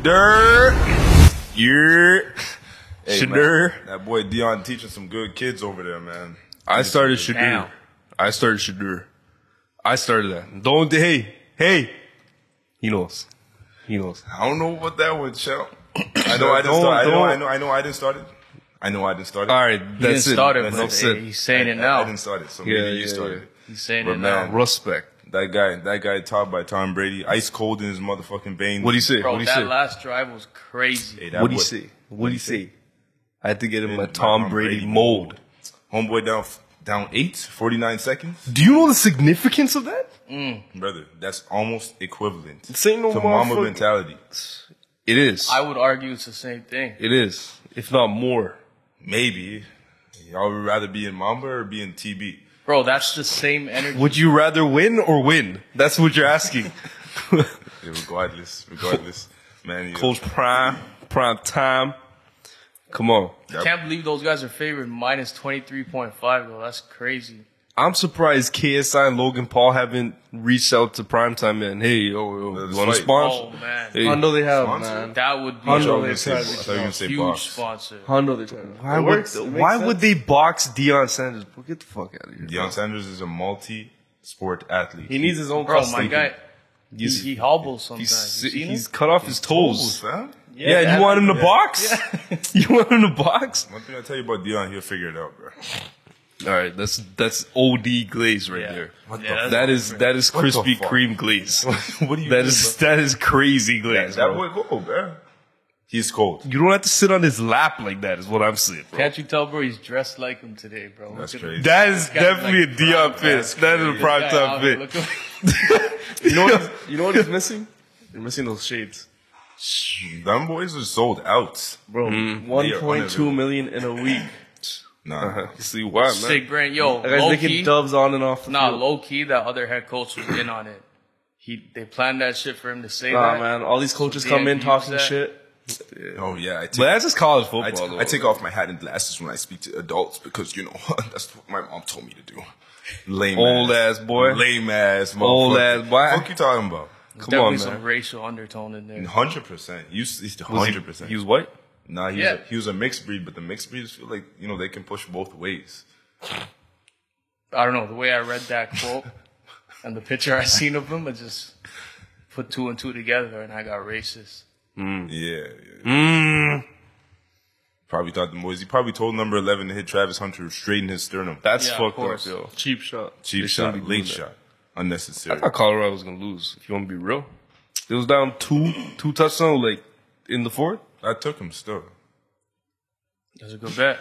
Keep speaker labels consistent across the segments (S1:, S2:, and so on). S1: Shadur. Yeah.
S2: Hey, man,
S1: Shadur.
S2: that boy Dion teaching some good kids over there, man.
S1: I started Shadur.
S3: Damn.
S1: I started Shadur. I started that. Don't, hey, hey. He knows. He knows.
S2: I don't know what that was, Shell. I know I didn't
S1: Don't-
S2: start. I know,
S1: don't.
S2: I know. I know I didn't start it. I know I didn't start it.
S1: All right.
S3: He
S1: That's
S3: didn't
S1: it.
S3: start it, but
S1: that's it.
S3: he's saying
S2: I,
S3: it now.
S2: I didn't start it, so maybe
S1: Yeah,
S2: you
S1: yeah,
S2: started. it.
S3: he's saying
S2: but
S3: it
S2: man,
S3: now.
S1: Respect.
S2: That guy, that guy taught by Tom Brady, ice cold in his motherfucking veins.
S1: What do you say?
S3: Bro,
S1: what do you
S3: that
S1: say?
S3: last drive was crazy.
S2: Hey, that
S1: What do
S2: boy-
S1: you say? What do you say? I had to get him
S2: My
S1: a Tom
S2: Tom
S1: Brady
S2: Brady
S1: mold.
S2: Homeboy down, f- down eight, 49 seconds,
S1: Do you know the significance of that?
S2: brother. That's almost equivalent
S1: This ain't no
S2: to mama
S1: motherfucker.
S2: mentality.
S1: It is.
S3: I would argue it's the same thing.
S1: it is. If not more.
S2: Maybe y'all would rather be in mama or be in TB.
S3: Bro, that's the same energy.
S1: Would you rather win or win? That's what you're asking.
S2: Yeah, regardless, regardless, man. yeah.
S1: Coach Prime, prime time. Come on.
S3: I can't believe those guys are favored minus 23.5, though. That's crazy.
S1: I'm surprised KSI and Logan Paul haven't reached out to Primetime and hey, yo, yo
S2: Let's
S1: you want to
S2: fight.
S3: Oh,
S1: sponsor?
S3: man.
S1: Hey,
S4: Hundo they have,
S2: Sponsor?
S4: man.
S3: That would be
S2: I thought you were
S4: they
S2: gonna say- I
S4: tried to
S2: thought you were gonna
S3: a
S2: say
S3: huge
S2: box.
S3: sponsor.
S4: Hundo they
S1: why
S4: try.
S1: would, why would they box Deion Sanders? Well, get the fuck out of here.
S2: Deion Sanders is a multi-sport athlete.
S1: He needs his own
S3: Bro, my
S1: custody.
S3: guy, he,
S1: He's-
S3: he hobbles
S1: He's,
S3: sometimes. You seen
S1: he's
S3: it?
S1: cut off his toes.
S2: fam.
S1: Yeah, you want him to box? you want him to box?
S2: One thing I tell you about Deion, he'll figure it out, bro.
S1: All right, that's that's OD glaze right
S3: Yeah.
S1: there.
S2: What
S3: Yeah, that's-
S1: That is that is
S2: What the
S1: Krispy
S2: fuck?
S1: Kreme glaze.
S2: what do you
S1: That
S2: do,
S1: is that is crazy glaze.
S2: That
S1: bro.
S2: boy cold, bro. He's cold.
S1: You don't have to sit on his lap like that. Is what I'm saying. bro.
S3: Can't you tell, bro? He's dressed like him today, bro.
S2: That's
S3: Look at
S2: crazy.
S1: That is
S3: guy's
S1: definitely
S3: like
S1: a Dion
S3: prime
S1: fit. That is a prime
S3: that guy
S1: time
S3: out
S1: fit.
S3: here looking like-
S4: You know what? he's- You know what he's missing? You're missing those shades,
S2: Them boys are sold out.
S4: bro.
S1: Mm-hmm.
S4: One point two million in a week.
S2: Nah.
S1: See why, man?
S3: Sick brand. Yo,
S4: That guy's
S3: low
S4: making
S3: key,
S4: dubs on and off. The
S3: nah,
S4: field.
S3: low key, that other head coach was in on it. He They planned that shit for him to say
S4: nah,
S3: that.
S4: man. All these coaches
S3: So
S4: come
S3: Dan
S4: in talking
S3: keeps that.
S4: shit.
S2: Oh yeah, I
S1: But
S2: take,
S1: that's just college football.
S2: I, t-
S1: though.
S2: I take off my hat and glasses when I speak to adults because you know that's what my mom told me to do. Lame
S1: Old ass boy.
S2: Lame ass motherfucker.
S1: Old ass boy.
S2: What you talking about?
S1: Come
S3: Definitely
S1: on,
S3: some
S1: man.
S3: racial undertone in there.
S2: Hundred percent. You he's hundred percent.
S1: He was white.
S2: Nah, he was
S3: Yeah.
S2: a, he was a mixed breed, but the mixed breeds feel like you know they can push both ways.
S3: I don't know. The way I read that quote and the picture I seen of him, I just put two and two together and I got racist.
S1: Mm.
S2: Yeah. yeah. Probably thought the boys. He probably told number eleven to hit Travis Hunter straight in his sternum.
S1: That's
S3: Yeah, of
S1: fucked up,
S3: course.
S1: yo.
S4: Cheap shot.
S2: Cheap
S1: They shouldn't
S2: shot,
S1: be doing
S2: late
S1: that.
S2: shot,
S1: I
S2: unnecessary.
S1: thought Colorado was gonna lose. If you want to be real, it was down two, two touchdowns, like in the fourth.
S2: I took him still.
S3: That's a good bet.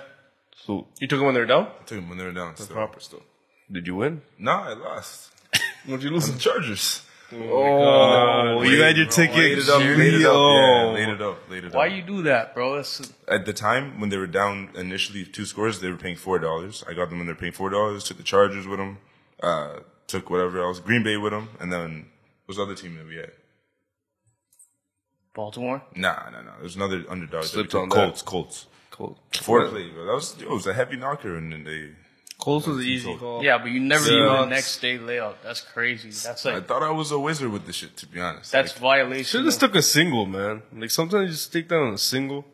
S1: So
S4: You took him when they were down.
S2: I took him when they were down. Still.
S4: Proper still.
S1: did you win?
S2: Nah, I lost.
S4: What'd you lose?
S2: The Chargers.
S1: Oh, you had your
S2: Laid
S1: ticket.
S2: it up. Laid it up. Yeah,
S1: Yo.
S2: laid it up. Laid it
S3: Why
S2: up.
S3: you do that, bro? That's,
S2: At the time when they were down initially two scores, they were paying four dollars. I got them when they're paying four dollars. Took the Chargers with them. Uh, took whatever else, Green Bay with them, and then what's the other team that we had?
S3: Baltimore.
S2: Nah, nah, nah. There's another underdog. that we
S1: Slipped
S2: took.
S1: on that.
S2: Colts. Colts.
S1: Cool.
S2: Fourth play, bro. That was yo, it was a heavy knocker, and then they.
S4: Coles was an easy call.
S3: Yeah, but you never
S1: Yeah.
S3: do the next day layout. That's crazy. That's
S2: I
S3: like
S2: thought I was a wizard with this shit, to be honest.
S3: that's
S2: Like,
S3: violation.
S1: Should
S3: of-
S1: have just took a single, man. Like sometimes you just take that on a single,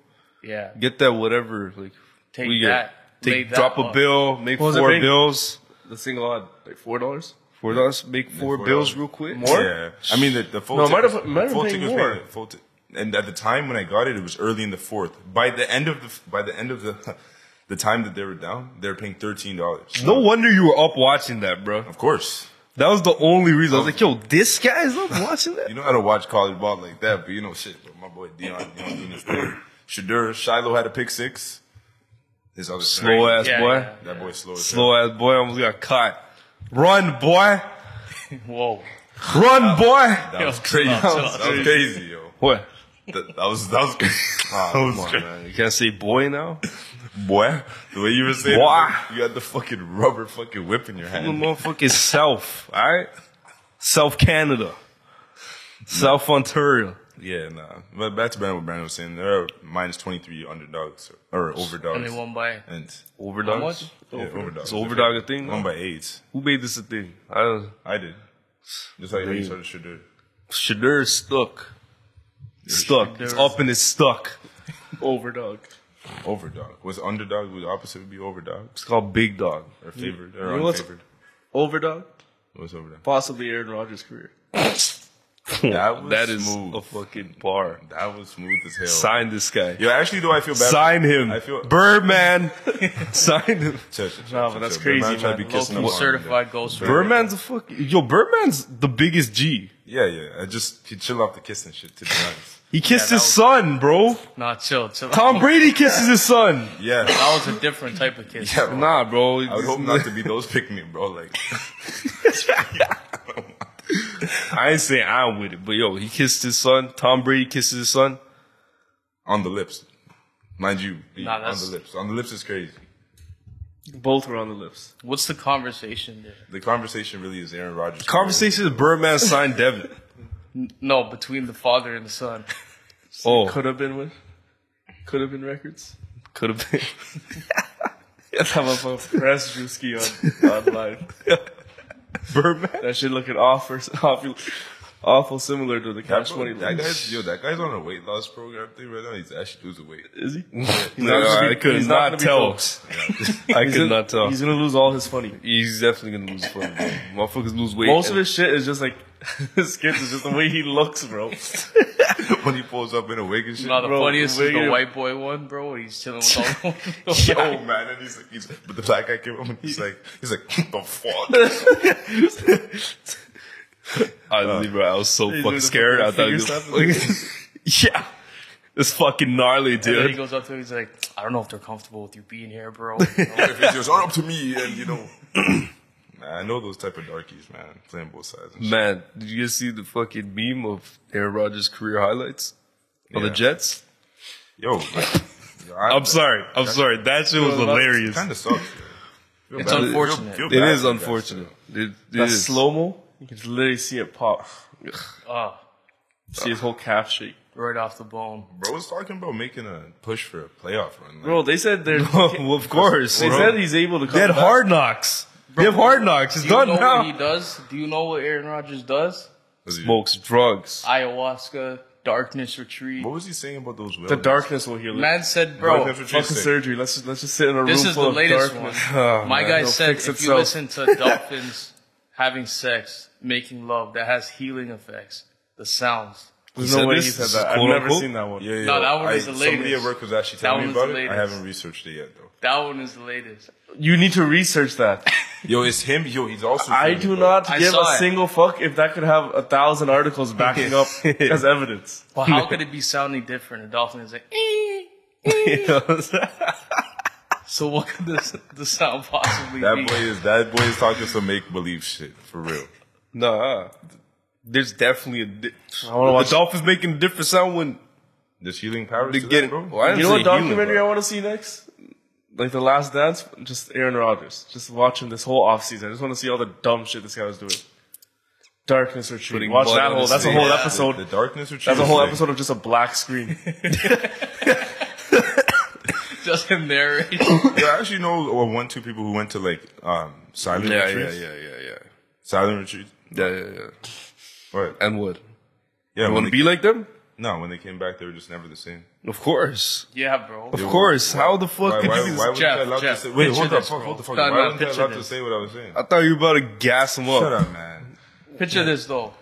S3: yeah,
S1: get that whatever. Like
S3: Take
S1: we get.
S3: that. Lay
S1: take
S3: that
S1: drop a
S3: up.
S1: bill, make
S4: What was it,
S1: four
S4: Bing?
S1: bills,
S4: The single odd, like four dollars.
S1: four dollars, make four
S2: four
S1: bills
S2: dollars.
S1: real quick.
S2: yeah. I mean, the, the full
S4: No, it
S2: ticket
S4: might have-
S2: was-
S4: might have
S2: full
S4: been
S2: ticket was
S4: more.
S2: paid, full ti- and at the time when I got it, it was early in the fourth. By the end of the f- by the end of the the time that they were down, they were paying thirteen dollars.
S1: No wonder you were up watching that, bro.
S2: of course.
S1: That was the only reason. I was like, yo, this guy is up watching that.
S2: You know how to watch college ball like that, but you know shit. But my boy Dion, Dion doing his thing. Shadur Shiloh had a pick six. His other
S1: Slow ass
S3: Yeah,
S1: boy.
S3: yeah.
S2: That boy slow. as hell.
S1: Slow ass boy almost got caught. Run, boy.
S3: whoa.
S1: Run, boy.
S2: That was
S3: Yo,
S2: crazy.
S3: chill out, chill out.
S2: That was crazy, yo.
S1: What?
S2: That, that was that was crazy. Ah,
S1: Come
S2: come on,
S1: on, man. You can't say boy now?
S2: boy. The way you were saying, it,
S1: Boy.
S2: you had the fucking rubber fucking whip in your
S1: I'm the
S2: hand.
S1: motherfucking South, alright? South Canada. South Ontario.
S2: Yeah, nah. But back to Brandon, what Brandon was saying, they're minus twenty three underdogs or, or overdogs.
S3: And they won by
S2: And
S1: Overdog.
S3: How much?
S2: yeah, overdogs.
S1: Is overdog a thing?
S2: One by eight.
S1: Who made this a thing? I don't
S2: I did. That's how you started should do.
S1: Shadur stuck. Stuck. It's up and it's stuck.
S4: Overdog.
S2: Overdog. With underdog, the opposite would be overdog.
S1: It's called Big Dog.
S2: Or favored.
S4: You
S2: Or
S4: know what's-
S2: unfavored.
S4: Overdog?
S2: What's overdog?
S4: Possibly Aaron Rodgers' career.
S2: That was
S1: that is
S2: smooth.
S1: a fucking bar.
S2: That was smooth as hell.
S1: Sign this guy.
S2: Yo, actually, though, I feel bad.
S1: Sign him.
S2: I feel-
S1: Birdman. Sign him.
S2: Check, check,
S4: Nah,
S2: check,
S4: but that's
S2: check.
S4: crazy,
S2: Birdman tried to
S4: man.
S2: be kissing
S3: Local
S2: up on him.
S3: certified ghost rider.
S1: Birdman's a fuck. Yo, Birdman's the biggest G.
S2: Yeah, yeah. I just he chill off the kissing shit. To be honest.
S1: He kissed
S3: that
S1: his
S3: was-
S1: son, bro.
S3: Nah, chill, chill.
S1: Tom Brady kisses his son.
S2: Yeah.
S3: That was a different type of kiss.
S2: yeah bro.
S1: Nah, bro.
S2: I would hope not to be those pick me, bro. Like,
S1: I ain't saying I'm with it, but yo, he kissed his son. Tom Brady kisses his son.
S2: on the lips. Mind you, be
S3: Nah,
S2: on
S3: that's-
S2: the lips. On the lips is crazy.
S4: Both were on the lips.
S3: What's the conversation there?
S2: The conversation really is Aaron Rodgers.
S1: Conversation is Birdman signed Devin.
S3: No, between the father and the son.
S1: Oh,
S4: Could have been with. Could have been records.
S1: could have been.
S4: That's how I'm press Drewski on online.
S1: Birdman.
S4: That shit looking awful, awful, awful similar to the
S2: That,
S4: Cash
S2: bro,
S4: Money
S2: that
S4: list.
S2: guy's yo, that guy's on a weight loss program thing right now. He's actually losing weight.
S4: Is he?
S1: No, I could not, tell. I could not tell.
S4: He's gonna lose all his funny.
S1: He's definitely gonna lose fun, bro. Motherfuckers lose weight.
S4: Most of
S1: and-
S4: his shit is just like his skits is just the way he looks, bro.
S2: when he pulls up in a wig and shit.
S3: No, the
S4: Bro,
S3: funniest
S4: the
S3: is the
S4: way-
S3: white boy one, bro. where He's chilling with all the
S2: Yo, man, and he's like, he's like, but the black guy came up and he's like, he's like, what the fuck?
S1: Honestly, bro, I was so
S4: Uh, doing
S1: fucking
S4: the
S1: scared. I thought
S4: fucking
S1: he was yeah, it's fucking gnarly,
S3: And then he
S1: dude.
S3: goes up to him. He's like, I don't know if they're comfortable with you being here, bro. You know?
S2: if it's just on up to me, and you know, Man, I know those type of darkies, man, playing both sides. And shit.
S1: Man, did you guys see the fucking meme of Aaron Rodgers' career highlights on the
S2: Yeah.
S1: Jets?
S2: Yo, man, yo, I,
S1: I'm sorry, I'm sorry. That shit was
S4: No, that's
S1: hilarious.
S2: Kind of sucks. Yo. Feel
S3: It's
S2: bad.
S3: unfortunate.
S2: Feel
S1: It
S2: bad
S1: is
S2: for you guys,
S1: unfortunate. It, it
S4: That
S1: is.
S4: slow mo, you can just literally see it pop.
S3: Ah,
S4: See his whole calf shake.
S3: right off the bone.
S2: though. Bro was talking about making a push for a playoff run. Like,
S4: Bro, they said they're.
S1: well, of course.
S4: They
S1: bro.
S4: said he's able to come
S1: They had
S4: back.
S1: hard knocks. They have hard knocks. It's
S3: Do you
S1: done
S3: know what he
S1: now.
S3: does? Do you know what Aaron Rodgers does?
S2: was he-
S1: Smokes drugs.
S3: Ayahuasca, darkness retreat.
S2: what was he saying about those?
S4: The darkness will heal it.
S3: Man
S2: Darkness
S3: said, bro,
S2: retreat.
S4: Fucking surgery. Let's just, let's just sit in a
S3: this
S4: room
S3: is the
S4: full
S3: latest
S4: of darkness. Oh,
S3: one. My guy
S4: it'll
S3: said, if
S4: fix
S3: you
S4: itself.
S3: listen to dolphins having sex, making love, that has healing effects. The sounds.
S4: There's
S1: He
S4: no
S1: said
S4: way
S1: this?
S4: he said
S1: This is
S4: that. I've
S1: quote,
S4: never
S1: unquote?
S4: seen that one.
S2: Yeah, yeah.
S3: No, that one
S2: I,
S3: was the
S2: Somebody at
S3: latest.
S2: work was actually
S3: That
S2: telling me
S3: one was
S2: about
S3: the
S2: it. I
S3: latest.
S2: haven't researched it yet though.
S3: That one is the latest.
S4: You need to research that.
S2: Yo, it's him. Yo, he's also.
S4: I
S2: famous, bro.
S4: do not
S3: I
S4: give
S3: saw
S4: a
S3: it.
S4: single fuck if that could have a thousand articles backing up as evidence.
S3: But how could it be sounding different? A dolphin is like, "Eh." so what could this, the sound possibly
S2: That
S3: be?
S2: boy is that boy is talking some make believe shit for real.
S1: Nah. There's definitely a. Di-
S4: I wanna
S1: the
S4: watch-
S1: Dolphins making a different sound when
S2: There's healing powers
S1: they
S2: to
S1: get.
S2: that, bro.
S1: Well, I didn't
S4: You know
S1: say
S4: what
S1: healing,
S4: documentary
S1: bro.
S4: I want to see next? Like the Last Dance, just Aaron Rodgers. Just watch him this whole offseason. I just want to see all the dumb shit this guy was doing. Darkness Retreat.
S1: Putting
S4: Watch
S1: blood
S4: that
S1: on
S4: whole.
S1: his
S4: That's a
S1: face.
S4: whole
S1: Yeah.
S4: episode.
S2: The darkness retreat.
S4: That's a whole
S2: is like-
S4: episode of just a black screen.
S3: Just him narrating.
S2: Yo, I actually know well, one two people who went to like um silent
S1: Yeah, yeah,
S2: retreats.
S1: yeah, yeah, yeah.
S2: Silent retreat.
S1: Yeah, yeah, yeah.
S2: What?
S1: And what?
S2: Yeah,
S1: You
S2: when
S1: want
S2: they,
S1: to be like them?
S2: no, when they came back, they were just never the same.
S1: Of course.
S3: yeah, bro.
S1: Of course. How the fuck
S2: Why?
S1: could
S2: Why,
S1: you?
S2: why was
S3: Jeff,
S2: I allowed
S3: Jeff,
S2: to say? Wait,
S3: picture
S2: hold the
S3: this,
S2: fuck,
S3: bro.
S2: hold the fuck.
S3: No,
S2: why
S3: no,
S2: wasn't I
S3: picture
S2: allowed to
S3: this.
S2: say what I was saying?
S1: I thought you were about to gas him up.
S2: Shut up, man.
S3: Picture this though.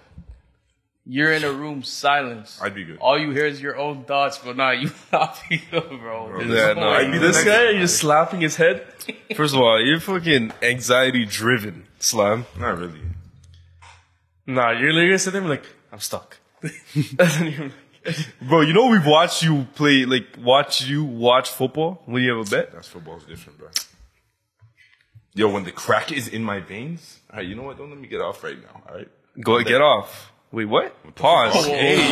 S3: You're in a room, silence.
S2: I'd be good.
S3: All you hear is your own thoughts, but nah, you not be good, bro. There's
S1: Yeah,
S3: no
S1: nah,
S3: way.
S1: I'd be the
S4: this
S1: next
S4: guy, you just slapping his head.
S1: First of all, you're fucking anxiety driven, slime.
S2: Not really.
S4: Nah, you're literally sitting there and be like, I'm stuck. and then you're like,
S1: Bro, you know we've watched you play, like, watch you watch football when you have a bet?
S2: That's football's different, bro. Yo, when the crack is in my veins, all right, you know what? Don't let me get off right now, all right?
S1: Go get off. Wait, what? Pause.
S4: Oh,
S3: Whoa, whoa, whoa.
S1: Hey,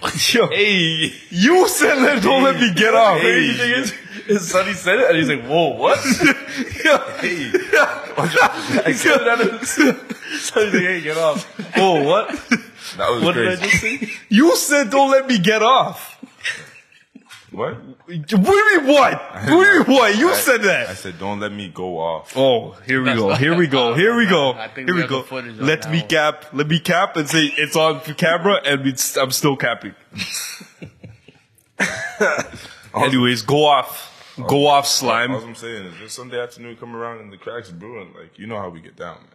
S1: what?
S2: Yo,
S1: Yo,
S4: hey.
S1: You said let, don't let me get off.
S4: Crazy
S1: Hey.
S4: thing is, his son, he said it, and he's like, whoa, what?
S1: Hey.
S4: I said it out of his so he's like, hey, get off. Whoa, what?
S2: that was
S4: What did I
S2: crazy.
S4: just say?
S1: You said don't let me get off.
S2: What?
S1: What do you mean what? What do you mean what? You said
S2: I
S1: that.
S2: said, don't let me go off.
S1: Oh, here we go. Here we go. Here we go.
S3: I think
S1: Here
S3: we
S1: we
S3: have the
S1: go.
S3: footage on
S1: Let
S3: that
S1: me
S3: one.
S1: cap. Let me cap and say it's on camera and it's, I'm still capping. Anyways, go off. Go off,
S2: All
S1: slime.
S2: I'm saying is, just Sunday afternoon come around and the cracks brewing. Like you know how we get down, man.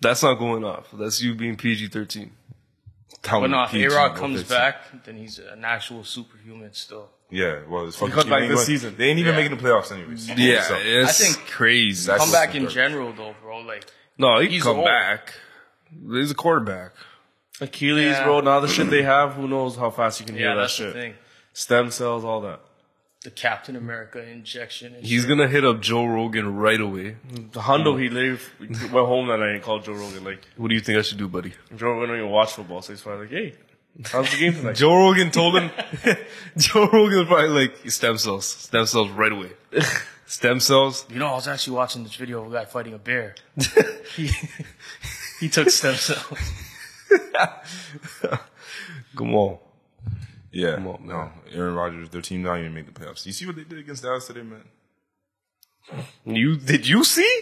S1: That's not going off. That's you being PG 13.
S2: Down
S3: But
S2: with
S3: no, if
S2: PG,
S3: A-Rod
S2: no
S3: comes
S2: fixing.
S3: back, then he's an actual superhuman still.
S2: Yeah, well, it's fucking
S4: comes
S2: team
S4: back
S2: ain't
S4: this
S2: going-
S4: season.
S2: They ain't even
S3: Yeah.
S2: making the playoffs, anyways.
S1: Yeah,
S2: So,
S1: it's
S3: I think-
S1: crazy.
S2: That's
S3: Come back in
S2: what's
S3: general though, bro. Like
S1: no, he can
S3: he's
S1: come
S3: old.
S1: back. He's a quarterback.
S4: Achilles,
S3: Yeah.
S4: bro, and all the shit they have, who knows how fast you can
S3: yeah,
S4: heal that
S3: that's the
S4: shit.
S3: thing.
S4: Stem cells, all that.
S3: The Captain America injection. And
S1: He's
S3: shit.
S1: gonna hit up Joe Rogan right away.
S4: The Hondo, he literally went home that night and called Joe Rogan, like,
S1: What do you think I should do, buddy?
S4: Joe Rogan don't even watch football, so he's probably like, hey, how's the game tonight?
S1: Joe Rogan told him. Joe Rogan was probably like stem cells, stem cells right away. Stem cells.
S3: You know, I was actually watching this video of a guy fighting a bear. he, he took stem cells.
S1: Come on.
S2: Yeah,
S1: on,
S2: no, Aaron Rodgers, their team not even make the playoffs. You see what they did against Dallas today, man?
S1: You did you see?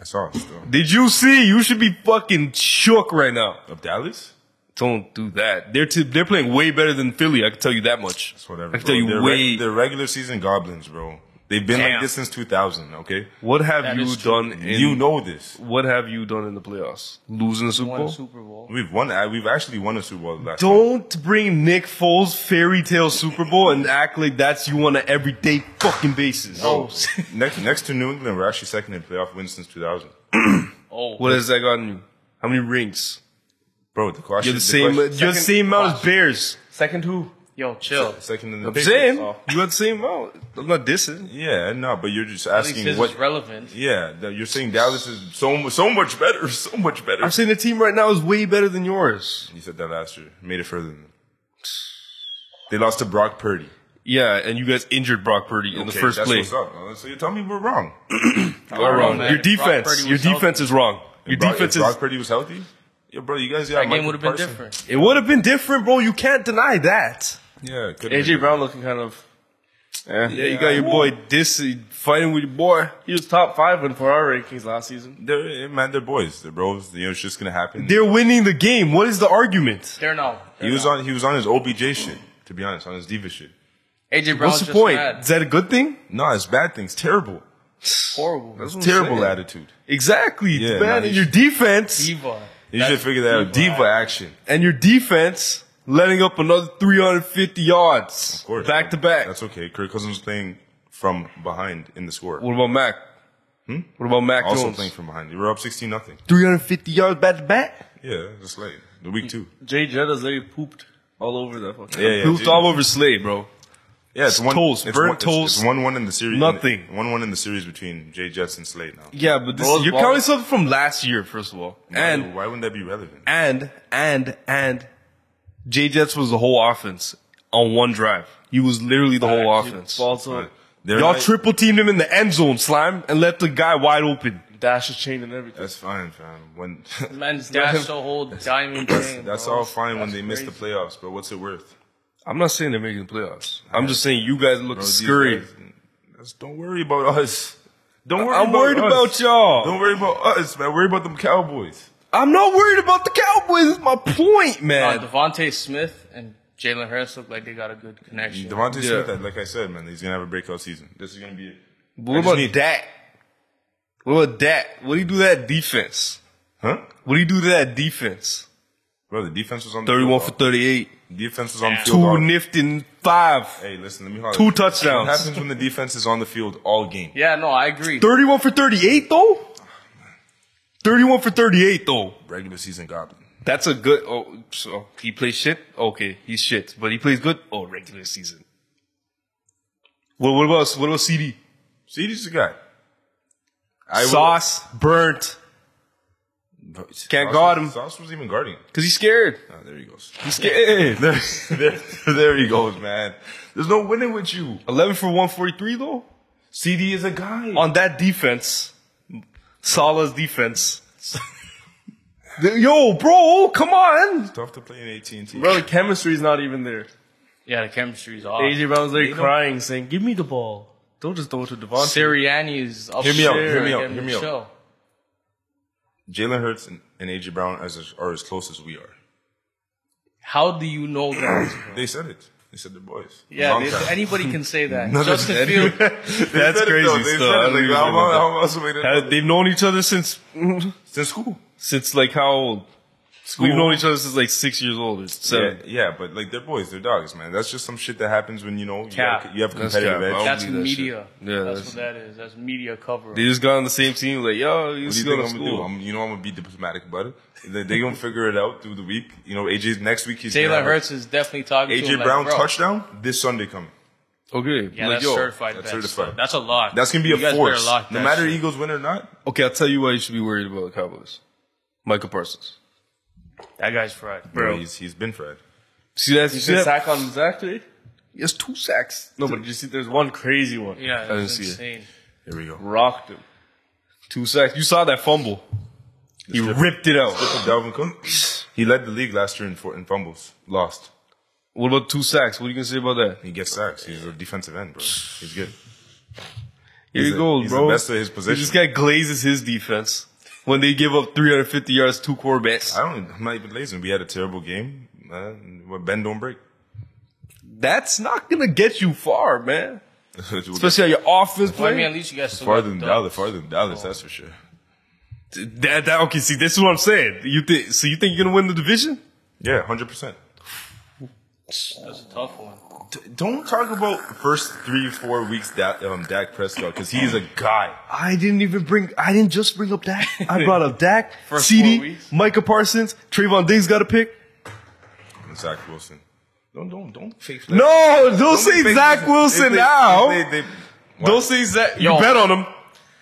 S2: I saw it still.
S1: Did you see? You should be fucking shook right now.
S2: Of Dallas?
S1: Don't do that. They're t- they're playing way better than Philly. I can tell you that much.
S2: It's whatever.
S1: I
S2: bro.
S1: can tell you
S2: they're
S1: way.
S2: reg- they're regular season goblins, bro. They've been
S3: Damn.
S2: like this since 2000. Okay,
S1: what have
S3: That
S1: you
S3: is true.
S1: done? In,
S2: you know this.
S1: what have you done in the playoffs? Losing the Super
S3: Won
S1: Bowl.
S3: a Super Bowl.
S2: We've won. I- We've actually won a Super Bowl last. year.
S1: Don't bring Nick Foles' fairy tale Super Bowl and act like that's you on an everyday fucking basis.
S3: Oh,
S2: Next, next to New England, we're actually second in playoff wins since 2000.
S3: oh,
S1: What has that gotten you? How many rings?
S2: Bro, the question.
S1: You're the same.
S2: question-
S1: You're the same amount as Bears.
S4: Second who?
S3: yo, chill.
S2: second in the
S1: I'm
S2: Patriots.
S1: saying
S4: Oh.
S1: you got the same amount. I'm not dissing.
S2: Yeah, no, but you're just
S3: At least
S2: asking
S3: his
S2: what.
S3: is relevant.
S2: yeah, that you're saying Dallas is so mu- so much better, so much better.
S1: I'm saying the team right now is way better than yours.
S2: You said that last year. Made it further than them. They lost to Brock Purdy.
S1: Yeah, and you guys injured Brock Purdy in the
S2: Okay,
S1: first
S2: that's
S1: play.
S2: What's up. Uh, So you tell me we're wrong.
S3: All right, man.
S1: Your
S3: If Brock Purdy
S1: defense.
S3: was
S1: Your
S3: healthy,
S1: defense is wrong. Your
S2: If Brock,
S1: defense
S2: if
S1: is.
S2: Brock Purdy was healthy. Yeah, bro, you guys got
S3: That game
S2: Michael
S3: would have been
S2: Parsons.
S3: different.
S1: It would have been different, bro. You can't deny that.
S2: Yeah, it could have
S4: AJ
S2: been.
S4: Brown looking kind of. Yeah.
S1: Yeah, you got your boy Dis fighting with your boy.
S4: He was top five in for our rankings last season.
S2: They're, eh, man, they're boys. They're bros. You know, it's just gonna happen.
S1: They're winning the game. What is the argument?
S3: They're now.
S2: he was on. He was on his OBJ shit. To be honest, on his diva shit.
S3: AJ Brown's
S1: What's
S3: just
S1: the point?
S3: mad.
S1: Is that a good thing?
S2: No, it's bad things. Terrible.
S3: Horrible.
S1: That's what I'm
S2: Terrible
S1: saying.
S2: attitude.
S1: Exactly.
S2: Yeah,
S1: it's bad.
S2: no,
S1: and
S2: you
S1: your defense
S3: Diva.
S2: You should figure that out. Diva action.
S1: and your defense letting up another 350 yards
S2: Of course.
S1: back to back.
S2: That's okay. Kirk Cousins playing from behind in the score.
S1: what about Mac? What about Mac
S2: also
S1: Jones?
S2: playing from behind. We were up sixteen nothing.
S1: 350 yards back to back.
S2: Yeah, just late. The week two.
S4: Jay Jeddah's literally pooped all over the fucking.
S2: Yeah, yeah.
S1: Pooped
S2: dude.
S1: all over Slade, bro.
S2: Yeah, it's one.
S1: toast,
S2: it's
S1: burnt
S2: one, it's-
S1: toast.
S2: It's one one in the series.
S1: Nothing.
S2: One one in the series between Jay Jets and Slade now.
S1: Yeah, but this,
S4: Bro,
S1: you're
S4: ball-
S1: counting something from last year, first of all, and
S2: why wouldn't that be relevant?
S1: and and and J Jets was the whole offense on one drive. He was literally the whole offense.
S4: Also,
S2: They're
S1: Y'all
S2: not-
S1: triple teamed him in the end zone, slime, and left the guy wide open.
S4: Dash is chain and everything.
S2: That's fine, fam. When
S3: Man's dashed the whole diamond game.
S2: that's
S3: bro.
S2: all fine when
S3: That's
S2: they miss the
S3: crazy.
S2: playoffs, but what's it worth?
S1: I'm not saying they're making the playoffs. I'm just saying you guys look
S2: Bro, these
S1: scurry.
S2: guys- that's- don't worry about us. Don't worry.
S1: I'm
S2: about
S1: worried
S2: us.
S1: about y'all.
S2: Don't worry about us, man. Worry about them Cowboys.
S1: I'm not worried about the Cowboys. Is my point,
S3: Uh,
S1: man.
S3: Devontae Smith and Jalen Hurts look like they got a good connection.
S2: Devontae
S1: Yeah.
S2: Smith, like I said, man, he's gonna have a breakout season. This is gonna be it.
S1: what about that? What about that? What do you do to that defense?
S2: Huh?
S1: What do you do to that defense?
S2: Bro, the defense was on the
S1: 31 for
S2: field.
S1: 38,
S2: For defense was on the field.
S1: two
S2: all-
S1: nifty five,
S2: Hey, listen, let me holler.
S1: two
S2: What
S1: touchdowns.
S2: happens when the defense is on the field all game?
S3: Yeah, no, I agree.
S1: 31 for 38 though. 31 for 38 though.
S2: Regular season goblin.
S1: That's a good. Oh, so he plays shit. Okay, he's shit, but he plays good. Oh, regular season. What, what about what about CD?
S2: See, this is a guy. I will-
S1: Sauce burnt
S2: Bro,
S1: Can't
S2: Sauce
S1: guard
S2: was-
S1: him.
S2: Sauce was even guarding. him.
S1: because he's scared.
S2: Ah, there he goes.
S1: He's scared.
S2: there, there, there he goes, man. There's no winning with you.
S1: 11 for 143 though.
S2: CD is a guy.
S1: on that defense, Salah's defense. Yo, bro, come on.
S2: Tough to play in AT&T.
S4: Bro, the chemistry's not even there.
S3: Yeah, the chemistry's
S1: Uh,
S3: off.
S4: AJ Brown's there crying, saying, "Give me the ball. Don't just throw it to Devontae."
S3: Sirianni is up
S2: Hear me out,
S3: there
S2: hear me out,
S3: getting
S2: hear me
S3: the
S2: out.
S3: show.
S2: Jalen Hurts and, and AJ Brown as are as close as we are.
S3: How do you know that?
S2: They said it. They said they're boys.
S3: yeah,
S2: Long
S3: they-
S2: time.
S3: anybody can say that.
S2: Not
S3: Justin
S2: that-
S3: Fields.
S2: They
S1: That's
S2: said it,
S1: crazy
S2: though. They
S1: stuff.
S2: said it.
S1: I don't
S2: Like,
S1: even
S2: how
S1: know
S2: long-
S1: that.
S2: how else would they know
S1: Uh,
S2: that?
S1: They've known each other since
S2: Since school.
S1: since like how old? We've known each other since like six years old or
S2: Yeah,
S1: seven.
S2: yeah, but like they're boys, they're dogs, man. That's just some shit that happens when you know you,
S3: Cap.
S2: have, you have
S1: That's
S2: competitive
S1: cap.
S2: edge.
S1: I'll
S3: That's
S1: do that
S3: media.
S1: shit. Yeah,
S3: that's,
S1: that's-
S3: what that is. That's media cover.
S1: They just got on the same team. Like yo,
S2: What
S1: you
S2: do you think
S1: still go to
S2: I'm gonna do?
S1: school?
S2: I'm, you know I'm gonna be diplomatic about it. They, they gonna figure it out through the week. You know, AJ's next week. He's
S3: Taylor
S2: gonna have
S3: Hurts is definitely talking to
S2: AJ
S3: him like,
S2: Brown
S3: bro.
S2: touchdown this Sunday coming.
S1: Okay,
S3: Yeah,
S1: like
S3: that's
S1: yo,
S3: certified.
S2: that's
S3: bets,
S2: certified.
S3: though. That's a lot.
S2: That's gonna be
S3: you
S2: a
S3: guys
S2: force.
S3: Better lock
S2: No
S3: that
S2: matter
S3: shit.
S2: Eagles win or not,
S1: Okay, I'll tell you why you should be worried about the Cowboys. Michael Parsons.
S3: that guy's fried.
S2: bro, he's he's been fried.
S1: See that? You
S4: Did
S1: see
S4: you see a
S1: that?
S4: sack on Zach today?
S1: He has two sacks.
S4: No, but did you see there's one crazy one.
S3: Yeah,
S1: didn't
S3: that's
S1: see it.
S3: insane.
S2: Here we go.
S4: Rocked him.
S1: Two sacks. You saw that fumble. He ripped it out.
S2: Dalvin Cook, he led the league last year in, four, in fumbles. Lost.
S1: What about two sacks? What are you gonna say about that?
S2: He gets sacks. He's a defensive end, bro. He's good.
S1: Here
S2: He's
S1: he
S2: a-
S1: goes,
S2: he's
S1: bro.
S2: the best of his position.
S1: This guy glazes his defense when they give up 350 yards, two quarterbacks.
S2: I don't. I'm not even lazy. We had a terrible game. man. What Ben don't break.
S1: That's not gonna get you far, man.
S2: We'll get
S1: Especially on your offense
S3: Well, I mean,
S1: play.
S3: at least you guys still
S2: farther
S3: got
S2: than
S3: the
S2: Dallas.
S3: dubs.
S2: Farther than Dallas. That's for sure.
S1: That, that, okay, see, this is what I'm saying. You think so? You think you're gonna win the division?
S2: Yeah, hundred percent.
S3: That's a tough one.
S2: Don't talk about first three, four weeks that um, Dak Prescott because he's a guy.
S1: I didn't even bring. I didn't just bring up Dak. I brought up Dak,
S3: First four
S1: CD,
S3: weeks.
S1: Micah Parsons, Trayvon Diggs got a pick.
S2: And Zach Wilson. Don't don't don't fake. that.
S1: No, don't,
S2: Don't
S1: say
S2: fake
S1: Zach
S2: that.
S1: Wilson
S2: If they-
S1: now.
S2: if they- they-
S1: don't say Zach.
S3: Yo.
S1: You bet on him.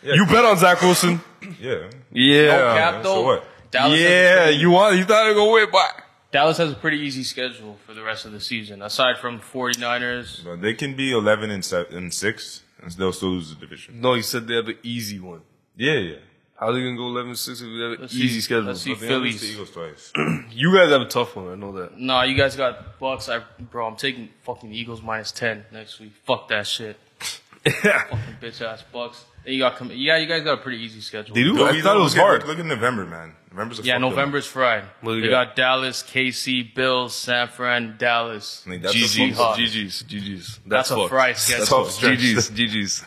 S1: You bet on Zach Wilson.
S2: yeah.
S1: Yeah.
S3: No cap
S2: so
S3: though.
S2: what?
S3: Dallas Has a
S1: yeah,
S3: pretty,
S1: you want you thought it go way back.
S3: Dallas has a pretty easy schedule for the rest of the season, aside from 49ers.
S2: But they can be eleven and seven and six, and they'll still lose the division.
S1: No, you said they have an easy one.
S2: Yeah, yeah.
S1: How are they gonna go 11-6 if they have an
S3: Let's see-
S1: easy schedule?
S3: let's see.
S2: They only
S3: Phillies.
S2: lose the Eagles twice.
S1: You guys have a tough one, I know that.
S3: Nah, you guys got Bucks. I bro, I'm taking fucking Eagles minus 10 next week. Fuck that shit. fucking bitch ass Bucks. Then you got com- yeah, you guys got a pretty easy schedule.
S1: They do?
S2: No,
S1: I
S2: we
S1: thought it
S2: don't-
S1: was
S2: look at-
S1: hard.
S2: Look at November, man. November's a
S3: Yeah,
S2: fucked up month.
S3: November's fried.
S1: What do you
S3: They
S1: got?
S3: got Dallas, KC, Bills, San Fran, Dallas.
S2: Like, that's a
S1: GG's,
S2: fucked up-
S3: hot.
S1: GG's, GG's.
S3: That's, a
S1: fucked.
S3: fried
S2: That's
S3: schedule.
S2: tough stretch.
S1: GG's, GG's.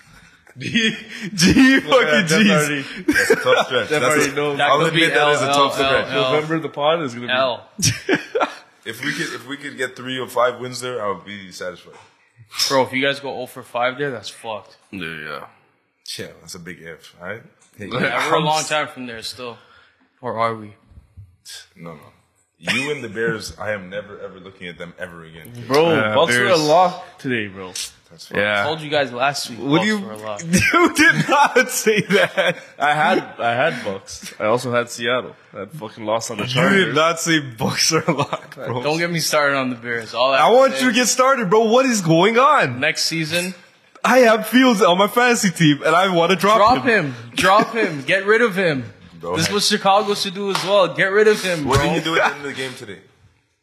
S1: G, G
S3: Oh,
S1: fucking
S4: that's already-
S1: G's.
S2: That's a tough stretch. That's
S4: already
S2: a,
S4: known.
S3: That
S2: I'll
S3: could be
S2: admit that is a
S3: L,
S2: tough
S3: L,
S2: stretch.
S3: L.
S4: November the pod is gonna be
S3: L.
S2: If we could, if we could get three or five wins there, I would be satisfied.
S3: Bro, if you guys go 0 for 5 there, that's fucked.
S1: Yeah,
S2: Yeah, that's a big if. All right. Hey,
S3: Yeah, we're a
S1: I'm
S3: long
S1: s-
S3: time from there still. Or are we?
S2: no, no. You and the Bears, I am never ever looking at them ever again.
S4: Bro,
S1: Uh,
S4: Bucks were a
S1: Bears.
S4: lock today, bro.
S2: That's
S1: yeah.
S2: fine.
S3: I
S1: yeah.
S3: told you guys last week.
S1: What do you?
S3: Bucks were a lot.
S1: You did not say that.
S4: I had I had Bucks. I also had Seattle. That fucking loss on the
S1: You
S4: Chargers.
S1: did not say Bucks are locked, bro.
S3: Don't get me started on the Bears. All that
S1: I want
S3: say
S1: you to get started, bro. What is going on?
S3: next season.
S1: I have Fields on my fantasy team, and I want to drop,
S3: Drop
S1: him.
S3: him. Drop him. Get rid of him.
S2: Bro.
S3: This is what Chicago should do as well. Get rid of him,
S2: What did
S3: bro.
S2: he do at the end of the game today?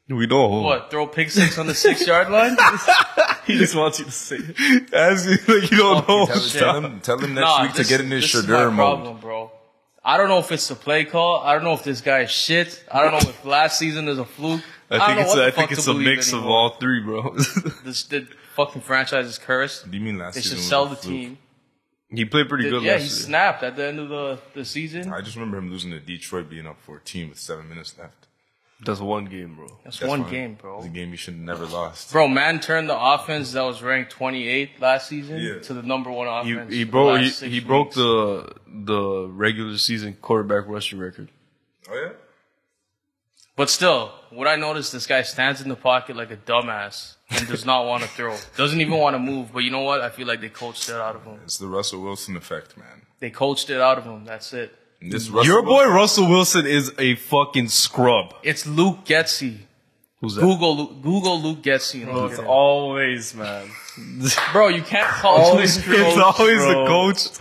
S1: We know.
S3: What? Throw pick six on the six yard line?
S4: He just wants you to say it.
S1: As you, like, you don't
S3: Fucking
S1: know.
S2: Tell,
S3: Shit.
S2: tell him, tell him next
S3: Nah,
S2: week
S3: this-
S2: to get in his
S3: this is my
S2: Shadur mode.
S3: problem, bro. I don't know if it's the play call. I don't know if this guy is shit. I don't know if last season is a fluke. I,
S1: I
S3: don't
S1: think
S3: know
S1: it's
S3: what the
S1: I
S3: fuck
S1: think
S3: to
S1: it's a
S3: believe
S1: mix of
S3: anymore.
S1: all three, bro.
S3: This the fucking franchise is cursed.
S2: Do you mean last
S3: They
S2: season?
S3: should
S2: was
S3: sell
S2: a
S3: the
S2: fluke?
S3: team.
S1: he played pretty good
S3: Yeah, he
S1: last year.
S3: snapped at the end of the, the season.
S2: I just remember him losing to Detroit, being up 14 with seven minutes left.
S1: That's one game, bro.
S3: That's,
S2: That's
S3: one
S2: fine.
S3: game,
S2: It's
S3: bro.
S2: a game you should have never lost.
S3: Bro, man turned the offense that was ranked 28th last season
S2: Yeah.
S3: to the number one
S1: He
S3: offense.
S1: he
S3: for the
S1: broke
S3: last
S1: he,
S3: six
S1: he broke
S3: weeks.
S1: the the regular season quarterback rushing record.
S2: Oh yeah.
S3: But still, what I noticed, this guy stands in the pocket like a dumbass and does not want to throw. Doesn't even want to move. But you know what? I feel like they coached it out of him.
S2: It's the Russell Wilson effect, man.
S3: They coached it out of him. That's it.
S2: This Russell
S1: Your
S2: Wilson-
S1: boy Russell Wilson is a fucking scrub.
S3: It's Luke Getzey.
S1: Who's that?
S3: Google Lu- Google Luke Getzey. and
S4: Bro,
S3: look
S4: it's
S3: at him.
S4: always man.
S3: Bro, you can't call
S4: Always
S3: this
S1: It's
S3: coach.
S1: always the
S4: bro.
S1: coach.
S4: It's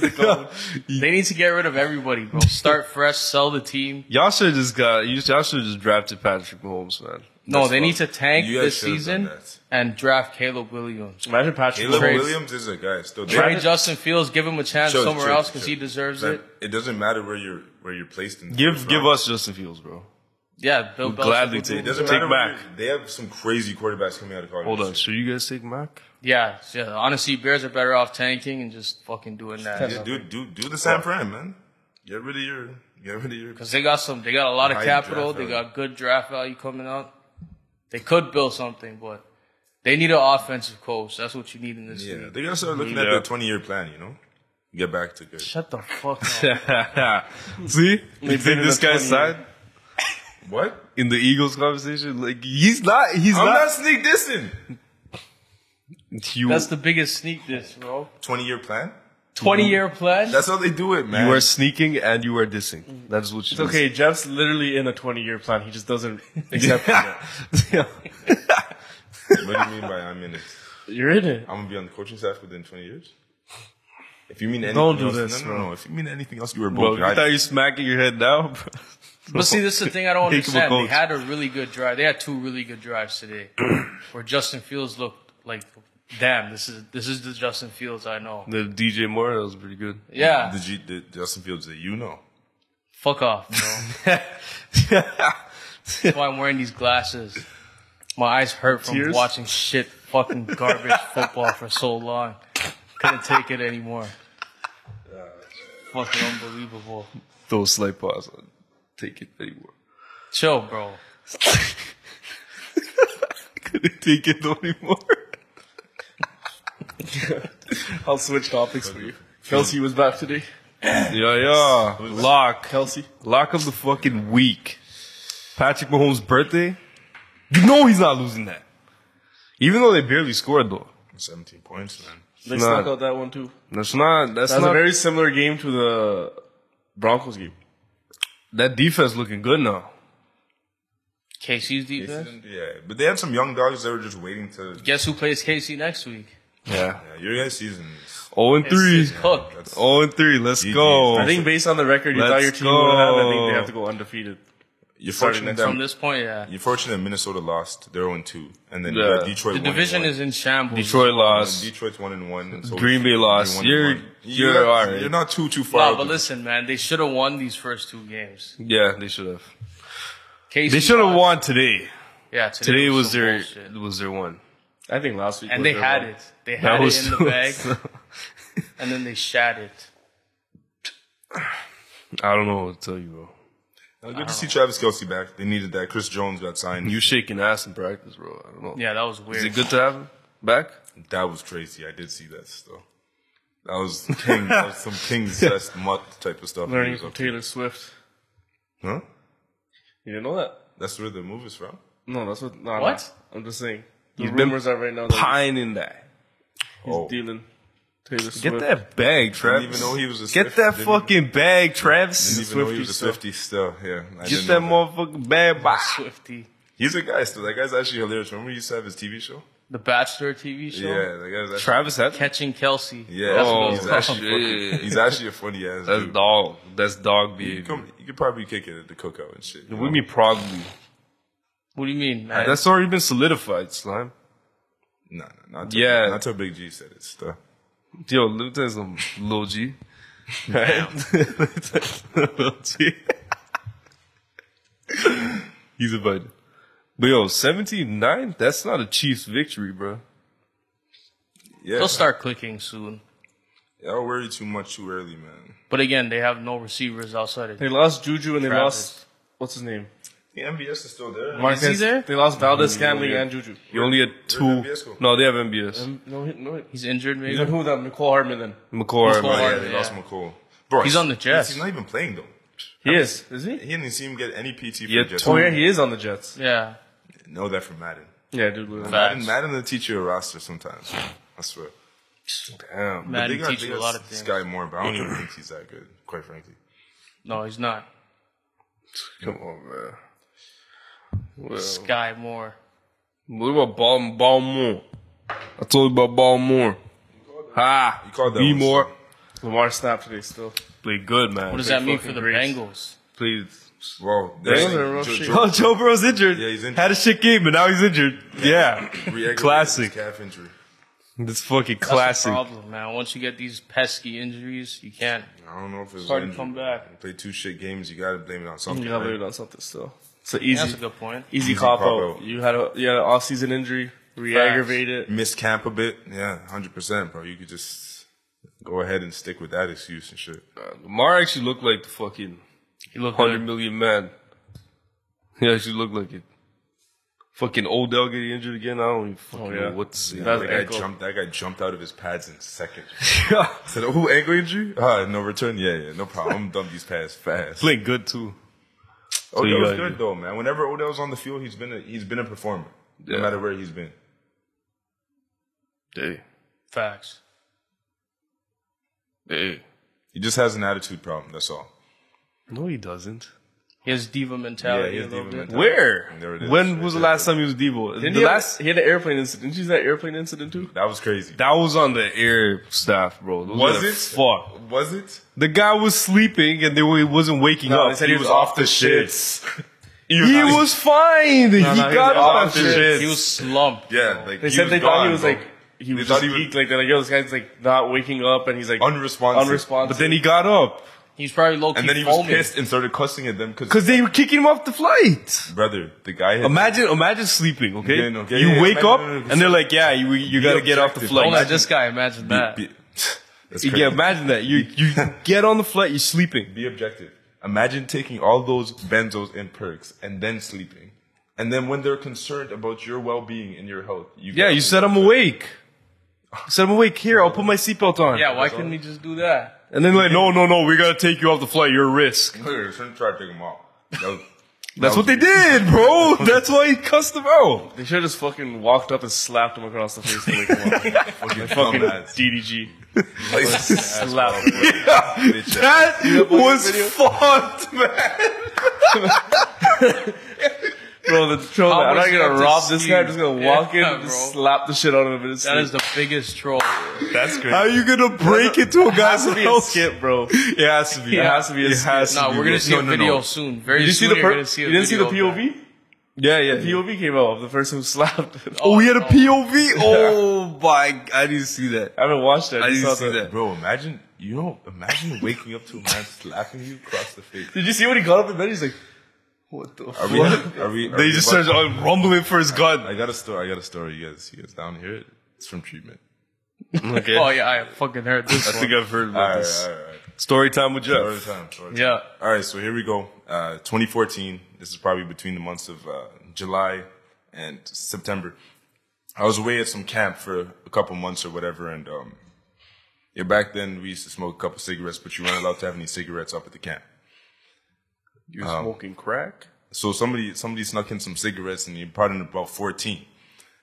S4: the coach.
S3: They need to get rid of everybody, bro. Start fresh, sell the team.
S1: Y'all should just got you. Y'all should just drafted Patrick Mahomes, man.
S3: No,
S2: That's
S3: they
S2: fucked.
S3: need to tank
S2: You guys
S3: this
S2: should've done
S3: season
S2: that.
S3: and draft Caleb Williams.
S4: Imagine Patrick.
S2: Caleb
S3: Trades.
S2: Williams is a guy still.
S3: Trade
S2: They-
S3: Justin Fields, give him a chance
S2: Sure,
S3: somewhere
S2: sure,
S3: else because
S2: sure.
S3: he deserves
S2: That-
S3: it.
S2: doesn't matter where you're where you're placed in. the
S1: Give
S2: first
S1: give
S2: round.
S1: us Justin Fields, bro.
S3: Yeah, Bill Belichick
S1: gladly
S3: would do
S1: take
S2: It
S3: it.
S2: doesn't
S1: Take
S2: matter. where
S1: back.
S2: you're- They have some crazy quarterbacks coming out of college.
S1: Hold on, should you guys take Mac?
S3: Yeah, yeah. Honestly, Bears are better off tanking and just fucking doing that.
S2: Yeah, do do do the San Fran man. Get rid of your get rid of your.
S3: Because they got some, they got a lot of
S2: High
S3: capital.
S2: draft
S3: They
S2: value.
S3: got good draft value coming up. They could build something, but they need an offensive coach. That's what you need in this
S2: Yeah,
S3: league.
S2: they gotta start looking at
S1: Yeah.
S2: the twenty year plan. You know, get back to good.
S3: Shut the fuck up.
S1: See, you
S4: been
S1: think
S4: in
S1: this
S4: the
S1: guy's
S4: 20
S1: side
S2: What?
S1: in the Eagles conversation? Like he's not. He's
S2: I'm not
S1: not.
S2: sneak dissing.
S1: You,
S3: That's the biggest sneak this, bro.
S2: Twenty year plan.
S3: 20 year pledge?
S2: That's how they do it, man.
S1: you are sneaking and you are dissing. That's what you.
S4: It's okay. Jeff's literally in a 20 year plan. He just doesn't accept it.
S1: Yeah.
S2: what do you mean by I'm in it?
S4: You're in it.
S2: I'm gonna be on the coaching staff within 20 years. If you mean anything
S4: Don't do
S2: else,
S4: this,
S2: no, no, no. If you mean anything else, you were
S1: bro.
S2: both.
S1: You thought you smacking your head now, bro.
S3: But see, this is the thing I don't
S1: Think of a
S3: understand. They
S1: coach.
S3: had a really good drive. They had two really good drives today, where Justin Fields looked like, damn, this is this is the Justin Fields I know.
S1: The DJ Moore that was pretty good.
S3: Yeah,
S2: Did you, did Justin Fields that you know?
S3: fuck off, bro. That's why I'm wearing these glasses. My eyes hurt from
S1: Tears?
S3: watching shit, fucking garbage football for so long. Couldn't take it anymore.
S1: Uh,
S3: Fucking unbelievable.
S1: Those slight pause.
S4: uh,
S1: I'll Take it anymore.
S3: Chill, bro.
S1: Couldn't take it no anymore.
S4: I'll switch topics for you. Kelsey was back today.
S1: Yeah, yeah. Lock.
S4: Kelsey.
S1: Lock of the fucking week. Patrick Mahomes' birthday. You know he's not losing that. Even though they barely scored though.
S2: 17 points, man.
S4: They
S1: Nah.
S4: snuck out that one too.
S1: That's not. That's,
S4: That's
S1: not.
S4: a very similar game to the Broncos game.
S1: that defense looking good now.
S3: KC's defense.
S2: Yeah, but they had some young dogs that were just waiting to.
S3: Guess who plays KC next week?
S1: Yeah.
S2: Yeah, your guys' season. is-
S1: Zero Oh and three.
S3: It's Cook.
S2: That's,
S1: Zero and three. Let's
S2: GG's.
S1: go.
S4: I think based on the record you thought your
S1: Let's
S4: team would have, I think
S1: go.
S4: they have to go undefeated.
S2: you're
S4: starting
S2: fortunate
S3: From
S2: that
S3: this point, yeah.
S2: you're fortunate that Minnesota lost. They're 0 2, and then
S1: Yeah.
S2: you got Detroit.
S3: The
S2: one and
S3: division
S2: one.
S3: is in shambles.
S1: Detroit
S2: And
S1: lost.
S2: Detroit's one and one. And so
S1: Green Bay lost.
S2: one and
S1: You're-
S2: one.
S1: you're
S2: not-
S1: all right.
S2: You're not too too far.
S3: No,
S2: out
S3: but
S2: there.
S3: listen, man, they should have won these first two games.
S1: Yeah, they should have.
S3: KC
S1: They should have
S3: lost.
S1: won today.
S3: Yeah, today,
S1: Today
S3: was,
S1: was
S3: some
S1: their
S3: bullshit.
S1: was their one.
S4: I think last week.
S3: and
S4: was
S3: they
S4: their
S3: had
S4: one.
S3: it. They had it
S1: was
S3: in the bag, and then they shat it.
S1: I don't know what to tell you, bro.
S2: Uh, good to see Travis Kelsey back. They needed that. Chris Jones got signed.
S1: You shaking ass in practice, bro. I don't know.
S3: Yeah, that was weird.
S1: Is it good to have him back?
S2: That was crazy. I did see that stuff. That was king. that was some king's best mutt type of stuff.
S4: Learning from Taylor Swift.
S2: Huh?
S4: You didn't know that?
S2: That's where the move is from.
S4: No, that's what. Nah,
S3: What?
S4: nah. I'm just saying. The
S1: He's been
S4: rumors are right now that
S1: Pining that.
S4: he's
S2: Oh.
S4: dealing Taylor Swift.
S1: Get that bag, Travis.
S2: Didn't even know he was a
S1: Get
S2: Swift.
S1: that
S2: Didn't-
S1: fucking bag, Travis.
S2: Didn't even know he was a
S4: Swiftie
S2: Swifty still. Yeah. I
S1: Get
S2: didn't
S1: that
S2: know
S1: motherfucking bag back.
S3: Swifty,
S2: He's a guy still. That guy's actually hilarious. Remember he used to have his TV show?
S3: the Bachelor TV show,
S2: Yeah, that guy's actually.
S1: Travis had
S3: catching Kelsey.
S2: yeah,
S3: That's
S1: Oh,
S3: what it was
S2: he's
S3: called.
S2: actually fucking,
S1: shit.
S2: he's actually a funny ass
S1: That's
S2: dude.
S1: dog. That's dog
S2: You,
S1: behavior.
S2: come, you could probably kick it at the cookout and shit. you
S1: We
S2: know?
S1: mean probably.
S3: What do you mean, man?
S1: That's already been solidified, slime.
S2: Nah, nah, not till,
S1: Yeah.
S2: not till Big G said it. Stuff.
S1: Yo, let me tell you something, Lil G. Right? Let me tell you something, Lil G. He's a bud. But yo, 17-9? That's not a Chiefs victory, bro.
S2: Yeah,
S3: They'll start clicking soon.
S2: y'all worry too much too early, man.
S3: But again, they have no receivers outside of
S4: They lost Juju and they
S3: Travis.
S4: lost. What's his name?
S2: The MVS is still there. Mm-hmm.
S4: Marquez.
S3: there?
S4: They lost Valdez Scantling and Juju.
S1: You only had two.
S2: MBS go?
S1: No, they have MBS.
S4: No, he- no. he-
S3: He's injured, maybe.
S4: Then who them? Nicole Hartman then?
S1: McCord.
S3: McCord.
S2: Oh, yeah,
S1: man.
S2: they
S3: Yeah.
S2: lost McCool. Bro,
S3: He's on the Jets.
S2: He's not even playing though.
S4: He is. Is
S2: He
S4: he?
S2: didn't see him get any PT
S1: Yeah,
S2: from Jets.
S4: Oh yeah, he is on the Jets.
S3: Yeah,
S2: Know that from Madden.
S4: Yeah, dude. look at that.
S2: Madden, Madden will teach you a roster sometimes. I swear.
S1: Damn.
S2: But
S3: Madden
S2: they got-
S3: teach
S2: they
S3: you a
S2: got
S3: lot of
S2: This
S3: things.
S2: guy more, but I don't even think he's that good, quite frankly.
S3: No, he's not.
S1: Come on, man. Oh.
S3: Sky Moore.
S1: What about Bal- Balmore? I told you about Balmore. Ha!
S2: You called that
S1: Be
S2: one,
S1: more.
S2: so-
S4: Lamar snapped today still.
S1: Play good, man.
S3: What does
S1: Play
S3: that mean for
S1: fucking
S3: the
S1: great.
S3: Bengals?
S1: Please.
S2: Well,
S4: Those are real shit.
S1: Oh, Joe Burrow's injured.
S2: Yeah, he's injured.
S1: Had a shit game, but now he's injured. Yeah.
S2: re-aggravated
S1: classic.
S2: his calf injury.
S1: This fucking
S3: That's
S1: classic.
S3: the problem, man. Once you get these pesky injuries, you can't.
S2: I don't know if it's
S3: hard to come back.
S2: Play two shit games. You gotta blame it on something.
S4: You gotta
S2: right?
S4: blame it on something still. It's an
S3: That's
S4: easy,
S3: a good point.
S4: easy
S2: Easy
S4: cop
S2: cop
S4: out.
S2: out.
S4: You had a you had an off season injury, re-aggravate it.
S2: Miss camp a bit. Yeah, hundred percent, bro. You could just go ahead and stick with that excuse and shit.
S1: Lamar actually looked like the fucking
S3: You look
S1: hundred
S3: good.
S1: million man. He actually looked like it. Fucking Odell getting injured again. I don't even fucking
S4: Oh, yeah.
S1: know what to say.
S4: That
S2: That guy
S4: ankle.
S2: jumped. That guy jumped out of his pads in seconds. Said, "Oh, ankle injury? Ah, no return. Yeah, yeah, no problem. I'm dump these pads fast."
S1: Playing good too. you
S2: Odell's
S1: gotta
S2: good
S1: do-
S2: though, man. Whenever Odell's on the field, he's been a, he's been a performer,
S1: Yeah.
S2: no matter where he's been.
S1: Hey,
S3: Facts.
S1: hey.
S2: He just has an attitude problem. That's all.
S1: No, he doesn't.
S3: He has diva
S2: Yeah,
S3: mentality a
S2: he has
S3: little
S2: diva
S3: bit.
S2: mentality.
S1: Where?
S2: There it is.
S1: When
S2: Right
S1: was the
S2: there.
S1: last time he was Debo?
S4: Didn't
S1: the
S4: he, have-
S1: last
S4: he had an airplane incident. Didn't you see that airplane incident too?
S2: That was crazy.
S1: that was on the air staff, bro. Those
S2: Was
S1: guys are
S2: it?
S1: Fuck.
S2: Was it?
S1: The guy was sleeping and they were, he wasn't waking
S4: No,
S1: up.
S4: they said Oh, he was off the shits.
S1: He was fine. he
S4: no, he
S1: got off
S4: was off
S1: the
S4: the
S1: shits.
S3: He was slumped.
S2: Yeah,
S3: bro.
S2: like
S4: They
S2: he
S4: said
S2: was
S4: they thought
S2: gone,
S4: he was
S2: bro.
S4: like he was
S2: thought
S4: just
S2: he was-
S4: geek. Like they're like, yo, this guy's like not waking up, and he's like
S2: unresponsive.
S4: unresponsive.
S1: But then he got up
S3: he's probably low key
S2: and then he was
S3: foaming.
S2: pissed and started cussing at them because
S1: because they were kicking him off the flight.
S2: brother, the guy had
S1: Imagine, imagine sleeping. Okay,
S2: Yeah, no, yeah,
S1: you
S2: yeah,
S1: wake
S2: imagine-
S1: up
S2: no, no, no.
S1: and they're like, "Yeah, you you gotta get off the
S2: objective.
S1: flight."
S3: Don't let
S1: Imagine,
S3: this guy imagine that.
S2: Be, that's crazy.
S1: yeah, imagine that. You you get on the flight, you're sleeping.
S2: Be objective. Imagine taking all those benzos and perks and then sleeping. And then when they're concerned about your well being and your health, you
S1: Yeah, you said I'm awake. You said I'm awake. Here, I'll put my seatbelt on.
S3: yeah, why couldn't he just do that?
S1: And then they're like, no, no, no, we gotta take you off the flight. You're a risk.
S2: clear. Shouldn't try to take them off. That was-
S1: That's what they did, bro. That's why he cussed them out.
S4: they should have just fucking walked up and slapped him across the face. to wake him up.
S2: fucking
S4: fucking
S2: dumbass.
S4: DDG.
S2: Like,
S4: Slap.
S2: bitch.
S1: That was fucked, man.
S4: Bro, the troll.
S3: How
S4: I'm not
S3: was that
S4: gonna
S3: to
S4: rob this
S3: see?
S4: guy. I'm just gonna walk
S3: Yeah,
S4: in, and
S3: bro.
S4: just slap the shit out of him, and it's
S3: That is the biggest troll.
S2: That's crazy.
S1: How are you gonna break into a guy's
S4: to be a
S1: house?
S4: skip, bro.
S1: It has to be.
S4: It has to be a
S1: It
S4: skip.
S1: has to
S3: No,
S1: be,
S3: we're
S1: bro.
S3: gonna see a
S1: No, no,
S3: video
S1: no.
S3: soon. Very
S4: Did you see
S3: soon
S4: the
S3: you're
S4: per-
S3: gonna see a
S4: You didn't see the
S3: video of that.
S4: POV?
S1: Yeah, yeah. yeah.
S4: POV came out of the person who slapped. him.
S1: Oh, we had a
S3: no.
S1: POV. Oh my! I didn't see that.
S4: I haven't watched that.
S1: I
S4: just
S1: didn't
S4: saw
S1: see
S4: the-
S1: that.
S2: Bro, imagine, you know, imagine waking up to a man slapping you across the face.
S4: Did you see when he got up in bed? He's like, "What the
S2: Are
S4: fuck?"
S2: we, are we, are
S1: They
S2: we
S1: just
S2: about-
S1: started uh, rumbling for his gun.
S2: I got a story. I got a story. You guys, you guys down here? It's from treatment.
S1: Okay,
S3: Oh yeah, I fucking heard
S1: I
S3: this
S1: think
S3: one.
S1: I've heard
S2: All
S1: about
S2: right,
S1: this.
S2: all right, all right.
S1: Story time with
S2: Story
S1: Jeff.
S2: time. Story time.
S3: Yeah.
S2: All right. So here we go. Uh, 2014. This is probably between the months of uh, July and September. I was away at some camp for a couple months or whatever, and um, yeah, back then we used to smoke a couple cigarettes, but you weren't allowed to have any cigarettes up at the camp.
S4: You were smoking crack.
S2: So somebody somebody snuck in some cigarettes, and you brought in about 14.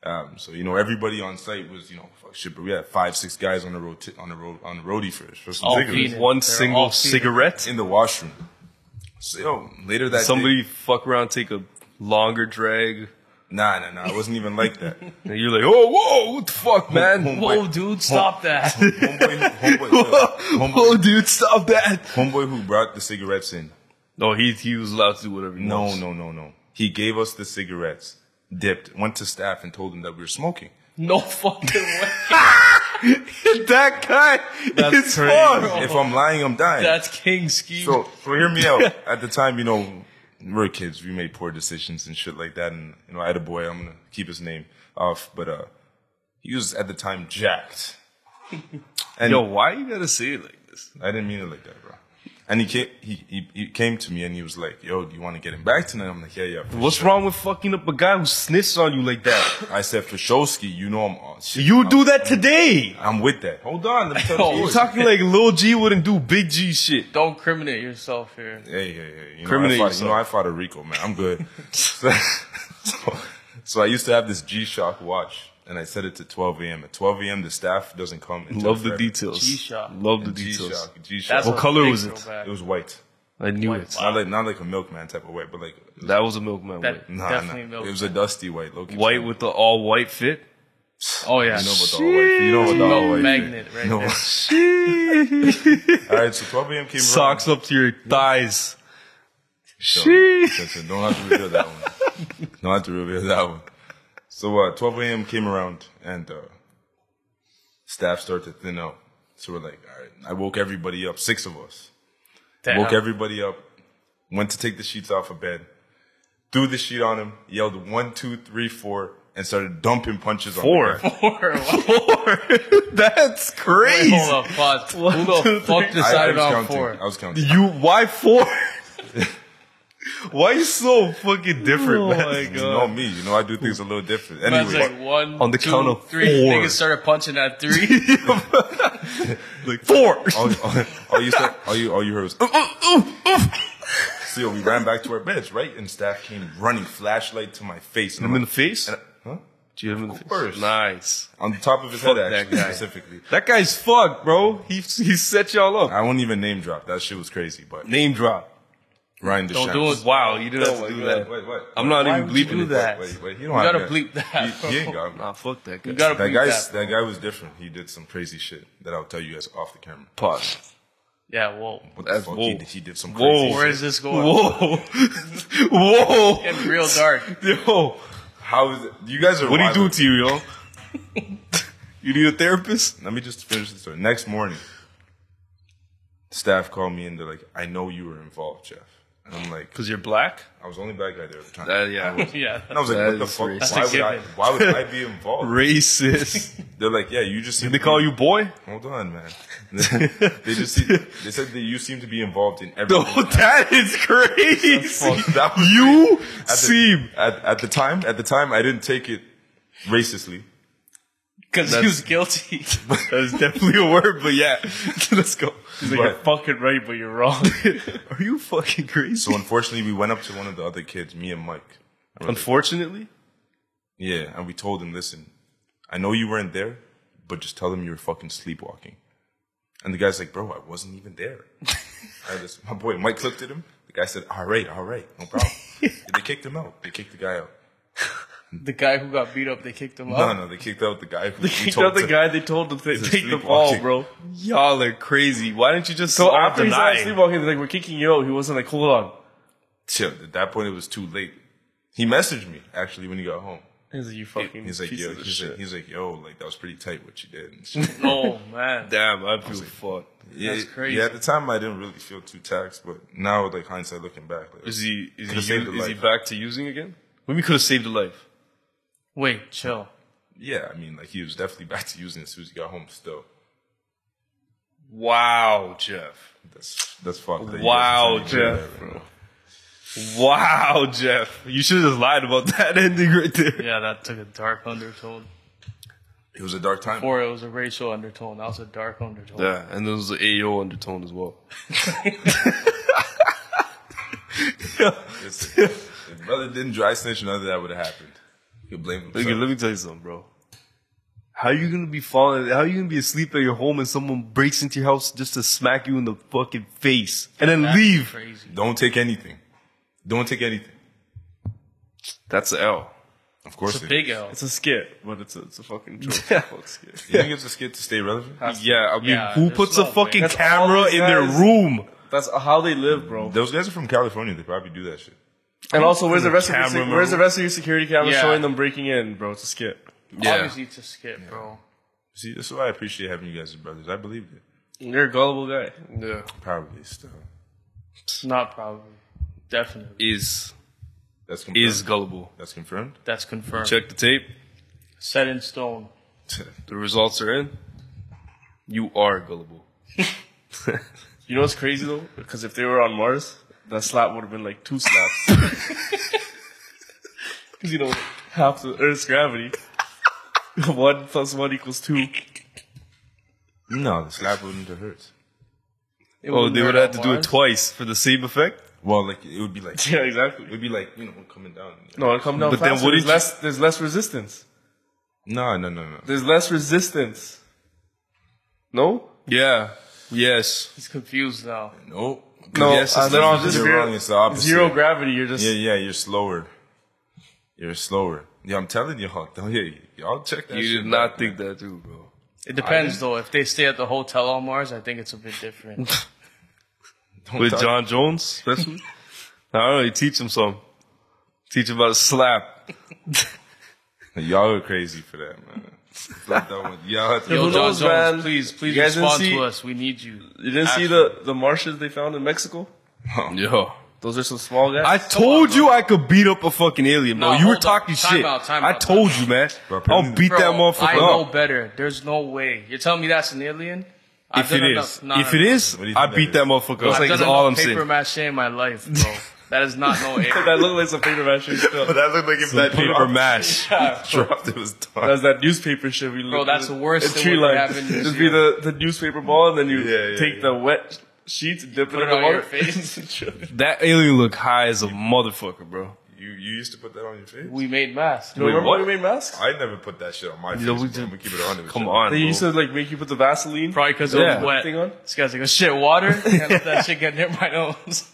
S2: Um, so you know everybody on site was you know fuck shit, but we had five six guys on the road on the road on the roadie for, for some
S3: All
S2: cigarettes
S3: fiending.
S1: One
S3: They're all
S1: single
S3: fiending.
S1: cigarette.
S2: in the washroom. So yo, later that day,
S1: Um, Somebody fuck around, take a longer drag.
S2: Nah, nah, nah. It wasn't even like that.
S1: And you're like, oh, whoa, what the fuck, man?
S2: Homeboy-
S3: Whoa, dude, stop that.
S2: Homeboy, homeboy,
S1: Whoa, dude, stop that.
S2: homeboy who brought the cigarettes in.
S1: No, he he was allowed to do whatever. He
S2: No,
S1: wants.
S2: no, no, no. He gave us the cigarettes, dipped, went to staff and told them that we were smoking.
S3: No fucking way.
S1: that guy is
S4: crazy.
S1: fucked.
S2: If I'm lying, I'm dying.
S3: That's King Ski.
S2: so, so hear me out. At the time, you know, we were kids. We made poor decisions and shit like that. And, you know, I had a boy. I'm going to keep his name off. But uh, he was, at the time, jacked. And
S1: Yo, why you gotta say it like this?
S2: I didn't mean it like that, bro. And he came, he, he, he came to me and he was like, yo, do you want to get him back tonight? I'm like, yeah, yeah. for
S1: What's
S2: sure."
S1: wrong with fucking up a guy who sniffs on you like that?
S2: I said, Fashowski, you know I'm on. Shit,
S1: You
S2: I'm-
S1: do that today.
S2: I'm with that. Hold on, let me tell
S3: Oh,
S2: you.
S1: You're talking like Lil G wouldn't do Big G shit.
S3: Don't criminate yourself here.
S2: Hey, hey, hey. You know,
S1: Criminate
S2: I fought, you
S1: yourself.
S2: know, I fought a Rico, man. I'm good. so, so, so I used to have this G-Shock watch, and I set it to 12 a.m. At 12 a.m., the staff doesn't come. Until
S1: Love the
S2: Friday.
S1: details.
S3: G-Shock.
S1: Love the details.
S2: G-Shock. G-Shock.
S3: That's
S1: What
S3: a
S1: color
S3: big
S1: was it?
S3: throwback.
S2: it was white.
S1: I knew
S3: White
S1: it.
S3: wow.
S2: Not like not like a milkman type of white, but like
S1: That was a milkman
S3: That-
S1: white.
S2: nah,
S3: Definitely
S2: nah.
S3: milkman.
S2: It was a dusty white. Low
S1: White with the all white fit.
S3: Oh yeah.
S2: You know about the all white. You know about the
S3: Milk
S2: all white.
S3: magnet right
S2: No.
S3: there.
S2: All right, so 12 a.m. came around.
S1: Socks up to your thighs.
S2: So, so- so don't have to reveal that one. don't have to reveal that one. So uh, 12 a.m. came around and uh, staff started to thin out. So we're like, all right. I woke everybody up, six of us.
S3: Damn.
S2: Woke everybody up, went to take the sheets off of bed, threw the sheet on him, yelled one, two, three, four, and started dumping punches on
S1: Four.
S2: him.
S1: Four. That's crazy.
S3: Hold up, pause. Who the
S1: two,
S3: fuck
S1: three.
S2: I, I
S3: decided
S2: was
S3: on
S2: counting.
S3: four?
S2: I was counting.
S1: You why four? why you so fucking different, man?
S2: You know me. You know I do things a little different.
S3: I was
S2: Anyway,
S3: like one,
S1: On the
S3: two,
S1: count of
S3: three.
S1: four.
S3: Niggas started punching at three.
S1: Like four.
S2: all, all, all you said, all you all you heard was. "Oof, oof, oof, oof." So we ran back to our beds, right? And staff came running, flashlight to my face, and
S1: Him
S2: I'm
S1: in the face?
S2: and I- huh?
S1: Do you have him in the
S2: course.
S1: face? Nice.
S2: on the top of his
S1: Fuck
S2: head,
S1: that
S2: actually,
S1: guy.
S2: specifically.
S1: That guy's fucked, bro. He he set y'all up.
S2: I won't even name drop. That shit was crazy, but
S1: Name drop.
S2: Ryan Deschamps.
S3: Don't do it.
S1: Wow, you didn't have
S4: my
S1: to do
S4: God.
S1: that.
S2: Wait, wait.
S1: I'm not
S3: Why
S1: even
S3: would you
S1: bleeping
S3: do
S1: it.
S3: that?
S2: Wait, wait, wait. You don't
S3: You
S2: have
S3: gotta bleep that,
S2: He, he ain't
S3: bro.
S2: got
S1: Nah, fuck that guy.
S3: You gotta
S2: that
S3: bleep
S2: guy's
S3: that.
S2: that guy was different. He did some crazy shit that I'll tell you guys off the camera.
S1: Pause.
S3: Yeah, whoa.
S2: What
S1: That's-
S2: the fuck?
S1: whoa.
S2: He, did- he did some
S1: Whoa.
S2: crazy.
S3: Where
S2: shit.
S3: is this going?
S1: Whoa. Whoa.
S3: It's getting real dark.
S1: Yo.
S2: How is it? You guys are.
S1: What do you do
S2: wild.
S1: to you, yo? you need a therapist?
S2: Let me just finish the story. Next morning, staff called me and they're like, "I know you were involved, Jeff." And I'm like,
S1: Because you're black?
S2: I was the only black guy there at the time.
S1: Uh, yeah.
S3: Yeah.
S2: and I was like,
S1: that
S2: "What the
S1: is
S2: fuck?
S1: racist.
S2: Why would I?
S3: Given.
S2: Why would I be involved?"
S1: Racist.
S2: They're like, "Yeah, you just seem
S1: they
S2: to
S1: call
S2: be-
S1: you boy?
S2: Hold on, man. they just seem, they said that you seem to be involved in
S1: No,
S2: everything.
S1: that is crazy.
S2: That was
S1: You
S2: At the-
S1: seem.
S2: at, at the time at the time I didn't take it racistly.
S3: Because he was guilty.
S1: That's definitely a word, but yeah. Let's go.
S4: Like, you're fucking right, but you're wrong.
S1: Are you fucking crazy?
S2: So unfortunately we went up to one of the other kids, me and Mike.
S1: Unfortunately,
S2: Yeah, and we told him, Listen, I know you weren't there, but just tell them you were fucking sleepwalking. And the guy's like, Bro, I wasn't even there. I just, my boy Mike looked at him. The guy said, All right, all right, no problem. they kicked him out. They kicked the guy out.
S3: the guy who got beat up, they kicked him
S2: No,
S3: out.
S2: no, they kicked out the guy who we
S4: He's
S2: told
S4: not the
S2: to-
S4: guy they told to th-
S2: a
S4: take the ball,
S2: sleepwalking.
S4: bro.
S1: y'all are crazy. Why didn't you just
S4: So
S1: all
S4: after he's
S1: deny?
S4: not sleepwalking, they're like, we're kicking you out. He wasn't like, hold on.
S2: Chill. At that point, it was too late. He messaged me actually when he got home.
S4: He's like, you fucking
S2: He's like,
S4: piece
S2: yo,
S4: of
S2: he's
S4: shit.
S2: like, he's like, yo, like that was pretty tight what you did. And shit.
S3: Oh, man.
S1: Damn, I feel fucked.
S2: yeah,
S3: That's crazy.
S2: Yeah, at the time I didn't really feel too taxed, but now like hindsight looking back, like,
S1: Is he is
S2: Could've
S1: he,
S2: saved
S1: u-
S2: a
S1: is he
S2: life.
S1: back to using again? What do you mean could have saved a life?
S3: Wait, chill.
S2: yeah, I mean like he was definitely back to using it as soon as he got home. Still,
S1: Wow, Jeff.
S2: that's that's fucked. that you
S1: Wow,
S2: guys decided to do
S1: Jeff.
S2: that, right?
S1: Wow, Jeff. You should have just lied about that ending right there.
S3: Yeah, that took a dark undertone.
S2: It was a dark time.
S3: Or it was a racial undertone. That was a dark undertone.
S1: Yeah, and there was an AO undertone as well.
S2: It's- if brother didn't dry snitch, none of that would have happened. You blame
S1: Look,
S2: himself.
S1: let me tell you something, bro. How you gonna be falling? How you gonna be asleep at your home and someone breaks into your house just to smack you in the fucking face and then
S3: That's
S1: leave?
S3: Crazy.
S2: Don't take anything. Don't take anything.
S1: That's an L.
S2: Of course,
S3: It's a
S2: it-
S3: big L.
S4: It's a skit, but it's a, it's a fucking joke. Fuck skit.
S2: You think it's a skit to stay relevant?
S1: Yeah, I mean,
S3: Yeah,
S1: who
S3: there's
S1: puts
S3: no
S1: a fucking
S3: way.
S1: camera in their
S4: guys-
S1: room?
S4: That's how they live, bro.
S2: Those guys are from California. They probably do that shit.
S4: And also, where's the rest of your,
S1: camera
S4: sec- where's the rest of your security camera
S3: Yeah.
S4: showing them breaking in, bro? It's a skit.
S3: Obviously, it's a skip, bro.
S2: See, that's why I appreciate having you guys as brothers. I believed it.
S4: You're a gullible guy.
S1: yeah.
S2: Probably still.
S3: Not probably. Definitely.
S1: Is
S2: That's confirmed.
S1: is gullible.
S2: that's confirmed.
S3: That's confirmed.
S1: Check the tape.
S3: Set in stone.
S1: The results are in. You are gullible.
S4: You know what's crazy though? Because if they were on Mars, that slap would have been like two slaps. Because you know, half the Earth's gravity. one plus one equals two.
S1: Oh,
S2: no, the slap wouldn't have hurt.
S3: It
S1: Oh,
S3: wouldn't
S1: they would
S3: hurt
S1: have to
S3: on
S1: do it
S3: Mars.
S1: twice for the same effect.
S2: Well, like it would be like it
S4: Yeah, exactly.
S2: would be like you know coming down.
S4: No, it come down
S1: But
S4: but
S1: then
S4: faster.
S1: wouldn't
S4: There's less, there's less resistance.
S2: No, no, no, no.
S4: There's less resistance. No?
S1: Yeah. Yes.
S3: He's confused now.
S2: No,
S4: No,
S2: Yes,
S4: uh,
S2: it's
S4: they're all
S2: not-
S4: just
S2: you're
S4: zero-
S2: wrong. It's the opposite.
S4: Zero gravity, you're just
S2: Yeah, yeah. You're slower. You're slower. Yeah, I'm telling y'all. Don't yeah, y'all check that.
S1: You
S2: shit
S1: did not
S2: out,
S1: think
S2: man.
S1: that too, bro.
S3: It depends, though. If they stay at the hotel on Mars, I think it's a bit different.
S2: Don't
S1: With
S2: talk-
S1: John Jones, especially. I don't know. You teach him some. Teach him about a slap.
S2: Y'all are crazy for that, man. Flip that one. Y'all have to
S3: Yo,
S4: Who
S3: John
S4: knows,
S3: Jones,
S4: man?
S3: please, please
S4: You guys didn't
S3: respond
S4: see-
S3: to us. We need you.
S4: You didn't see the, the marshes they found in Mexico?
S1: Yo.
S4: Those are some small guys.
S1: I told you I could beat up a fucking alien, bro.
S3: No,
S1: you were
S3: hold up.
S1: talking
S3: Time
S1: shit.
S3: out, time
S1: I
S3: out,
S1: told you, man.
S2: Bro,
S1: I'll beat
S3: Bro,
S1: that
S3: I know
S1: motherfucker up.
S3: better. There's no way. You're telling me that's an alien?
S1: If it is, if it is,
S2: What do you
S1: I
S2: think
S1: beat
S2: that
S1: that
S2: is?
S1: motherfucker
S3: I've
S1: up. That's
S3: done
S1: all I'm
S3: enough paper
S1: saying.
S3: mache in my life, bro. that is not no
S4: that
S3: alien.
S4: looked like some paper mache stuff.
S2: That looked like if that
S1: Paper mash.
S2: dropped, it was done.
S4: That's that newspaper shit we
S3: Bro, that's worse
S4: a
S3: than
S4: tree
S3: what
S4: line.
S3: happened this
S4: Just be the, the newspaper ball, and then you
S2: Yeah, yeah,
S4: take
S2: yeah.
S4: the wet sheets, dip it
S3: Put
S4: in
S3: it
S4: the
S3: on your
S4: water.
S3: face.
S1: That alien look high as a motherfucker, bro.
S2: You you used to put that on your face.
S3: we made masks.
S4: You remember
S1: what?
S4: when we made masks?
S2: I never put that shit on my face.
S1: Yeah, we
S2: I'm
S1: did.
S2: gonna keep it on. with
S1: Come
S2: you.
S1: on,
S4: They used
S1: bro.
S4: to like make you put the Vaseline
S3: Probably because it
S1: Yeah.
S3: was wet.
S4: thing on.
S3: This guy's like, oh shit, water? Can't let that shit get near my nose.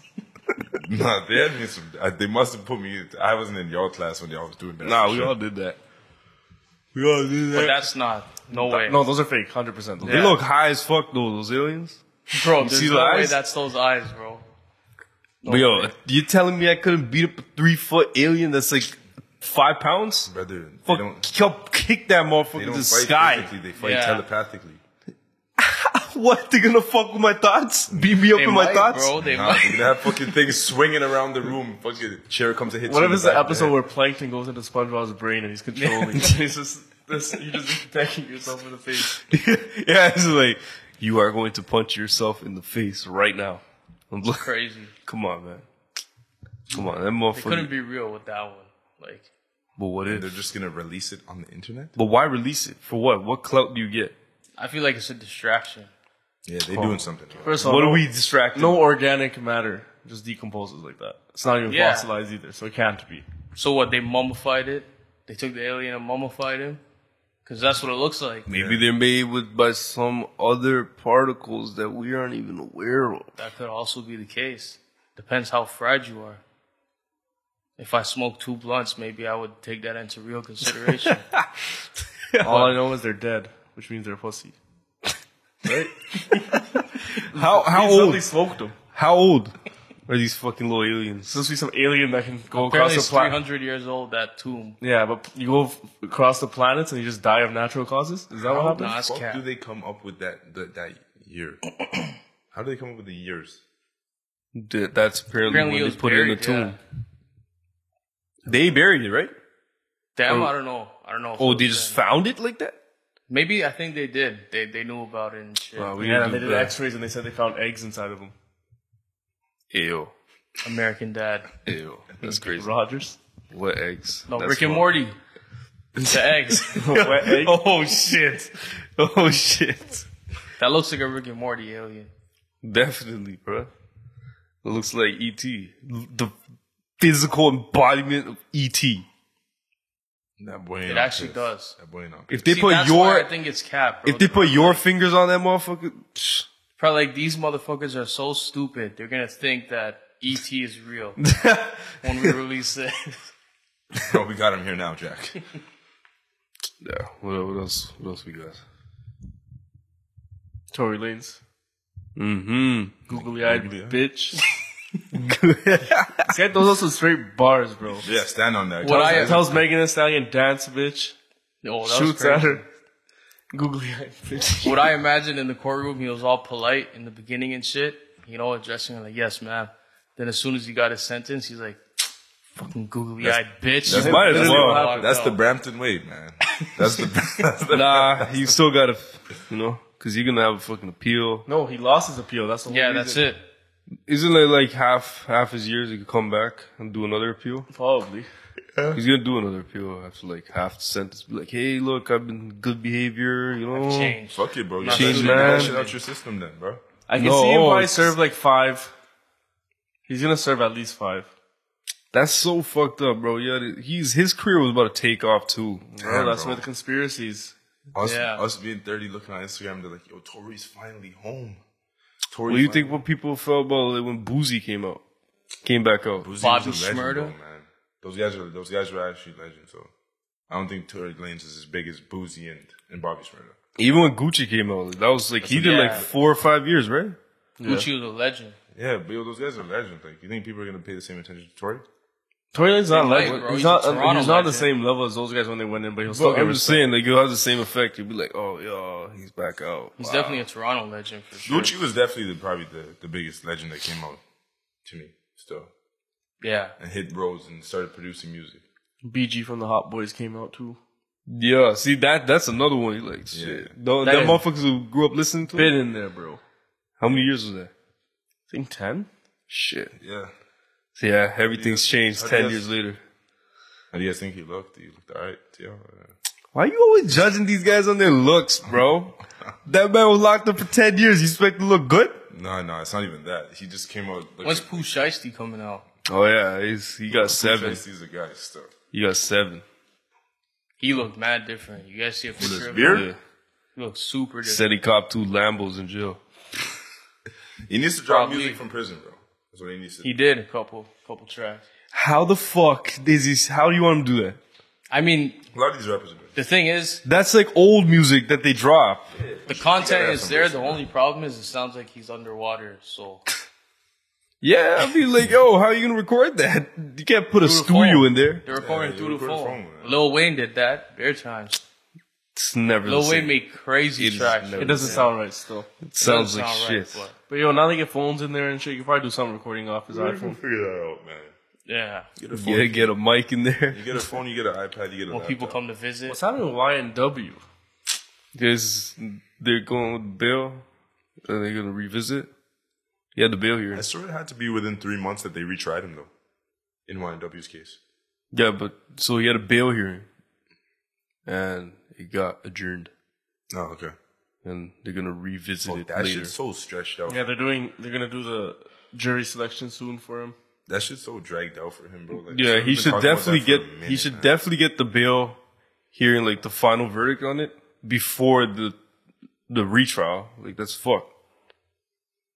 S2: Nah, they had me some. I, they must have put me. in- I wasn't in y'all class when y'all was doing that.
S1: Nah, Ah, we
S2: shit.
S1: all did that. We all did
S3: But
S1: that.
S3: that's not. No way.
S4: No, those are fake, hundred percent.
S1: They look high as fuck though, those aliens.
S3: Bro, there's
S1: see the
S3: no way
S1: eyes?
S3: that's those eyes, bro.
S1: But yo, you telling me I couldn't beat up a three foot alien that's like five pounds?
S2: brother. They
S1: Fuck,
S2: don't.
S1: kick- kick that
S2: They
S1: motherfucker to
S2: don't fight
S1: the sky.
S2: physically. They fight
S3: Yeah.
S2: telepathically.
S1: What? They gonna fuck with my thoughts? Beat me up
S3: They
S1: in my
S3: might,
S1: thoughts?
S3: bro. They
S2: Nah,
S3: might.
S2: they're gonna have fucking things swinging around the room. Fucking chair comes to hit.
S4: What
S2: you
S4: if
S2: in
S4: it's the
S2: back of
S4: episode
S2: head.
S4: where Plankton goes into SpongeBob's brain and he's controlling? he's just this, you're just attacking yourself in the face.
S1: yeah, it's like you are going to punch yourself in the face right now. I'm like,
S3: Crazy.
S1: come on, man. Come on, that
S3: They couldn't
S1: motherfucker.
S3: be real with that one. Like,
S1: but what
S2: they're
S1: if?
S2: just gonna release it on the internet?
S1: But why release it? For what? What clout do you get?
S3: I feel like it's a distraction.
S2: Yeah, they're doing something. Right.
S4: First of all,
S1: What
S4: no,
S1: are we distracted?
S4: No organic matter just decomposes like that. It's not even
S3: Yeah.
S4: fossilized either, so it can't be.
S3: So what? They mummified it. They took the alien and mummified him. Cause that's what it looks like.
S1: Maybe they're made with by some other particles that we aren't even aware of.
S3: That could also be the case. Depends how fragile you are. If I smoked two blunts, maybe I would take that into real consideration.
S4: All I know is they're dead, which means they're pussy.
S1: How how
S4: He suddenly
S1: old?
S4: smoked them.
S1: How old are these fucking little aliens?
S4: This must be some alien that can go
S3: Apparently,
S4: across
S3: it's
S4: the planet.
S3: 300 years old. That tomb.
S4: Yeah, but you go f- across the planets and you just die of natural causes? Is that what
S2: How
S4: happened?
S3: Nah, it's
S2: the fuck
S3: cat.
S2: do they come up with that that, that year? How do they come up with the years?
S1: Th- That's apparently,
S3: Apparently, it
S1: when
S3: was
S1: they put
S3: buried,
S1: it in the tomb.
S3: yeah.
S1: They buried it, right?
S3: Damn,
S1: Or-
S3: I don't know. I don't know. if it
S1: Oh,
S3: was
S1: they just
S3: then.
S1: found it like that?
S3: Maybe I think they did. They they knew about it and shit.
S1: Wow, we
S4: Yeah,
S1: didn't
S4: they
S1: do
S4: did
S1: that.
S4: x-rays and they said they found eggs inside of them.
S1: Ew.
S3: American Dad.
S1: Ew. That's crazy.
S4: Rogers?
S1: What eggs?
S3: No,
S1: That's
S3: Rick and
S1: wrong.
S3: Morty. The eggs.
S4: Wet egg?
S1: Oh, shit. Oh, shit.
S3: that looks like a Rick and Morty alien.
S1: Definitely, bro. It looks like E.T. The physical embodiment of E E.T.
S2: That boy.
S3: It actually does.
S2: That boy not.
S1: If they
S3: See,
S1: put
S3: that's why I
S1: your
S3: think it's cap. Bro.
S1: if they put your fingers on that motherfucker, psh,
S3: probably like these motherfuckers are so stupid, they're gonna think that ET is real when we release it.
S2: No, Oh, we got him here now, Jack.
S1: yeah. What, what else? What else we got?
S4: Tory Lanez.
S1: Mm-hmm.
S4: Googly-eyed
S3: Oh,
S4: bitch. this guy throws us some straight bars, bro.
S2: Yeah, stand on that.
S3: What I-
S4: Tells, tells Megan Thee Stallion, dance, bitch.
S3: Oh, that was
S4: Shoots at
S3: crazy.
S4: her. Googly-eyed bitch.
S3: What I imagine in the courtroom, he was all polite in the beginning and shit, you know, addressing her like, "Yes, ma'am." Then as soon as he got his sentence, he's like, "Fucking googly-eyed bitch."
S2: that's
S1: Might as
S2: that's
S1: well.
S2: the-
S3: Locked
S2: That's
S3: up.
S2: the Brampton way, man. That's the. That's the
S1: Nah, you still gotta, you know, because you're gonna have a fucking appeal.
S4: No, he lost his appeal. That's the whole
S3: yeah,
S4: reason.
S3: that's it.
S1: Isn't it like half half his years? He could come back and do another appeal.
S4: Probably.
S1: He's gonna do another appeal after like half the sentence. Be like, hey, look, I've been good behavior, you know.
S3: Change.
S2: fuck it, bro. You
S3: Nah,
S2: gotta
S1: she's
S2: get that
S1: mad.
S2: shit out your system, then, bro.
S4: I can
S1: No, oh,
S4: see him probably
S1: it's-
S4: serve like five. He's gonna serve at least five.
S1: That's so fucked up, bro. Yeah, th- he's his career was about to take off too.
S4: Bro,
S2: Damn,
S4: that's
S2: bro.
S4: where the conspiracies.
S2: Us,
S3: Yeah.
S2: us being thirty, looking on Instagram, they're like, "Yo, Tori's finally home." Tori,
S1: What do you think? What people felt about it when Boozy came out, came back out?
S3: Bobby Shmurda?
S2: Schmurda, man. Those guys are those guys were actually legends. So I don't think Tory Lanez is as big as Boozy and, and Bobby Shmurda.
S1: Even when Gucci came out, that was like he did
S3: Yeah.
S1: like four or five years, right?
S3: Gucci was a legend.
S2: Yeah, but yo, those guys are legends. Like, you think people are gonna pay the same attention to Tory?
S4: Tory Lane's not
S3: Like,
S4: like
S3: bro,
S4: he's
S3: he's
S4: not
S3: a Toronto
S4: he's not the
S3: legend.
S4: same level as those guys when they went in, but he'll still
S1: Well,
S4: get
S1: I'm just
S4: respect.
S1: saying, like, it'll have the same effect. You'll be like, oh, yo, he's back out.
S3: He's
S1: Wow.
S3: definitely a Toronto legend for sure.
S2: Gucci was definitely the, probably the, the biggest legend that came out to me still,
S3: Yeah.
S2: and hit roads and started producing music.
S4: BG from the Hot Boys came out too.
S1: Yeah, see that that's another one. You're like, shit. Tho-
S4: That
S1: that
S4: is-
S1: motherfuckers who grew up listening to.
S4: Been
S1: It.
S4: in there, bro. I
S1: How many years was that?
S4: think ten.
S1: Shit.
S2: Yeah.
S1: So, yeah, everything's changed
S2: I
S1: ten
S2: guess-
S1: years later.
S2: How do you guys think he looked? He looked alright. Yeah.
S1: Why you always judging these guys on their looks, bro? that man was locked up for ten years. You expect to look good?
S2: No, no, it's not even that. He just came out. Like,
S3: When's Pooh Shiesty coming out?
S1: Oh yeah, he's, he got seven.
S2: He's a guy still.
S1: He got seven.
S3: He looked mad different. You guys see a picture of him?
S2: beard?
S1: Yeah.
S3: He looked super different.
S1: Said he copped two Lambos in jail.
S2: He needs to drop
S3: Probably.
S2: music from prison, bro. That's what he needs to.
S3: He did a couple couple tracks.
S1: How the fuck is he? How do you want him to do that?
S3: I mean,
S2: a lot of these rappers are good.
S3: the thing is,
S1: That's like old music that they drop.
S3: the content is
S2: some
S3: there.
S2: reason,
S3: The only problem is it sounds like he's underwater. So
S1: Yeah, I mean, like, yo, how are you gonna record that? You can't put a
S3: Through the
S1: studio
S3: phone.
S1: in there.
S3: they were recording
S2: you
S3: through the
S2: record phone,
S3: phone.
S2: man.
S3: Lil Wayne did that. Bear times.
S1: It's never the
S3: Lil Wayne
S1: same.
S3: made crazy
S1: It is
S3: tracks.
S1: no-
S4: It doesn't sound right still.
S1: It sounds
S3: Doesn't
S1: like
S3: sound right,
S1: shit.
S3: but-
S4: But yo, now they get phones in there and shit. You can probably do some recording off his iPhone.
S2: figure that out, man.
S3: yeah.
S2: Get a phone.
S1: yeah, get a mic in there.
S2: You get a phone. You get an iPad. You get a.
S3: When people
S2: laptop.
S3: come to visit,
S4: What's happening with Y and W?
S1: Because they're going with bail, and they're gonna revisit. Yeah, the bail here.
S2: I swear it had to be within three months that they retried him though. In YNW's case.
S1: Yeah, but so he had a bail hearing, and it got adjourned,
S2: Oh, okay.
S1: and they're gonna revisit it
S2: That
S1: later.
S2: shit's so stretched out.
S4: Yeah, they're doing. They're gonna do the jury selection soon for him.
S2: That shit's so dragged out for him, bro. Like,
S1: yeah,
S2: we've
S1: he
S2: been talking
S1: should
S2: about that
S1: definitely
S2: for
S1: get
S2: a minute,
S1: he should
S2: man.
S1: definitely get the bail hearing, like the final verdict on it before the the retrial. Like that's fucked.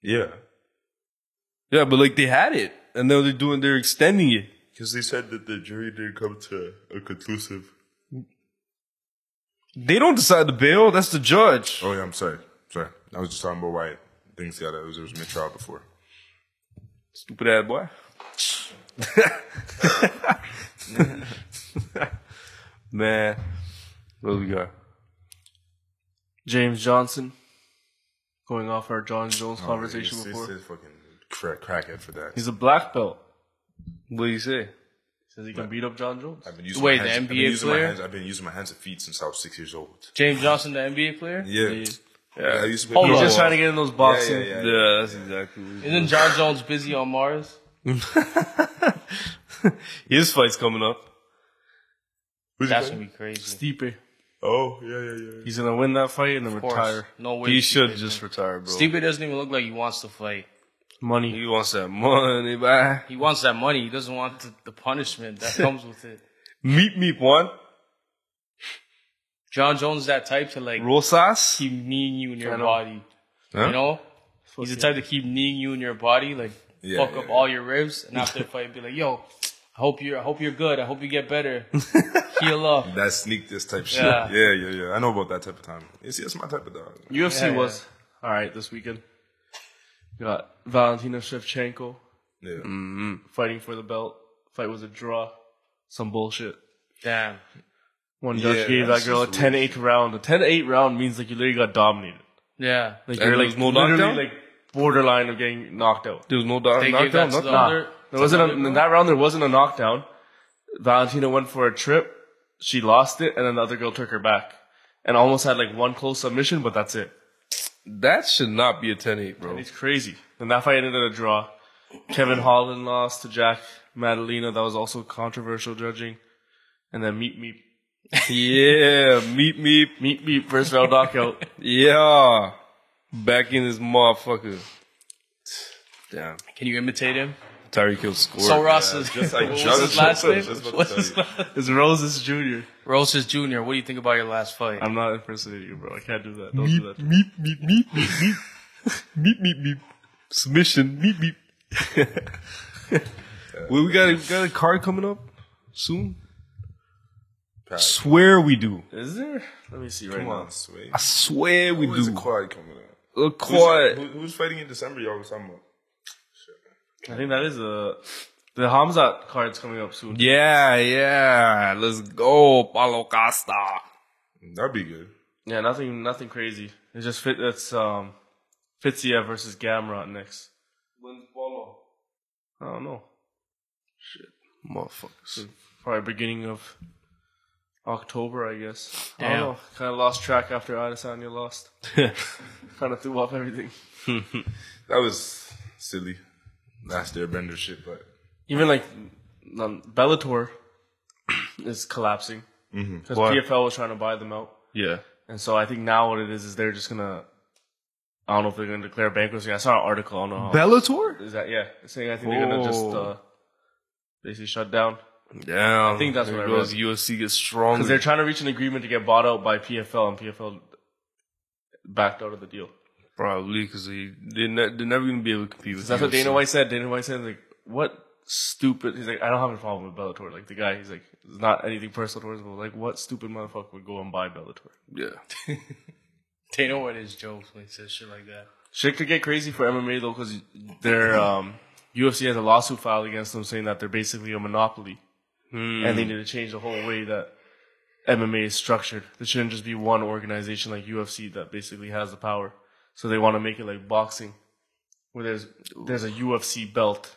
S2: yeah,
S1: Yeah, but like they had it, and now they're doing they're extending it.
S2: because they said that the jury didn't come to a conclusive.
S1: They don't decide the bail. That's the judge.
S2: Oh yeah, I'm sorry, sorry. I was just talking about why things got it was, there was mid-trial before.
S1: Stupid ass boy. Man, what do we got?
S4: James Johnson. Going off our John
S1: Oh.
S4: Jones conversation
S2: He's- he's-
S4: before.
S2: he's fucking crack, crackhead for that.
S4: He's a black belt.
S1: What do you say?
S4: Says he can beat up John Jones.
S2: I've been using
S3: Wait,
S2: my
S3: the
S2: hands, I've been
S3: NBA
S2: using my
S3: player?
S2: hands- I've been using my hands and feet since I was six years old.
S3: James Johnson, the NBA player,
S2: Yeah,
S4: Yeah.
S2: I used to play.
S4: He's
S1: on.
S4: just trying to get in those boxing.
S2: Yeah, yeah, yeah.
S1: Yeah, that's exactly. What it
S3: isn't John Jones busy on Mars?
S1: is. His fight's coming up.
S2: Who's he
S3: That's
S2: playing?
S3: gonna be crazy.
S4: Stipe.
S2: Oh yeah, yeah, yeah.
S4: He's gonna win that fight and then
S3: Of course.
S4: retire.
S3: No way.
S1: He
S3: Stipe
S1: should
S3: is
S1: just
S3: gonna-
S1: retire, bro.
S3: Stipe doesn't even look like he wants to fight.
S4: Money.
S1: He wants that money, man.
S3: He wants that money. He doesn't want the, the punishment that comes with it.
S1: Meep meep one.
S3: John Jones is that type to like
S1: Rosas.
S3: keep kneeing you in your
S4: I know.
S3: body.
S1: Huh?
S3: You know, he's the type to keep kneeing you in your body, like
S2: Yeah,
S3: fuck
S2: yeah,
S3: up
S2: yeah.
S3: all your ribs, and after the fight, be like, "Yo, I hope you're, I hope you're good. I hope you get better. Heal up."
S2: That sneak this type shit.
S3: Yeah.
S2: Yeah, yeah, yeah. I know about that type of time. You see, that's my type of dog.
S4: UFC
S3: Yeah, yeah.
S4: was alright this weekend. Got Valentina Shevchenko
S2: Yeah.
S4: fighting for the belt. Fight was a draw. Some bullshit.
S3: Damn.
S4: One judge
S2: Yeah,
S4: gave that
S2: that's
S4: girl a
S2: just
S4: 10 8 round. A 10 8 round means like you literally got dominated.
S3: Yeah.
S1: And
S4: Like you're
S1: there
S4: like
S1: was no
S4: literally
S1: knockdown?
S4: like borderline of getting knocked out.
S1: There was no doubt.
S3: They gave
S1: knockdown.
S3: that to the
S1: knockdown.
S3: other.
S4: There wasn't a, in that round. There wasn't a knockdown. Valentina went for a trip. She lost it, and then the other girl took her back, and almost had like one close submission, but that's it.
S1: That should not be a 10-8, bro.
S4: It's crazy. And that fight ended in a draw. Kevin Holland lost to Jack Madalena. That was also controversial judging. And then Meep Meep
S1: yeah, meep meep.
S4: Meep Meep first round knockout.
S1: Yeah. Back in this motherfucker. Damn.
S3: Can you imitate him?
S1: Tyreek Hill scored.
S3: So Ross is
S2: Just like
S3: what was
S2: Judge
S3: his last
S2: Jones,
S3: name?
S2: that's what
S3: What's
S2: I'm
S3: his
S2: telling
S3: last-
S4: It's Roses Jr.
S3: Roses Jr. What do you think about your last fight?
S4: I'm not impersonating you, bro. I can't do that. Don't do that.
S1: meep meep meep meep meep. meep meep meep. Submission. Meep meep. well, we got a, we got a card coming up soon. Swear we do.
S4: Is there? Let me see right
S2: Come
S4: now.
S2: on, sweet.
S1: I swear we
S2: Who is
S1: do.
S2: the quad coming up?
S1: A
S2: Who's,
S1: quad.
S2: who, who's fighting in December? Y'all was talking about.
S1: I think that is the the Hamza card's coming up soon.
S4: Yeah, yeah. Let's go, Paulo Costa.
S2: That'd be good.
S1: Yeah, nothing nothing crazy. It's just fit. It's um, Fitzia versus Gamrot next.
S3: Wins Bolo.
S1: I don't know.
S4: Motherfuckers.
S1: Probably beginning of October, I guess. I
S3: Damn.
S1: don't know. Kind of lost track after Adesanya lost. kind of threw off everything.
S2: That was silly. Last airbender shit, but
S1: Even like um, Bellator is collapsing because
S4: Mm-hmm. Why?
S1: PFL was trying to buy them out,
S4: Yeah.
S1: and so I think now what it is is they're just gonna. I don't know if they're gonna declare bankruptcy. I saw an article. I don't know. How,
S4: Bellator?
S1: is that yeah? Saying I think they're gonna just
S4: Whoa.
S1: uh, basically shut down.
S4: Damn.
S1: I think that's
S4: there
S1: what I
S4: goes UFC gets stronger.
S1: Because they're trying to reach an agreement to get bought out by PFL, and PFL backed out of the deal.
S4: Probably because they they're, ne- they're never gonna be able to compete
S1: Because
S4: with.
S1: that's what
S4: UFC.
S1: Dana White said. Dana White said, like, what stupid. He's like, I don't have a problem with Bellator. Like, the guy, he's like, it's not anything personal towards him. but, Like, what stupid motherfucker would go and buy Bellator?
S4: Yeah.
S3: They know what his jokes when he says shit like that.
S1: Shit could get crazy for MMA, though, because their um, UFC has a lawsuit filed against them saying that they're basically a monopoly.
S4: Hmm.
S1: And they need to change the whole way that MMA is structured. There shouldn't just be one organization like UFC that basically has the power. So they want to make it like boxing, where there's there's a UFC belt.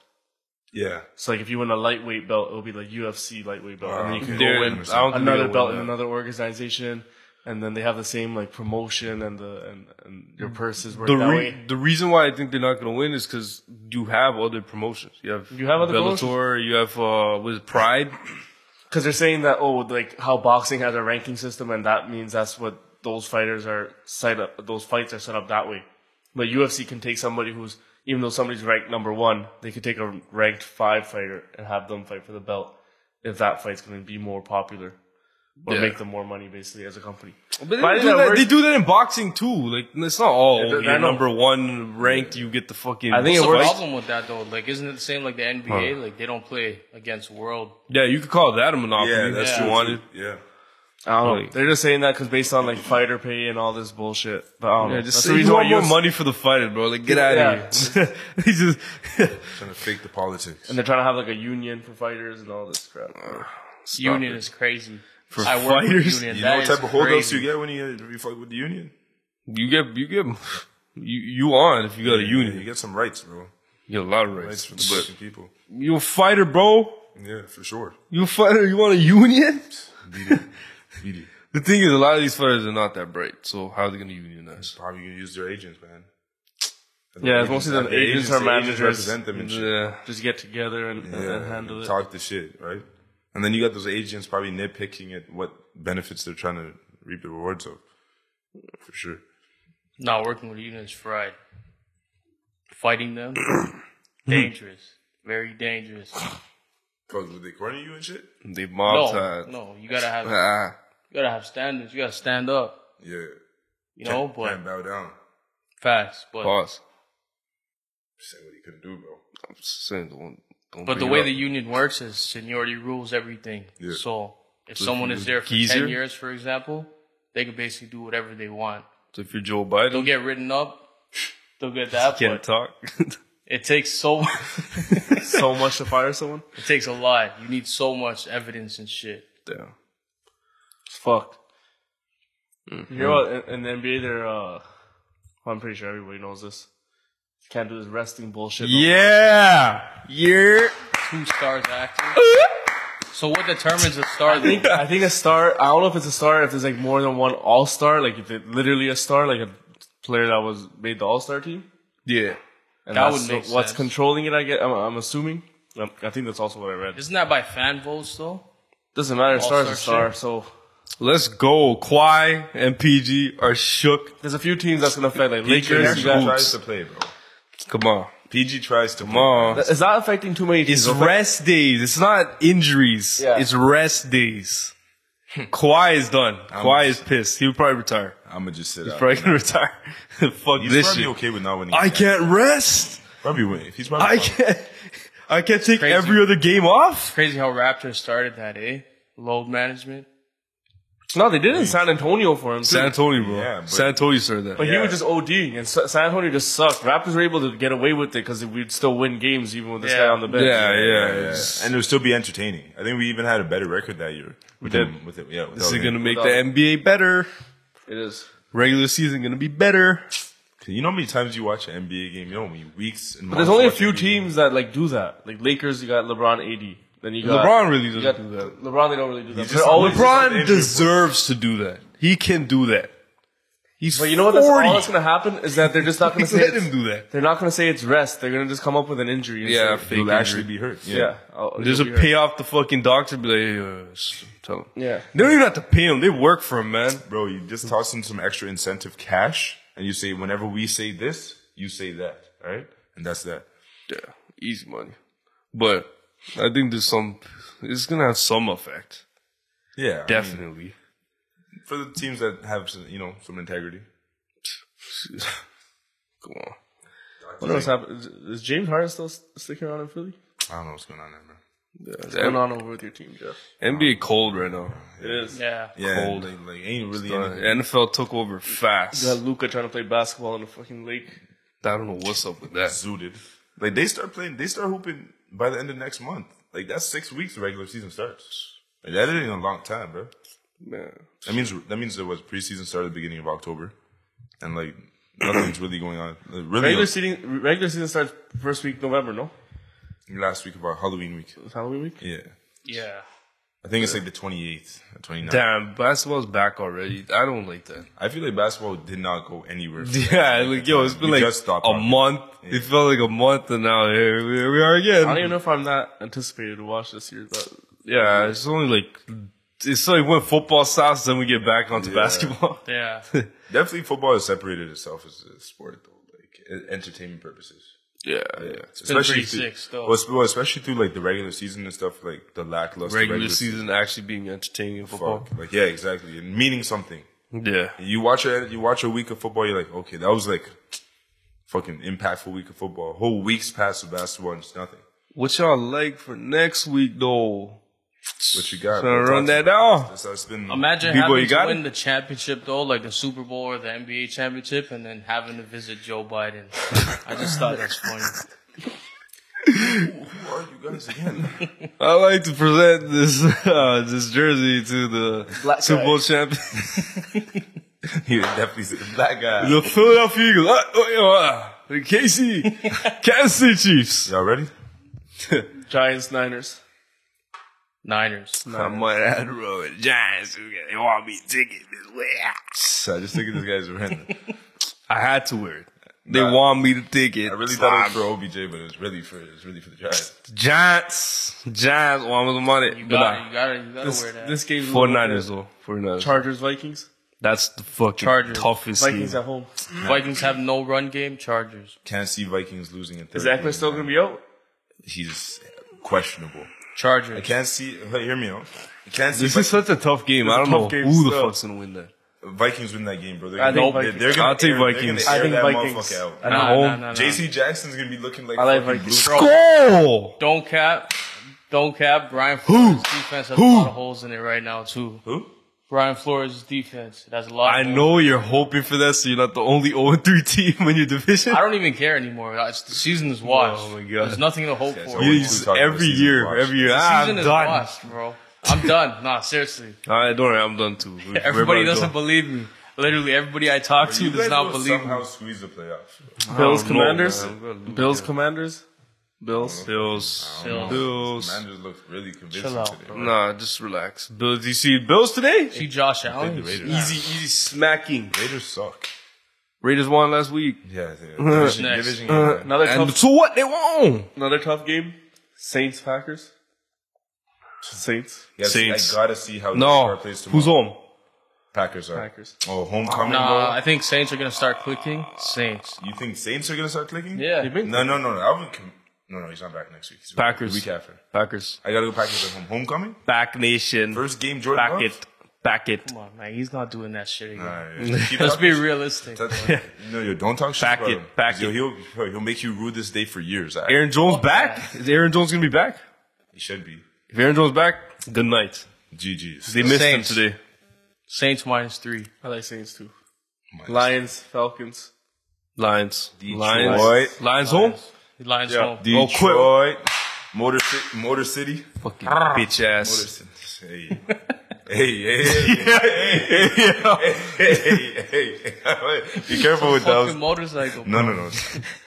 S2: yeah.
S1: So like if you win a lightweight belt, it'll be like UFC lightweight belt, and then you can
S2: Wow.
S1: go
S4: They're-
S1: win
S4: I don't think
S1: another
S4: they'll
S1: belt
S4: win
S1: in
S4: that.
S1: another organization, and then they have the same like promotion and the and, and your purse is worth
S4: The
S1: that
S4: re-
S1: way.
S4: the reason why I think they're not gonna win is because you have other promotions. You have
S1: You have other
S4: Bellator. You have uh, with Pride.
S1: Because they're saying that oh like how boxing has a ranking system, and that means that's what those fighters are set up. Those fights are set up that way. But UFC can take somebody who's even though somebody's ranked number one, they could take a ranked five fighter and have them fight for the belt if that fight's going to be more popular or
S4: Yeah.
S1: make them more money basically as a company.
S4: But they,
S1: But I
S4: do
S1: think that
S4: that,
S1: works-
S4: they do that in boxing too. Like it's not all
S1: Yeah, th-
S4: you're
S1: I know.
S4: number one ranked. You get the fucking.
S1: I think
S3: What's
S1: it
S3: the
S1: works.
S3: problem with that though? Like, isn't it the same like the NBA? Like, they don't play against world.
S4: yeah, you could call that a monopoly.
S2: Yeah, that's
S4: if
S2: true.
S4: you
S2: too.
S4: wanted.
S2: Yeah.
S1: I don't know.
S4: Like-
S1: They're just saying that because based on like fighter pay and all this bullshit. But I don't
S4: Yeah,
S1: know.
S4: just
S1: That's
S4: say
S1: the
S4: you
S1: reason why
S4: want more
S1: UFC
S4: money for the fighter, bro. Like get out of here. He just
S2: Trying to fake the politics.
S1: And they're trying to have like a union for fighters and all this crap.
S3: union is crazy.
S4: For
S3: I work
S4: fighters?
S3: with union.
S2: You
S3: That
S2: know what type
S3: is
S2: of holdouts
S3: crazy.
S2: you get when you, you fuck with the union?
S4: you get you get you you on if you got a
S2: You
S4: union.
S2: get some rights, bro.
S4: You get a lot of
S2: Rights
S4: rights,
S2: for the
S4: but
S2: fucking people.
S4: you a fighter, bro.
S2: Yeah, for sure.
S4: You a fighter. You want a union?
S2: Beat it. Beat it.
S4: The thing is, a lot of these fighters are not that bright. So how are they gonna unionize?
S2: Probably gonna use their agents, man.
S1: Yeah, it's mostly the agents or
S2: the
S1: managers.
S2: represent them and shit.
S4: Yeah.
S1: Just get together and, and-
S2: Yeah,
S1: and handle it.
S2: Talk the shit, right? And then you got those agents probably nitpicking at what benefits they're trying to reap the rewards of. For sure.
S3: Not working with union is fried. Fighting them, dangerous. Very dangerous.
S2: Cause were they corner you and shit?
S4: They
S3: No,
S4: mob tied.
S3: no, you gotta have you
S4: Ah.
S3: gotta have standards. You gotta stand up.
S2: Yeah.
S3: You know,
S2: Can't-
S3: but
S2: can't bow down.
S3: facts. But
S4: Pause.
S2: Just saying what he couldn't do, bro.
S4: I'm just saying, don't, don't
S3: But the
S4: bring
S3: way
S4: it up.
S3: the union works is seniority rules everything.
S2: Yeah.
S3: So if someone is there for
S4: geezer?
S3: ten years, for example, they can basically do whatever they want.
S4: so if you're Joe Biden,
S3: They'll get written up. They'll get that.
S4: can't
S3: But
S4: talk.
S3: it takes so
S1: so much to fire someone.
S3: it takes a lot. You need so much evidence and shit.
S4: Damn.
S1: It's fucked. You know what? In, in the NBA, they're. Uh, well, I'm pretty sure everybody knows this. Can't do this resting bullshit. no
S4: Yeah. Yeah.
S3: Two stars active. So what determines a star?
S1: I think I think a star. I don't know if it's a star. If there's like more than one All Star, like if it literally a star, like a player that was made the All Star team,
S4: Yeah.
S1: and
S3: That
S1: that's
S3: would make
S1: the- what's
S3: sense.
S1: controlling it. I get. I'm, I'm assuming. Um, I think that's also what I read.
S3: Isn't that by fan votes though?
S1: Doesn't matter. Star's a
S3: All-Star
S1: star. So
S4: Let's go. Kwai and PG are shook.
S1: there's a few teams that's gonna affect like
S4: PG
S1: Lakers.
S4: Lakers
S1: you
S2: PG
S1: got-
S2: tries to play, bro.
S4: Come on.
S2: PG tries to Come
S4: on.
S1: It's not affecting too many teams.
S4: It's rest days. It's not injuries.
S1: Yeah.
S4: It's rest days. Kawhi is done. Kawhi is pissed. He would probably retire.
S2: I'm gonna just sit out.
S4: Probably gonna retire. Fuck
S2: He's
S4: this
S2: probably
S4: shit.
S2: okay with not winning.
S4: I
S2: games.
S4: can't rest.
S2: Probably win. If he's probably
S4: I
S2: fine.
S4: can't. I can't take
S3: Crazy.
S4: every other game off.
S3: Crazy how Raptors started that, eh? Load management.
S1: No, they did it in San Antonio for him. too.
S4: San Antonio, bro.
S2: Yeah, but-
S4: San Antonio started that.
S1: But he
S2: Yeah.
S1: was just ODing, and Sa- San Antonio just sucked. Raptors were able to get away with it because we'd still win games even with this
S3: Yeah.
S1: guy on the bench.
S4: Yeah, yeah. it's-
S2: And it would still be entertaining. I think we even had a better record that year. We
S4: did.
S2: With it, yeah.
S4: This is gonna make the
S1: Without-
S4: NBA better.
S1: It is.
S4: Regular season gonna be better.
S2: You know how many times you watch an NBA game? You know how many weeks? And
S1: But there's only a few teams that like do that. Like Lakers, you got LeBron, AD. Then you got
S4: LeBron really
S1: You got Oh,
S4: doesn't do that.
S1: LeBron. They don't really do that.
S2: just-
S1: They're always-
S2: LeBron- just an
S4: LeBron
S2: injury, bro.
S4: deserves to do that. He can do that. He's
S1: But you know what? That's, all
S4: 40.
S1: that's gonna happen is that they're just not gonna say
S4: Let him
S1: it's,
S4: do that.
S1: they're not gonna say it's rest. They're gonna just come up with an injury. and
S4: Yeah,
S1: say-
S4: fake
S2: You'll actually
S4: injury.
S2: be hurt. Yeah.
S1: yeah. I'll-
S4: There's a
S1: you'll be hurt.
S4: pay off the fucking doctor. Be like, uh, s- tell him.
S1: Yeah.
S4: They don't even have to pay him. They work for him, man.
S2: Bro, you just toss in some extra incentive cash and you say, whenever we say this, you say that. All right? And that's that.
S4: Yeah, easy money. But I think there's some. It's gonna have some effect,
S2: Yeah. I mean,
S4: definitely.
S2: for the teams that have, some, you know, some integrity.
S4: Come on.
S1: What else happened? Is, is James Harden still s- sticking around in Philly?
S2: I don't know what's going on there, man.
S1: What's going on over with your team, Jeff?
S4: NBA cold right now.
S1: It is.
S3: Yeah.
S2: Yeah.
S4: Cold.
S2: Like, like, ain't really
S4: Uh,
S2: anything.
S4: NFL took over fast.
S1: You got Luca trying to play basketball in the fucking lake.
S4: I don't know what's up with that.
S2: zooted. Like they start playing, they start hooping by the end of next month. Like that's six weeks the regular season starts. Like that ain't a long time, bro.
S4: Man.
S2: That means that means there was preseason started at the beginning of October, and like nothing's really going on. Uh, Really,
S1: Regular season. Regular season starts first week November. No,
S2: last week about Halloween week.
S1: it's Halloween week.
S2: Yeah,
S3: Yeah.
S2: I think it's like the twenty eighth, twenty ninth.
S4: Damn, basketball's back already. I don't like that.
S2: I feel like basketball did not go anywhere.
S4: Yeah, like yo, it's been
S2: We
S4: like
S2: just stopped
S4: a
S2: talking.
S4: month. It felt like a month, and now here we, we are again.
S1: I don't even know if I'm that anticipated to watch this year, but
S4: yeah, it's only like it's like when football stops, then we get back onto basketball.
S3: Yeah.
S2: Definitely, football has separated itself as a sport, though, like e- entertainment purposes.
S4: Yeah, yeah.
S3: been
S2: especially
S3: pretty
S2: through,
S3: sick still.
S2: well, sp- well, especially through like the regular season and stuff, like the lackluster
S4: Regular, season actually being entertaining in football.
S2: Fuck. Like yeah, exactly, and meaning something.
S4: Yeah,
S2: You watch a you watch a week of football, you're like, okay, that was like fucking impactful week of football. Whole weeks passed of basketball and just nothing.
S4: what y'all like for next week though?
S2: What you got?
S4: Trying to run that
S2: So
S4: down.
S2: it's been
S3: Imagine
S4: B-boy, you
S3: having
S4: got
S3: to win
S4: it?
S3: the championship though, like the Super Bowl or the NBA championship, and then having to visit Joe Biden. I just thought that's funny.
S2: Who are you guys again?
S4: I like to present this uh, this jersey to the
S1: Black
S4: Super
S1: guy.
S4: Bowl champion,
S2: you definitely said the black guy.
S4: the Philadelphia Eagles, uh, oh, yeah, uh, the KC Kansas City Chiefs.
S2: Y'all ready?
S1: Giants, Niners.
S3: Niners.
S4: I might add Rowan Giants. who got- They want me ticket this way.
S2: So I just think this guy's random.
S4: I had to wear it. They
S2: Nah.
S4: want me to take it.
S2: I really thought it was for OBJ, but it was really for it was really for the Giants.
S4: Giants. Giants want me the money.
S3: You
S4: But
S3: gotta,
S4: nah,
S3: you gotta, you gotta
S1: This,
S3: wear that.
S1: this game's a little
S4: 49ers though. 49ers.
S1: Chargers, Vikings.
S4: That's the fucking
S3: Chargers.
S4: toughest
S1: Vikings
S4: team.
S1: at home.
S3: Vikings have no run game. Chargers.
S2: Can't see Vikings losing in
S1: Is Eckler still gonna be out?
S2: He's questionable. I
S3: Chargers.
S2: can't see. Hey, hear me out. I can't see.
S4: This is such a tough game. I don't know
S1: tough game
S4: who the
S1: still.
S4: fuck's gonna win that.
S2: Vikings win that game, bro. They're
S1: I
S2: gonna,
S1: think
S2: they're- they're
S1: Vikings.
S2: gonna
S4: I'll take
S2: air- they're
S4: Vikings.
S2: gonna
S1: I
S2: air
S1: think
S2: that
S1: Vikings.
S2: motherfucker out.
S1: At
S3: Nah,
S1: home.
S3: nah, nah, nah.
S2: JC Jackson's gonna be looking like.
S1: I like
S2: fucking
S1: Vikings.
S2: Blue-
S4: Score!
S3: Don't cap. Don't cap. Brian Flores' defense has a lot of holes in it right now too.
S2: Who?
S3: Brian Flores' defense it has a lot.
S4: I
S3: of holes.
S4: know you're hoping for that, so you're not the only 0-3 team in your division.
S3: I don't even care anymore. It's, the season is washed.
S4: Oh my God.
S3: There's nothing to hope
S2: it's
S3: for.
S2: always-
S4: You
S3: The
S4: just-
S2: Talking about
S4: every
S2: season
S4: year,
S2: watch.
S4: every year. Ah,
S3: season
S4: I'm
S3: is
S4: done.
S3: washed, bro. I'm done. Nah, seriously.
S4: Alright, don't worry, I'm done too.
S3: Everybody
S4: Everybody
S3: doesn't
S4: go.
S3: believe me. Literally, everybody I talk to
S2: You
S3: does
S2: guys
S3: not
S2: will
S3: believe
S2: somehow
S3: me.
S2: squeeze the playoffs.
S1: Bills,
S4: know,
S1: Commanders.
S4: man. We're gonna lose,
S1: Bills, Commanders. Bills.
S4: Bills.
S3: Bills.
S4: Bills.
S2: Commanders look really convincing
S3: Chill out,
S2: today.
S3: bro.
S4: Nah, just relax. Bills, you see Bills today?
S3: See Josh Allen.
S2: the Raiders.
S4: Easy, easy smacking.
S2: Raiders suck.
S4: Raiders won last week.
S2: Yeah, they- division,
S3: Next.
S2: division game, man.
S1: Another
S4: And
S1: tough.
S4: so what? They won.
S1: Another tough game. Saints, Packers. Saints.
S2: Yes,
S4: Saints.
S2: I gotta see how
S4: No.
S2: Dakar plays tomorrow.
S4: Who's home?
S2: Packers are.
S1: Packers.
S2: Oh, homecoming.
S3: Nah,
S2: Nah.
S3: I think Saints are gonna start clicking. Saints.
S2: You think Saints are gonna start clicking?
S3: Yeah.
S1: They've been-
S2: No, no, no. no. I would. Com- no, no. He's not back next week. He's
S4: Packers.
S2: the Week after.
S4: Packers.
S2: I gotta go Packers at home. Homecoming.
S4: Back nation.
S2: First game. Jordan.
S4: Back
S2: Love?
S4: it. Back it.
S3: Come on, man. He's not doing that shit again.
S2: All right. Keep
S3: Let's
S2: up.
S3: be realistic.
S2: no, yo, don't talk shit
S4: Pack
S2: about
S4: it,
S2: him.
S4: pack
S2: 'Cause yo,
S4: it.
S2: He'll, he'll make you rue this day for years. I,
S4: Aaron Jones back? Is Aaron Jones going to be back?
S2: he should be.
S4: If Aaron Jones back, good night.
S2: GG's.
S4: They missed
S3: Saints.
S4: him today.
S3: Saints minus three.
S1: I like Saints too.
S2: Minus-
S1: Lions, Falcons.
S4: Lions.
S2: Detroit.
S4: Lions. Lions home?
S3: The Lions home.
S2: Detroit. Motor City. Motor City.
S4: Fucking bitch
S2: Motor
S4: ass.
S2: City. Hey. Hey, hey, hey, hey, hey, hey, hey. Be careful with
S3: Fucking
S2: those.
S3: motorcycle.
S2: No, no, no.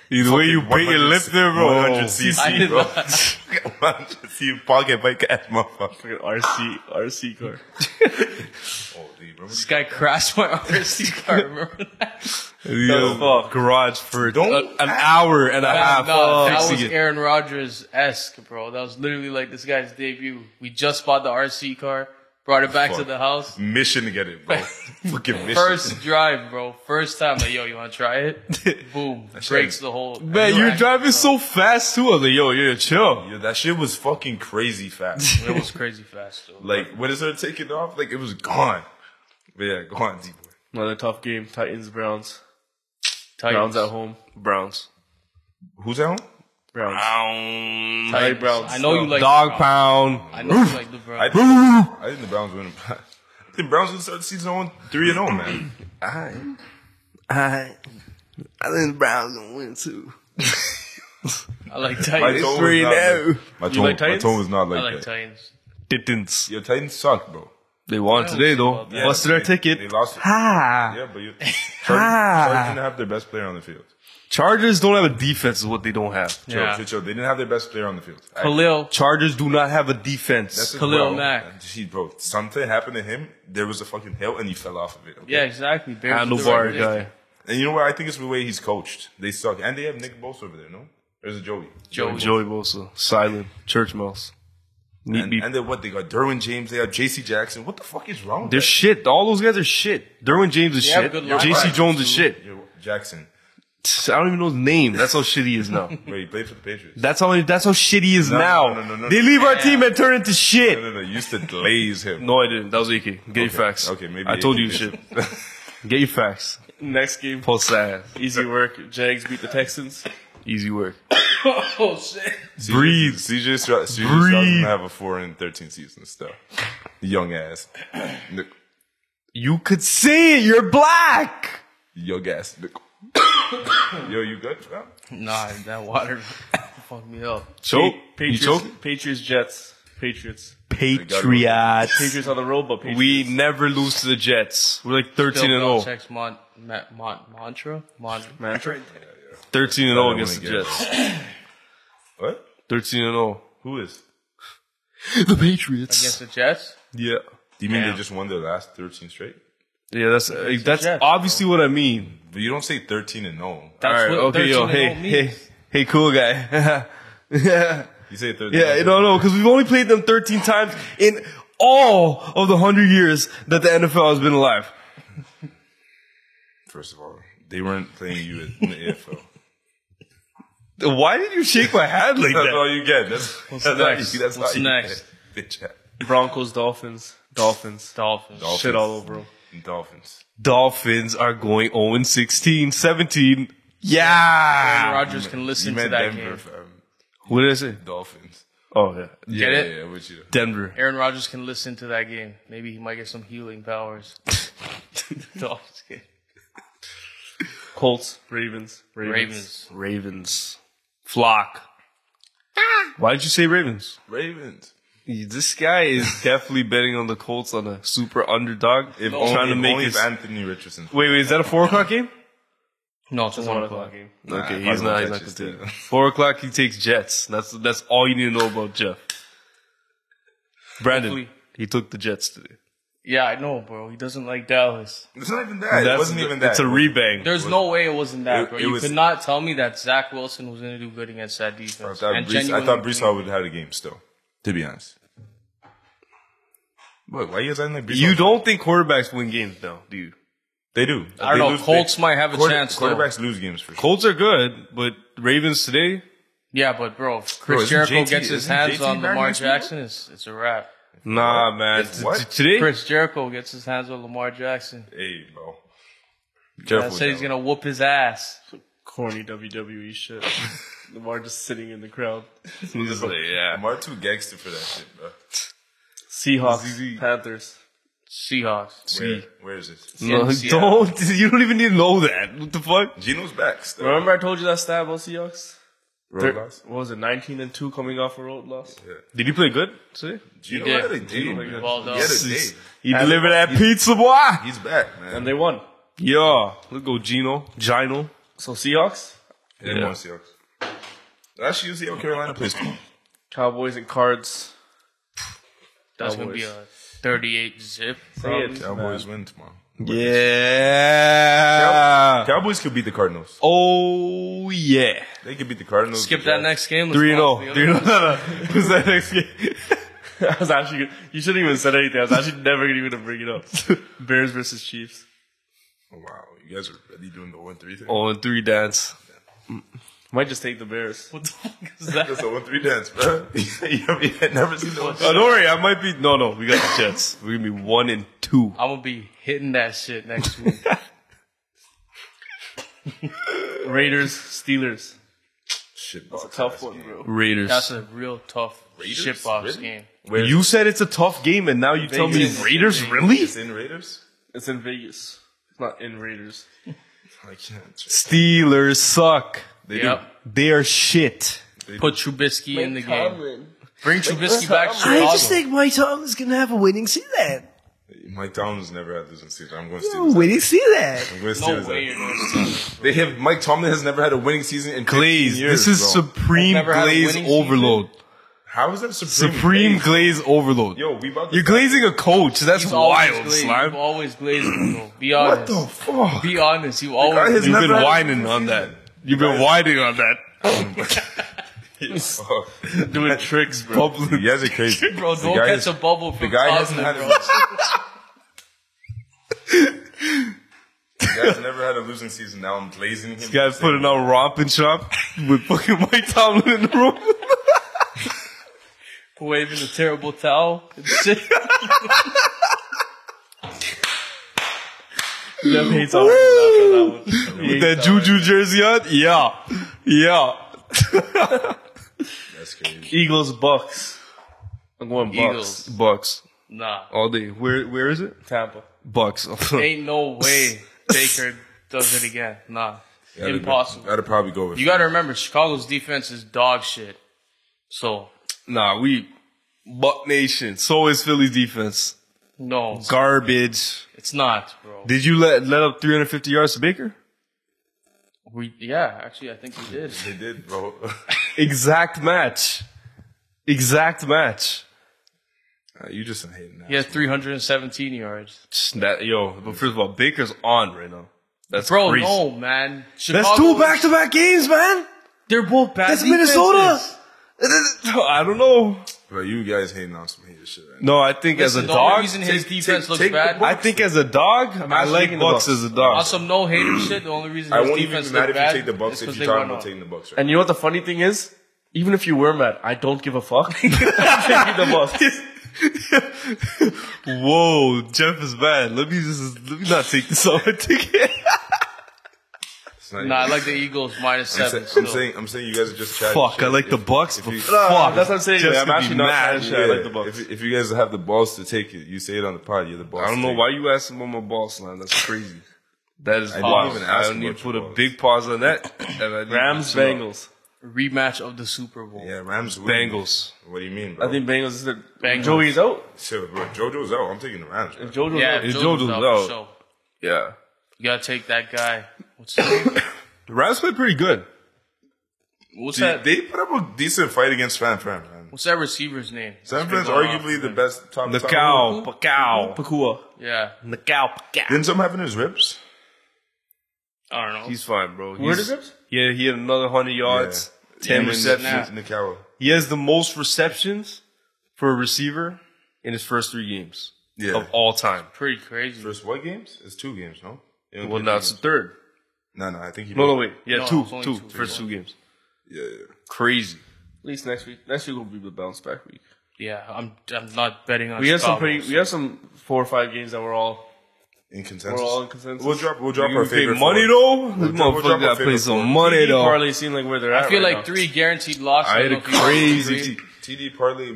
S4: The way you bring your lip there, bro.
S2: 100
S3: I
S2: cc,
S3: did
S2: bro.
S3: not.
S2: 100 cc pocket bike ass motherfucker.
S1: Fucking RC, RC car.
S2: Oh, dude, remember
S3: This guy crashed my RC car. Remember that?
S4: Yeah.
S2: fuck?
S4: Garage for
S2: Don't-
S4: a- an hour and a half.
S3: no, that
S4: fixing
S3: was
S4: Ah, it.
S3: Aaron Rodgers esque, bro. That was literally like this guy's debut. We just bought the RC car, brought it back to
S2: Fuck.
S3: the house.
S2: Mission to get it, bro. Fucking mission.
S3: First drive, bro. First time, like, yo, you want to try it? Boom, breaks the whole.
S4: Man, you're driving so fast too. I was like, yo, yo, chill.
S2: Yo, that shit was fucking crazy fast.
S3: It was crazy fast, though.
S2: like, when it started taking off, like, it was gone. But yeah, go on, D-Boy.
S1: Another tough game. Titans, Browns.
S3: Titans.
S1: Browns at home. Browns.
S2: Who's at home?
S1: Browns.
S3: Titans.
S4: Pound.
S1: like Browns.
S3: I know you like
S4: Dog
S3: the Browns.
S4: pound.
S3: I know you like the
S2: I
S3: Browns.
S2: think, I think the Browns win. I think Browns will start the season on 3 and 0, man.
S1: I, I think the Browns gonna win too.
S3: I like
S2: My
S3: Titans.
S2: tone was
S1: 3
S2: not
S4: oh.
S1: and
S2: like- My tone, my
S1: like Titans?
S2: tone was not
S3: I
S2: like,
S3: like
S2: that.
S3: Titans.
S4: Titans.
S2: Your Titans suck, bro.
S4: They won Ah. today though.
S3: about
S4: Yeah, Busted their
S2: they-
S4: ticket.
S2: They lost it.
S4: Ha!
S2: Yeah, but you, Chargers, Chargers didn't have their best player on the field.
S4: Chargers don't have a defense, is what they don't have.
S2: Chill,
S3: Yeah.
S2: chill, chill. They didn't have their best player on the field. I-
S3: Khalil.
S4: Chargers do not have a defense.
S2: that's just
S3: Khalil
S2: wrong.
S3: Mack.
S2: He, bro, something happened to him. There was a fucking hill, and he fell off of it. okay?
S3: Yeah, exactly. Bears did the right
S4: Handlebar
S3: thing.
S4: guy.
S2: And you know what? I think it's the way he's coached. They suck, and they have Nick Bosa over there. No, there's a Joey.
S3: Joey.
S4: Joey Bosa. Silent. Church mouse. Need
S2: And,
S4: be.
S2: and then what? They got Derwin James. They got J.C. Jackson. What the fuck is wrong?
S4: They're
S2: with
S4: shit. All those guys are shit. Derwin James is
S3: They have
S4: shit.
S3: good linebackers,
S4: JC Jones is shit.
S2: that? Yo, Jackson.
S4: I don't even know his name. That's how shitty he is now.
S2: Wait, he played for the Patriots.
S4: That's how that's how shitty he is
S2: No,
S4: now.
S2: no, no, no, no,
S4: they
S2: no.
S4: leave our team and turn into shit.
S2: No, no, no. You used to glaze him.
S4: No, I didn't. That was
S1: E
S4: AK. Get your facts.
S2: Okay, maybe
S4: I told
S2: AK
S4: you
S2: did.
S4: shit. Get your facts.
S1: Next game,
S4: Post ass.
S1: easy work. Jags beat the Texans.
S4: Easy work.
S3: Oh, shit.
S4: Breathe.
S2: CJ Stroud. CJ
S4: Breathe.
S2: Stroud's gonna have a four and thirteen season still. Young ass. Nick-
S4: You could see it. You're black.
S2: Young ass. Nick. Yo, you good? fam?
S3: Nah, that water fucked me up.
S4: Choke.
S1: Pa-
S4: You
S1: Patriots,
S4: choke.
S1: Patriots, Jets, Patriots.
S4: Patriot.
S1: Patriots on the road, but Patriots.
S4: We never lose to the Jets. We're like 13
S3: Bill
S4: and oh. 0.
S3: Belichick's mon- ma- mon- mantra? Mon-
S1: Mantra.
S4: 13 and 0
S2: don't
S4: against the
S2: wanna
S4: Jets.
S2: What?
S4: 13 and oh. 0.
S2: Who is?
S4: The Patriots.
S3: against the Jets?
S4: Yeah.
S2: Do you mean
S3: Yeah.
S2: they just won their last thirteen straight?
S4: Yeah, that's uh, that's
S3: Jets,
S4: obviously what I mean.
S2: But you don't say thirteen and oh. zero.
S4: All
S3: That's
S4: right.
S3: what
S4: Okay,
S3: 13
S4: yo.
S3: and
S4: Hey,
S3: 0 means.
S4: hey, hey, cool guy. yeah.
S2: You say thirteen.
S4: Yeah, no, no, because we've only played them 13 times in all of the 100 years that the NFL has been alive.
S2: First of all, they weren't playing you in the AFL.
S4: Why did you shake my hand like
S2: That's
S4: that?
S2: all you get. That's, What's that's
S3: next?
S2: All you, that's
S3: What's
S2: all you
S3: next?
S2: Get. Bitch ass.
S1: Broncos, Dolphins, Dolphins.
S3: Dolphins.
S2: Dolphins.
S1: Shit all over 'em.
S2: Dolphins.
S4: Dolphins are going 0 16, 17. Yeah.
S3: Rodgers can listen
S2: Ah, you
S3: to
S2: meant
S3: that
S2: Denver,
S3: game.
S2: fam.
S4: What did I say?
S2: Dolphins.
S4: Oh, yeah.
S3: Get
S2: yeah,
S3: it?
S2: Yeah, with you.
S4: Denver.
S3: Aaron Rodgers can listen to that game. Maybe he might get some healing powers. Dolphins. game.
S1: Colts, Ravens, Ravens.
S3: Ravens.
S4: Ravens. Flock. Ah! Why did you say Ravens?
S2: Ravens.
S4: This guy is definitely betting on the Colts on a super underdog. If
S2: Only,
S4: trying to make
S2: only
S4: his.
S2: if Anthony Richardson.
S4: Wait, wait, is that a four o'clock game?
S3: No, it's a one o'clock.
S1: game.
S2: Nah,
S4: Okay,
S2: probably
S4: he's not.
S2: won't
S4: He's not
S2: catch
S4: gonna
S2: his
S4: take
S2: team.
S4: it. Four o'clock. He takes Jets. That's that's all you need to know about Jeff. Brandon,
S3: Hopefully-
S4: he took the Jets today.
S3: Yeah, I know, bro. He doesn't like Dallas.
S2: It's not even that. it
S4: That's-
S2: wasn't even that.
S4: It's a rebang.
S3: There's no way it wasn't that,
S2: It-
S3: bro.
S2: it
S3: you
S2: was-
S3: could not tell me that Zach Wilson was going to do good against that
S2: I
S3: defense.
S2: thought,
S3: And
S2: Brees, I
S3: genuinely
S2: thought Brees Hall would have had a game still, to be honest. But why you guys acting like Brees
S4: You
S2: Hall-
S4: don't think quarterbacks win games now, do you?
S2: They do. They
S3: I don't know.
S2: lose-
S3: Colts
S2: they-
S3: might have a
S2: quarter-
S3: chance, though.
S2: Quarterbacks lose games for sure.
S4: Colts are good, but Ravens today.
S3: Yeah, but bro, if
S2: Bro,
S3: Chris
S2: isn't
S3: Jericho
S2: JT
S3: gets his
S2: isn't
S3: hands
S2: JT
S3: on
S2: back
S3: Lamar
S2: next week?
S3: Jackson, it's, it's a wrap.
S4: Nah, man.
S2: It's what?
S4: T- t- Today,
S3: Chris Jericho gets his hands on Lamar Jackson.
S2: Hey, bro.
S3: I
S2: Careful.
S3: said he's
S2: Jalen.
S3: gonna whoop his ass.
S1: Corny WWE shit. Lamar just sitting in the crowd.
S4: He's like, yeah.
S2: Lamar too gangster for that shit, bro.
S1: Seahawks, Panthers.
S3: Seahawks.
S2: Where, where is it?
S4: No,
S3: Seattle.
S4: don't. You don't even need to know that. What the fuck?
S2: Gino's back. Still.
S1: Remember I told you that stat about Seahawks?
S2: Road loss?
S1: What was it, 19 and 2 coming off a road loss?
S4: Did you play good? See?
S2: Gino
S3: did.
S2: had a day. man.
S3: Well done.
S2: He had a day.
S4: You deliver that pizza, boy.
S2: He's back, man.
S1: And they won.
S4: Yeah. Let's go, Gino. Gino.
S1: So Seahawks,
S2: They won Seahawks. That's usually how Carolina plays.
S1: Cowboys and Cards.
S3: That's gonna be a 38 zip. Probably.
S2: Cowboys win tomorrow.
S4: Yeah.
S2: Cowboys could beat the Cardinals.
S4: Oh, yeah. oh.
S2: They could beat the Cardinals.
S3: Skip
S2: the
S3: that
S2: Jags.
S3: next game. let's
S4: 3
S3: go
S4: 0.
S3: on
S2: oh.
S3: to
S4: 3
S3: the
S4: 0.
S3: other
S4: No,
S3: one.
S4: no. Who's that next game?
S1: I was actually gonna, you shouldn't even said anything. I was actually never even gonna bring it up. Bears versus Chiefs.
S2: Oh, wow, you guys are really doing the one three thing.
S4: On 3 dance.
S1: Might just take the Bears.
S3: What the fuck is that?
S2: That's a one three dance, bro. you have never seen the one.
S4: Oh, don't worry. I might be. No, no. We got the Jets. We're going to be 1 and 2.
S3: I'm gonna be hitting that shit next week.
S1: Raiders, Steelers.
S2: Shit, box
S1: Tough
S2: ass
S1: one,
S2: game.
S1: bro.
S4: Raiders.
S3: That's a real tough
S2: Raiders?
S3: shit box
S2: Really?
S3: game.
S2: Where's
S4: you said it's a tough game, and now you tell me
S1: Vegas.
S4: Raiders? Really?
S2: it's in Raiders?
S1: It's in Vegas. It's not in Raiders.
S2: I can't.
S4: Steelers suck.
S2: They
S3: Yep.
S4: They are shit.
S3: Put Trubisky in the game. Bring Trubisky back to Chicago.
S4: Mike Tomlin's gonna have a winning season.
S2: do. Mike Tomlin's never had this in season. I'm going to steal that.
S4: Winning season.
S2: I'm going to steal
S3: no way you're
S2: that.
S3: going to
S2: They have Mike Tomlin has never had a winning season in
S4: Glaze.
S2: 15 years,
S4: this is
S2: bro.
S4: supreme
S3: Never had a
S4: glaze
S3: winning
S4: overload.
S2: how is that supreme?
S4: Supreme
S2: Glaze?
S4: glaze overload.
S2: Yo, we about to
S4: You're glazing a coach. That's
S3: He's always
S4: wild,
S3: glazing. You've
S4: slime.
S3: always glazing. Bro. Be
S2: What
S3: honest.
S2: the fuck?
S3: Be honest. You
S2: guy
S3: always.
S2: has
S4: You've
S2: never
S4: been
S2: had a
S4: whining
S2: winning
S4: on that.
S2: season.
S4: You've been whining on that.
S2: Fuck.
S1: Doing tricks,
S2: You
S1: bro.
S4: Public.
S2: guys are crazy.
S3: Bro,
S2: The
S3: don't
S2: guy
S3: catch
S2: is-
S3: a bubble
S2: The
S3: from
S2: guy hasn't
S3: Cosmo,
S2: had a
S3: bro.
S2: The guy's never had a losing season. Now I'm blazing him.
S4: You guys putting on romping shop with fucking Mike Tomlin in the room.
S3: Waving a terrible towel and shit.
S1: Dev hates all after that one.
S4: with that Juju jersey on. Yeah. Yeah.
S2: That's crazy.
S1: Eagles, Bucks. I'm going Bucks.
S3: Eagles.
S4: Bucks.
S3: Nah.
S2: Oh.
S4: All day. Where where is it?
S1: Tampa.
S4: Bucks.
S3: Ain't no way Baker does it again. Nah. Impossible.
S2: I'd probably go with
S3: You gotta remember, Chicago's defense is dog shit. So,
S4: Nah, we Buck Nation. So is Philly's defense.
S3: no.
S4: Garbage.
S3: It's not, bro.
S4: Did you let let up 350 yards to Baker?
S3: We, yeah, actually, I think we did.
S2: They did, bro.
S4: Exact match. Exact match.
S2: Uh, you just a hating.
S3: He had 317 yards.
S4: Just That, yo, but first of all, Baker's on right now. That's
S3: Bro,
S4: crazy.
S3: no, man.
S4: That's two
S3: Chicago-
S4: back to back games, man.
S3: They're both bad.
S4: That's Minnesota. I don't know.
S2: Bro, you guys hating on some hater shit. Right now.
S4: No, I think as
S3: Listen,
S4: a
S3: the only
S4: dog,
S3: reason his
S2: take-
S3: defense
S2: take-
S3: looks
S2: take the
S3: bad.
S2: ball.
S4: I think as a dog, I like
S1: taking the
S4: Bucks
S1: Bucks.
S4: as a dog.
S3: On some no hater shit, the only reason
S2: I
S3: his
S2: won't even
S3: defense
S2: be
S3: looked
S2: mad if you
S3: bad
S2: take the Bucks
S3: is
S2: if
S3: 'cause
S2: you're
S3: they
S2: talking
S3: won
S2: about
S3: out.
S2: taking the Bucks. Right?
S1: And you know what the funny thing is? Even if you were mad, I don't give a fuck. I'm taking the Bucks.
S4: Whoa, Jeff is bad. Let me just let me not take this off my ticket.
S2: It's not
S3: Nah, I
S2: even-
S3: like the Eagles minus
S2: I'm,
S3: seven.
S2: sa- I'm
S3: still.
S2: saying, I'm saying, you guys are just chatting.
S4: Fuck,
S2: shit.
S4: I like the
S2: If-
S4: Bucks,
S2: if
S4: but
S2: you-
S4: fuck,
S1: that's what I'm saying.
S4: Jeff's
S1: I'm
S4: gonna
S1: actually
S4: be
S1: not
S4: mad.
S1: mad. I like the Bucks.
S2: If, if you guys have the balls to take it, you say it on the pod. You're the boss.
S4: I don't
S2: to
S4: know
S2: take
S4: why you asked him on my ball line. That's crazy. That is
S2: didn't
S4: wild.
S2: even
S4: I
S2: ask
S4: don't
S2: him
S4: need
S2: about
S4: to put
S2: your
S4: a
S2: balls.
S4: big pause on that. And I need
S1: Rams,
S4: to chill out.
S1: Bengals.
S3: rematch of the Super Bowl.
S2: it. Yeah, Rams. win.
S4: Bengals.
S2: What do you mean, bro?
S1: I think Bengals is the
S3: Bengals.
S1: Joey's out.
S2: Shit, bro. JoJo's out. I'm taking the Rams. Bro.
S1: Jojo's
S3: Yeah,
S1: out.
S4: It's
S3: Jojo's
S4: Jojo's
S3: out.
S4: out.
S3: So
S4: Yeah,
S3: you gotta take that guy. What's, his name?
S4: the Rams play pretty good.
S3: what's
S2: They,
S3: that?
S2: they put up a decent fight against San Fran, man.
S3: What's that receiver's name?
S2: San
S3: It's
S2: Fran's
S3: been going
S2: arguably
S3: off.
S2: the best top.
S4: The
S2: top-
S4: cow, pa cow,
S1: Pakua.
S3: Yeah,
S4: the cow, pa cow.
S2: Didn't something happen to his ribs?
S3: I don't know.
S4: He's fine, bro.
S1: Where
S4: He's-
S1: did it?
S4: Yeah, he had another hundred yards, ten
S2: Yeah,
S4: receptions.
S2: Nick Cowell.
S4: He has the most receptions for a receiver in his first three games
S2: Yeah.
S4: of all time.
S3: pretty crazy.
S2: Versus what games? It's two games, no? They don't
S4: Well,
S2: play
S4: now
S2: two
S4: it's the
S2: games.
S4: third.
S2: No, no, I think he.
S4: No, no,
S2: did.
S4: wait. Yeah,
S3: No,
S4: two,
S3: it's only
S4: two,
S3: two.
S4: first two games.
S2: Yeah, yeah.
S4: Crazy.
S1: At least next week. Next week will be the bounce back week.
S3: yeah, I'm. I'm not betting on.
S1: We have some
S3: Chicago,
S1: pretty. We have some four or five games that we're all
S2: In consensus.
S1: we're all in consensus.
S2: We'll drop. We'll drop
S4: You
S2: our
S4: pay
S2: favorite.
S4: money
S2: forward.
S4: though. This
S2: We'll drop- we'll drop
S4: motherfucker
S2: our
S4: got to pay
S2: favorite
S4: some
S2: forward.
S4: money
S1: TD
S4: though.
S1: parlay seem like where they're at.
S3: I feel
S1: right
S3: like
S1: now.
S3: three guaranteed losses.
S4: I had
S3: don't
S4: a
S3: know if you guys
S4: crazy
S3: agree.
S2: TD parlay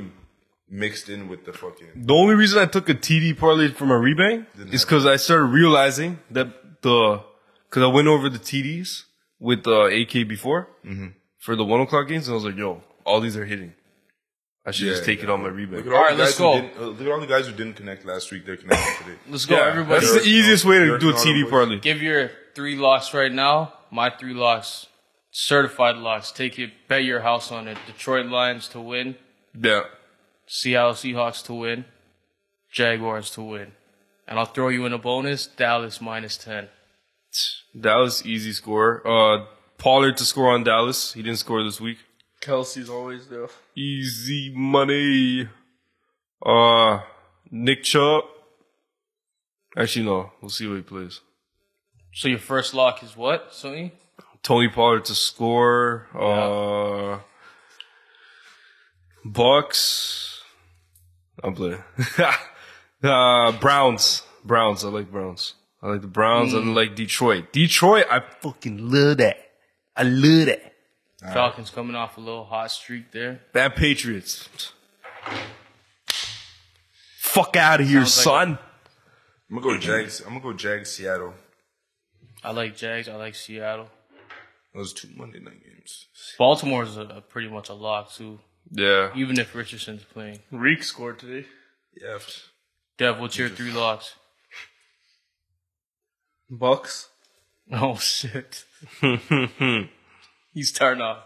S2: mixed in with the fucking.
S1: The only reason I took a TD parlay from a rebang is because I started realizing that the because I went over the TDs with uh, AK before for the one o'clock games, and I was like, "Yo, all these are hitting. I should just
S2: Yeah,
S1: take it on my
S2: Look
S1: rebang."
S2: at all,
S3: Alright,
S2: the guys
S3: let's
S2: who
S3: go.
S2: didn't- uh, look at all the guys who didn't connect last week. They're connecting today.
S3: Let's go, everybody.
S1: That's the
S2: Yours,
S1: easiest way to
S2: yours,
S1: do a
S2: yours,
S1: TD
S2: yours.
S1: parlay.
S3: Give your three locks right now. My three locks, certified locks. Take it, bet your house on it. Detroit Lions to win.
S1: Yeah,
S3: Seattle Seahawks to win. Jaguars to win. And I'll throw you in a bonus. Dallas minus ten.
S1: Dallas easy score. Uh, Pollard to score on Dallas. He didn't score this week.
S4: Kelsey's always there.
S1: Easy money. Uh, Nick Chubb. Actually, no. We'll see what he plays.
S3: So your first lock is what, Sonny?
S1: Tony Pollard to score. Uh, Bucks. I'm playing. uh, Browns. Browns. I like Browns. I like the Browns.
S4: Mm.
S1: I like Detroit. Detroit. I fucking love that. I love that.
S3: Falcons coming off a little hot streak there.
S1: Bad Patriots. Fuck out of here,
S3: Sounds like-
S1: son.
S2: I'm gonna go Jags. I'm gonna go Jags Seattle.
S3: I like Jags. I like Seattle.
S2: Those two Monday night games.
S3: Baltimore's a, a pretty much a lock too,
S1: yeah.
S3: even if Richardson's playing.
S4: Reek scored today.
S2: Yeah.
S3: Dev, what's your three locks?
S4: Bucks.
S3: Oh shit. He's turned off.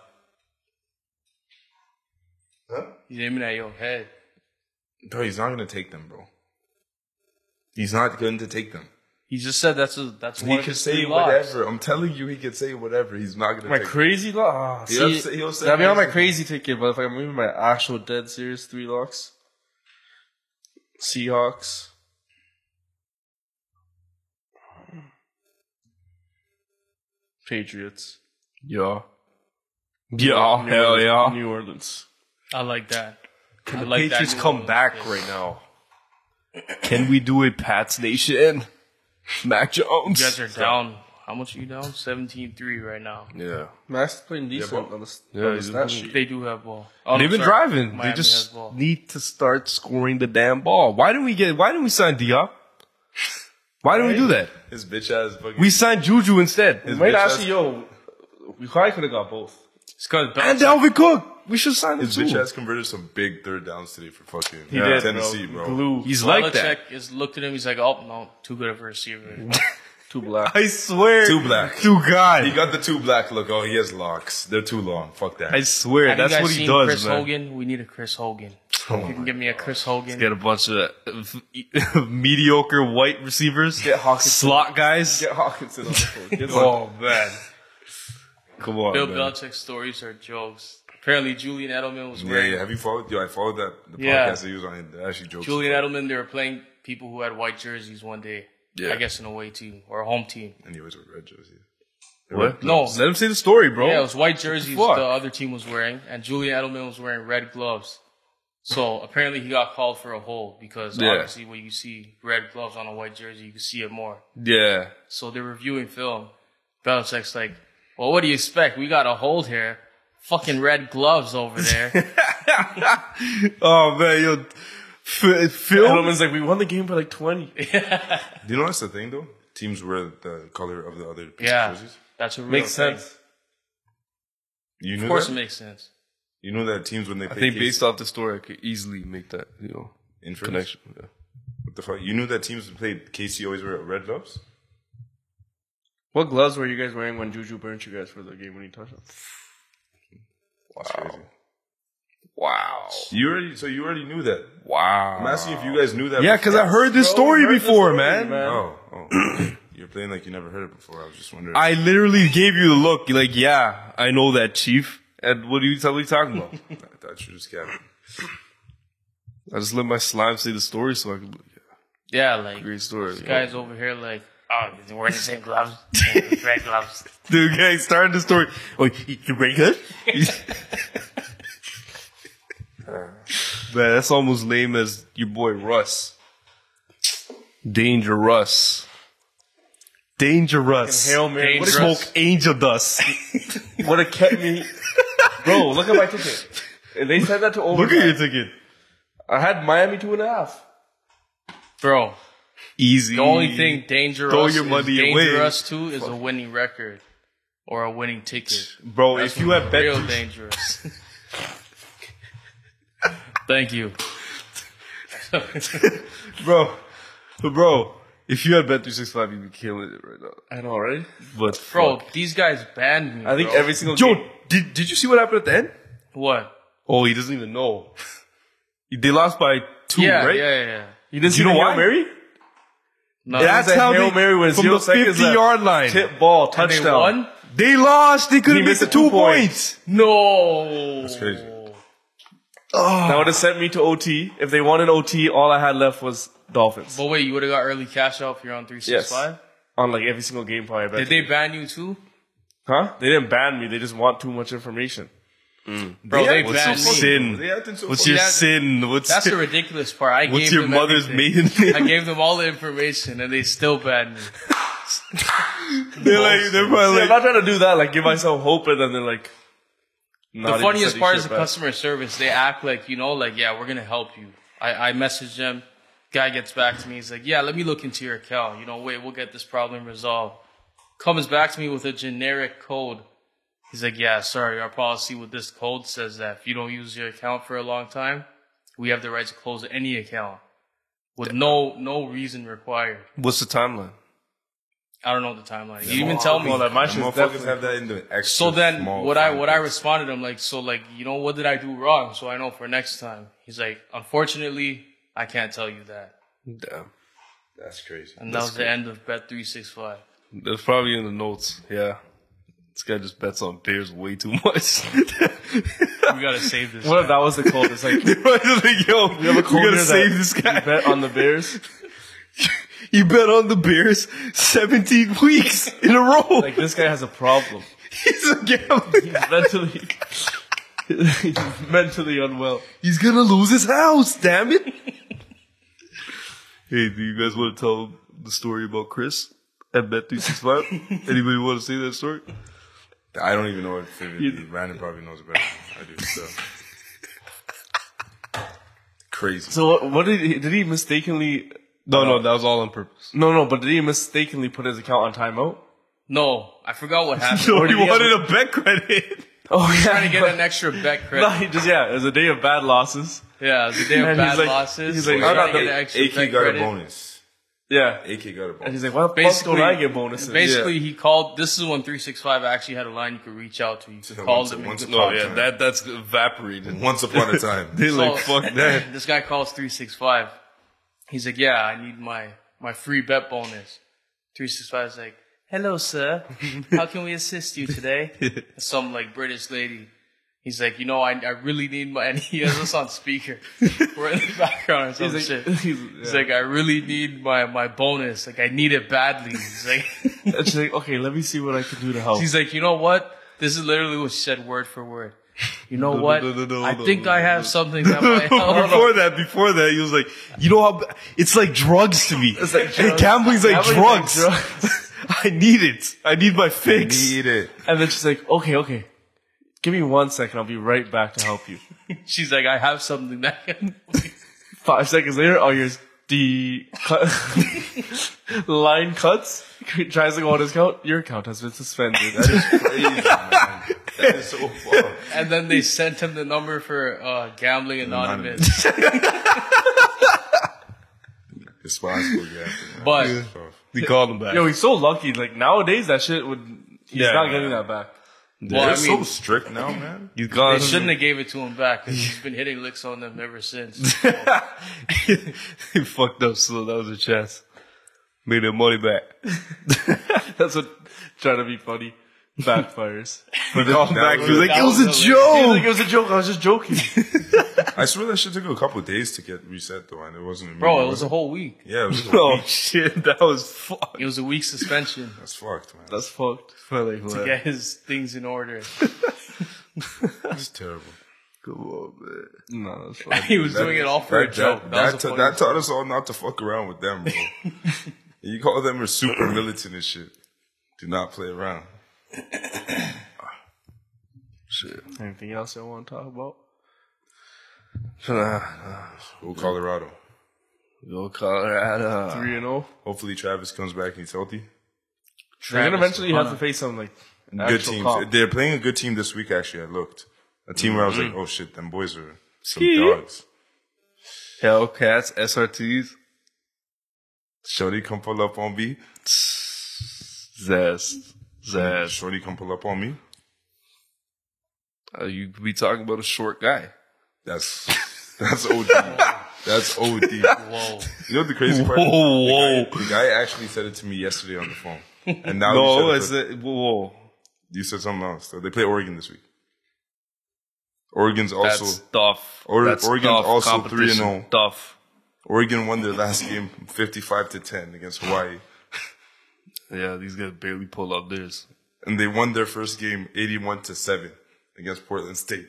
S2: Huh?
S3: He's aiming at your head.
S2: Bro, he's not gonna take them, bro. He's not going to take them.
S3: He just said that's a, that's one
S2: He
S3: of
S2: can
S3: his
S2: say
S3: three locks.
S2: whatever. I'm telling you, he can say whatever. He's not gonna
S4: My
S2: take.
S4: crazy lock.
S2: He'll
S4: See,
S2: say- he'll say
S4: that'd be on my
S2: crazy.
S4: crazy ticket, but if I'm moving my actual dead serious three locks, Seahawks. Patriots.
S1: Yeah. Yeah. Hell
S4: New-
S1: yeah.
S4: New Orleans.
S3: I like that.
S1: Can
S3: I
S1: the
S3: like that
S1: Patriots
S3: New
S1: come
S3: Orleans
S1: back
S3: pick.
S1: right now? Can we do it, Pats Nation? Mac Jones.
S3: You guys are down. How much are you down? 17-3 right now.
S1: yeah.
S4: Max is playing decent on the,
S1: Yeah,
S4: on the
S1: he's
S4: stat
S1: looking-
S4: sheet.
S3: They do have ball. Oh,
S1: They've
S3: I'm
S1: been
S3: sorry.
S1: driving.
S3: Miami
S1: they
S3: has
S1: just
S3: ball.
S1: need to start scoring the damn ball. Why didn't we get? Why didn't we sign Diop? Why didn't we do that?
S2: His bitch ass fucking.
S1: We signed Juju instead.
S2: his
S4: Wait,
S2: bitch ass-
S4: actually, yo, we probably could have got both.
S3: It's because
S1: And
S3: Belichick.
S1: Dalvin Cook. We should sign him
S2: His bitch
S1: too.
S2: ass converted some big third downs today for fucking
S4: He did,
S2: Tennessee, bro.
S4: Blue.
S1: He's like that.
S3: Belichick is looked at him. He's like, oh, no, too good of a receiver.
S4: Too black.
S1: I swear.
S2: Too black.
S1: To God.
S2: He got the two black look. Oh, he has locks. They're too long. Fuck that.
S1: I swear.
S3: Have
S1: that's
S3: you guys
S1: what he
S3: seen
S1: does,
S3: Chris
S1: man. Oh
S3: Hogan? We need a Chris Hogan. if you can give me a Chris Hogan.
S1: Get a bunch of uh, mediocre white receivers.
S4: Get Hawkinson.
S1: Slot guys.
S4: Get Hawkinson on the phone. Get
S1: Oh man. Come on.
S3: Bill
S1: man.
S3: Belichick's stories are jokes. Apparently, Julian Edelman was
S2: yeah,
S3: wearing.
S2: yeah. Have you followed? Yo, I followed that the
S3: Yeah.
S2: podcast that he was on. They're actually jokes.
S3: Julian Edelman, they were playing people who had white jerseys one day.
S1: Yeah.
S3: I guess an away team or a home team.
S2: And he was with red jerseys.
S1: What?
S3: No.
S1: Let him say the story, bro.
S4: Oh,
S3: Yeah, it was white jerseys the
S1: fuck?
S3: other team was wearing, and Julian Edelman was wearing red gloves. So apparently he got called for a hold because
S1: Yeah.
S3: obviously when you see red gloves on a white jersey, you can see it more.
S1: yeah.
S3: So they're reviewing film. Belichick's like, well, what do you expect? We got a hold here. Fucking red gloves over there.
S1: Oh man, yo. F- Phil.
S4: Edelman's like, we won the game by like 20.
S2: Do you know that's the thing though? Teams wear the color of the other people's
S3: yeah.
S2: jerseys.
S3: That's a real
S4: Makes
S3: thing.
S4: sense.
S2: You knew
S3: Of course
S2: that.
S3: it makes sense.
S2: You know that teams when they
S1: I
S2: play
S1: think
S2: Casey-
S1: based off the story, I could easily make that you know
S2: inference?
S1: connection. Yeah.
S2: What the fuck? You knew that teams that played KC always wear red gloves.
S4: What gloves were you guys wearing when Juju burnt you guys for the game when he touched him?
S2: That's crazy.
S1: Wow.
S2: You already so you already knew that. I'm
S1: Wow.
S2: asking if you guys knew that.
S1: Yeah,
S2: before.
S1: because I heard this story before, man.
S2: Oh, oh. You're playing like you never heard it before. I was just wondering.
S1: I literally gave you the look, you're like, yeah, I know that, chief. And what are you, what are you talking about?
S2: I thought you were just capping.
S1: I just let my slime say the story so I can.
S3: Yeah, like
S1: Great story.
S3: This guy's over here like, oh, they're wearing the same gloves, red gloves.
S1: Dude, guy started the story. Oh, you you break good? Man, that's almost lame as your boy Russ. Danger Russ. Danger Russ.
S4: Hail Mary.
S1: What
S4: What
S1: a
S4: a-
S1: Smoke angel dust.
S4: Would have kept me. Bro, look at my ticket. If they said that to
S1: Look at
S4: overtime,
S1: your ticket.
S4: I had Miami two and a half.
S3: Bro,
S1: Easy.
S3: the only thing dangerous,
S1: Throw your
S3: is-
S1: money away.
S3: dangerous too is a winning record or a winning ticket.
S1: bro, if you have bet,
S3: Real dangerous. Thank you.
S1: bro, bro, if you had bet three six five, you'd be killing it right now.
S4: I know, right?
S1: But
S3: Bro,
S1: fuck.
S3: these guys banned me.
S4: I think
S3: bro.
S4: every single
S1: Joe,
S4: game-
S1: did did you see what happened at the end?
S3: What?
S1: Oh, he doesn't even know. They lost by two,
S3: Yeah,
S1: right?
S3: yeah, yeah.
S4: You didn't
S1: you
S4: see
S1: know
S4: the Hail
S1: why?
S4: Mary?
S3: No,
S1: That's
S4: was a
S1: how
S4: Hail
S1: they
S4: Mary with
S1: from
S4: zero
S1: the
S4: seconds left.
S1: fifty-yard line.
S4: Tip ball,
S3: they
S4: touchdown.
S3: won?
S1: They lost. They couldn't
S4: He
S1: make
S4: missed
S1: the
S4: the
S1: two
S4: two points.
S1: points.
S3: No.
S2: That's crazy.
S3: Ah.
S4: That would have sent me to OT. If they won in OT, all I had left was Dolphins.
S3: But Oh, wait, you would have got early cash out if you're on 365?
S4: On like every single game probably. I bet.
S3: Did they ban you too?
S4: Huh? They didn't ban me. They just want too much information.
S3: Bro, they
S1: What's your
S3: banned me.
S1: sin?
S2: They acting so
S1: What's
S2: fucking-
S1: your
S3: Yeah,
S1: sin? What's
S3: That's the ridiculous part. I
S1: what's
S3: gave
S1: your
S3: them
S1: mother's
S3: everything.
S1: maiden
S3: I
S1: name?
S3: gave them all the information and they still banned me.
S1: They're like, they're
S4: See,
S1: probably
S4: I'm
S1: like,
S4: not trying to do that. Like give myself hope, and then they're like.
S3: The funniest part is the customer service. They act like, you know, like, yeah, we're going to help you. I, I messaged them. Guy gets back to me. He's like, yeah, let me look into your account. You know, wait, we'll get this problem resolved. Comes back to me with a generic code. He's like, yeah, sorry, our policy with this code says that if you don't use your account for a long time, we have the right to close any account with no no reason required.
S1: what's the timeline?
S3: I don't know the timeline. He didn't even tell me.
S4: Well, that my
S2: The
S4: shit's
S2: motherfuckers
S4: definitely-
S2: have that in the extra.
S3: So then,
S2: small
S3: what I
S2: fine
S3: what I
S2: print.
S3: responded him like, so like, you know, what did I do wrong? So I know for next time. He's like, unfortunately, I can't tell you that.
S1: Damn,
S2: That's crazy.
S3: And that was the end of Bet three six five.
S1: that's probably in the notes. Yeah, this guy just bets on bears way too much.
S3: We gotta save this.
S4: What if that was the cold? It's like
S1: they're probably just like, yo, we,
S4: have a cold
S1: gotta
S4: here
S1: save
S4: that-
S1: this
S4: you
S1: guy.
S4: bet on the Bears.
S1: He bet on the bears seventeen weeks in a row.
S4: Like this guy has a problem.
S1: he's a gambler.
S4: He's mentally, he's mentally unwell.
S1: He's gonna lose his house. Damn it. hey, do you guys want to tell the story about Chris at Bet three six five? Anybody want to say that story?
S2: I don't even know if it, it, Brandon probably knows better. than I do. So crazy.
S4: So what, what did he, did he mistakenly?
S1: No, no, that was all on purpose.
S4: No, no, but did he mistakenly put his account on timeout?
S3: No, I forgot what happened.
S1: No,
S4: Or
S1: he
S4: did he
S1: wanted a bet credit.
S4: Oh yeah,
S3: Trying to get an extra bet
S4: No,
S3: credit.
S4: he just yeah. It was a day of bad losses.
S3: Yeah, it was a day of
S4: And
S3: bad
S4: he's like-
S3: losses.
S4: he's like,
S3: We're
S4: I
S3: trying
S4: got
S3: to
S4: the
S3: get an extra
S2: AK
S3: bet
S2: got a
S3: credit.
S2: bonus.
S4: Yeah,
S2: AK got a
S4: and
S2: bonus.
S4: he's like, "Why the fuck
S3: Basically,
S4: don't I get bonuses?"
S3: basically he called. This is when three six five actually had a line you could reach out to. You could
S2: Yeah,
S3: call
S2: once-
S3: them. and
S2: once
S3: you could
S2: upon
S3: talk
S2: a
S3: to
S2: time.
S1: Yeah, that that's evaporated.
S2: Once upon a time.
S1: They like
S3: So-
S1: fuck that.
S3: This guy calls three six five. He's like, "Yeah, I need my my free bet bonus." Three six five is like, "Hello, sir. How can we assist you today?" Some like British lady. He's like, "You know, I I really need my." And he has us on speaker. We're in the background or some
S4: he's
S3: shit.
S4: like,
S3: He's
S4: he's, yeah.
S3: like, "I really need my my bonus. Like, I need it badly." He's like.
S4: And she's like, "Okay, let me see what I can do to help."
S3: She's like, you know what? This is literally what she said word for word. You know what?
S1: no, no, no,
S3: I
S1: no,
S3: think
S1: no,
S3: I
S1: no,
S3: have something that might help.
S1: before that, before that, he was like, you know how it's like drugs to me. It's
S4: like drugs.
S1: Gambling's like
S4: Gambling's like
S1: drugs. I need it. I need my fix.
S2: Need it.
S4: and then she's like, "Okay, okay, give me one second. I'll be right back to help you."
S3: She's like, I have something that can.
S4: Five seconds later, all your the cut- line cuts. He tries to go on his count. Your account has been suspended.
S2: That is crazy, man. That is so far.
S3: And then they sent him the number for uh, gambling anonymous.
S2: Responsible gambling.
S3: But
S1: They called him back.
S4: Yo, he's so lucky. Like nowadays, that shit would. He's
S1: Yeah,
S4: not
S1: yeah,
S4: getting
S1: yeah.
S4: that back.
S3: well,
S2: They're
S3: I
S2: so
S3: mean,
S2: strict now, man.
S1: He's gone.
S3: they shouldn't have gave it to him back. 'cause He's been hitting licks on them ever since.
S1: he fucked up, so that was a chance. Made their money back.
S4: That's what trying to be funny backfires.
S1: He called him
S2: that
S1: back.
S2: was-
S1: He was like,
S3: that
S1: it was
S3: was
S1: a
S3: hilarious.
S4: He's like,
S1: joke.
S4: it was a joke. I was just joking.
S2: I swear that shit took a couple of days to get reset though, and it wasn't.
S3: Bro,
S2: immediate,
S3: it was a whole week.
S2: Yeah, it was. a
S1: Oh
S2: week.
S1: shit, that was fucked.
S3: It was a week suspension
S2: That's fucked, man.
S4: That's fucked.
S3: to get his things in order.
S2: That's terrible.
S1: Come on, man.
S4: No, that's fucked.
S3: He was doing it all for a
S2: that,
S3: joke.
S2: That, that
S3: That, was
S2: ta-
S3: a funny
S2: that taught us all not to fuck around with them, bro. you call them a super militant and shit. Do not play around.
S1: Shit.
S4: Anything else I want to talk about?
S2: Go Colorado.
S1: Go Colorado.
S4: Three and zero.
S2: Hopefully Travis comes back and he's healthy.
S4: They're gonna
S3: Travis
S4: eventually have
S3: Kelce.
S4: to face some like
S2: good
S4: actual
S2: teams.
S4: comp.
S2: They're playing a good team this week. Actually, I looked a team where I was like, oh shit, them boys are some dogs.
S1: Hellcats, SRTs,
S2: Shorty come pull up on me.
S1: Zest. Zest.
S2: Shorty come pull up on me.
S1: Uh, you be talking about a short guy.
S2: That's that's OD. that's OD. You
S3: Whoa.
S2: know what the crazy part?
S1: Whoa,
S2: The guy actually said it to me yesterday on the phone, and now
S1: No,
S2: you,
S1: it's
S2: said it,
S1: a, whoa.
S2: you said something else. So they play Oregon this week. Oregon's also
S1: That's tough.
S2: Or-
S1: That's
S2: Oregon's
S1: tough.
S2: also
S1: Competition,
S2: 3-0.
S1: Tough.
S2: Oregon won their last game, fifty-five to ten against Hawaii,
S1: Yeah, these guys barely pull up theirs.
S2: and they won their first game, eighty-one to seven against Portland State,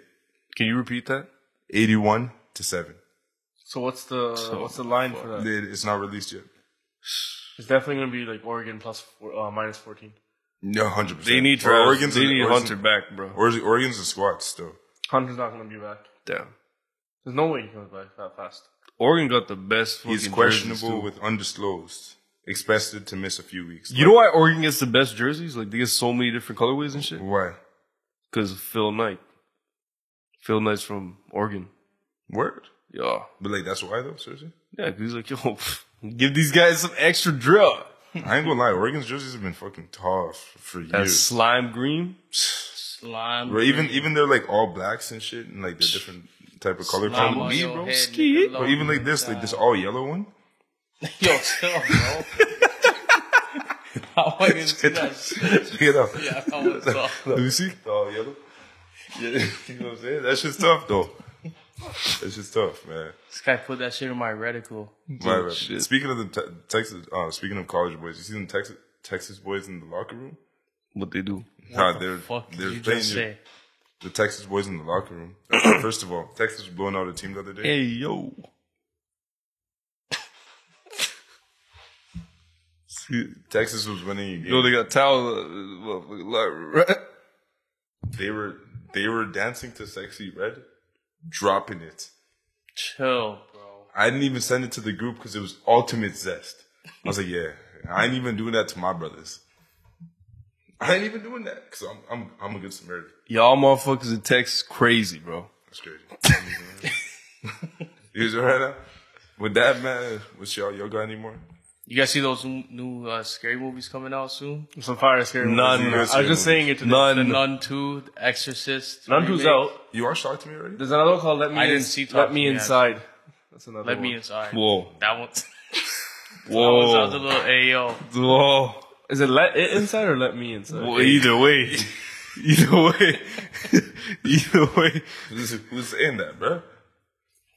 S1: Can you repeat that?
S2: eighty-one to seven.
S4: So what's the what's the line for that?
S2: It- It's not released yet.
S4: It's definitely gonna be like Oregon plus four, uh, minus fourteen.
S2: No, hundred percent.
S1: They need Travis. they need Hunter back, bro.
S2: Oregon's a squad still.
S4: Hunter's not gonna be back.
S1: Damn.
S4: There's no way he comes back that fast.
S1: Oregon got the best. Fucking
S2: He's
S1: jerseys,
S2: questionable
S1: too.
S2: with undisclosed, expected to miss a few weeks.
S1: You know why Oregon gets the best jerseys? Like they get so many different colorways and shit.
S2: Why?
S1: Because Phil Knight. Phil Knight's from Oregon.
S2: Word.
S1: Yeah.
S2: But like that's why though, seriously.
S1: Yeah, 'cause he's like, yo, give these guys some extra drill.
S2: I ain't gonna lie, Oregon's jerseys have been fucking tough for
S1: That
S2: years.
S1: slime green.
S3: Slime.
S2: Bro, even even they're like all blacks and shit, and like they're different type of color
S3: Slime on
S2: combos.
S3: your
S1: bro.
S3: head,
S1: Ski.
S3: nigga.
S2: Or even like this, like this all yellow one.
S3: Yo, chill, bro. I wasn't see that shit.
S2: Check it out.
S3: Yeah, I was off.
S2: Do you see? The all yellow. Yeah, you know what I'm saying? That shit's tough though. That shit's tough, man.
S3: This guy put that shit in my reticle.
S2: Right, right.
S1: shit.
S2: Speaking of the te- Texas, uh, speaking of college boys, you see them Texas Texas boys in the locker room?
S1: What they do?
S2: Nah, they're
S3: Fuck did
S2: they're
S3: you
S2: playing
S3: just
S2: your-
S3: say?
S2: the Texas boys in the locker room. First of all, Texas was blowing out a team the other day.
S1: Hey yo.
S2: Texas was winning a game.
S1: Yo, they got towel. uh, motherfucking lot- right?
S2: they were they were dancing to "Sexy Red," dropping it.
S3: Chill, bro.
S2: I didn't even send it to the group because it was ultimate zest. I was like, yeah, I ain't even doing that to my brothers. I ain't even doing that because I'm I'm I'm a good Samaritan.
S1: Y'all motherfuckers in Texas crazy, bro.
S2: That's crazy. you guys alright now? With that man, what's y'all y'all got anymore?
S3: You guys see those n- new uh, scary movies coming out soon?
S4: Some fire scary. movies.
S1: None.
S4: I was just saying it. Today.
S3: The
S1: None.
S3: Nun 2, The Exorcist.
S4: None who's
S3: remake.
S4: out.
S2: You are shocked to me already.
S4: There's another called Let Me.
S3: I
S4: In-
S3: didn't see
S4: Let
S3: Top
S4: Me
S3: Gun.
S4: Inside. That's another.
S3: Let
S4: one.
S3: me inside.
S1: Whoa.
S3: That one. That was, that was a
S1: Whoa.
S3: little Ayo.
S1: Whoa.
S4: Is it Let It Inside or Let Me Inside?
S1: Well, either way. Either way. either way.
S2: Who's, who's saying that, bro?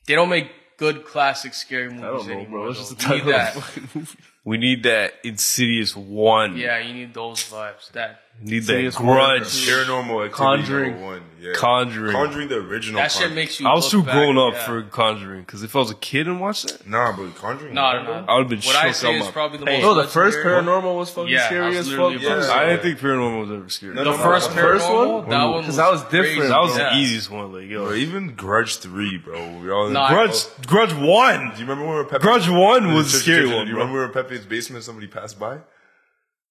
S3: They don't make good classic scary movies
S4: I don't know,
S3: anymore.
S4: bro. It's
S3: though.
S4: just a
S3: You need
S4: title of
S3: that.
S4: the fucking movie.
S1: We need that insidious one.
S3: Yeah, you need those vibes. That
S1: Need that
S4: Insidious
S1: grudge.
S2: Paranormal Activity
S4: Conjuring.
S2: number one. Yeah.
S1: Conjuring.
S2: Conjuring the original.
S3: that shit
S2: Conjuring.
S3: makes you.
S1: I was
S3: look
S1: too
S3: back,
S1: grown up
S3: yeah.
S1: for Conjuring because if I was a kid and watched that,
S2: Nah, but Conjuring.
S3: No,
S2: one,
S3: no, no.
S2: bro.
S1: I would've been
S3: What I
S1: shook
S3: say
S1: on
S3: is
S1: my
S3: probably the most.
S4: No, the first
S3: legendary-
S4: paranormal was fucking
S3: Yeah, I
S4: scary
S3: was
S4: as fuck.
S3: literally
S2: Yeah.
S3: about to say
S1: I didn't think Paranormal was ever scary.
S2: No,
S3: The
S2: no,
S3: first
S2: no.
S4: First
S3: paranormal,
S4: one?
S3: that one
S4: 'Cause that was different.
S3: crazy.
S1: That was the
S3: Yeah.
S1: easiest one. Like yo,
S2: Bro, even Grudge Three, bro. We all
S3: Nah,
S1: Grudge, Grudge One.
S2: Do you remember when we were Pepe?
S1: Grudge One was a
S2: Church
S1: scary
S2: Kitchen?
S1: one,
S2: Do you remember
S1: bro.
S2: when we were in Pepe's basement? and Somebody passed by.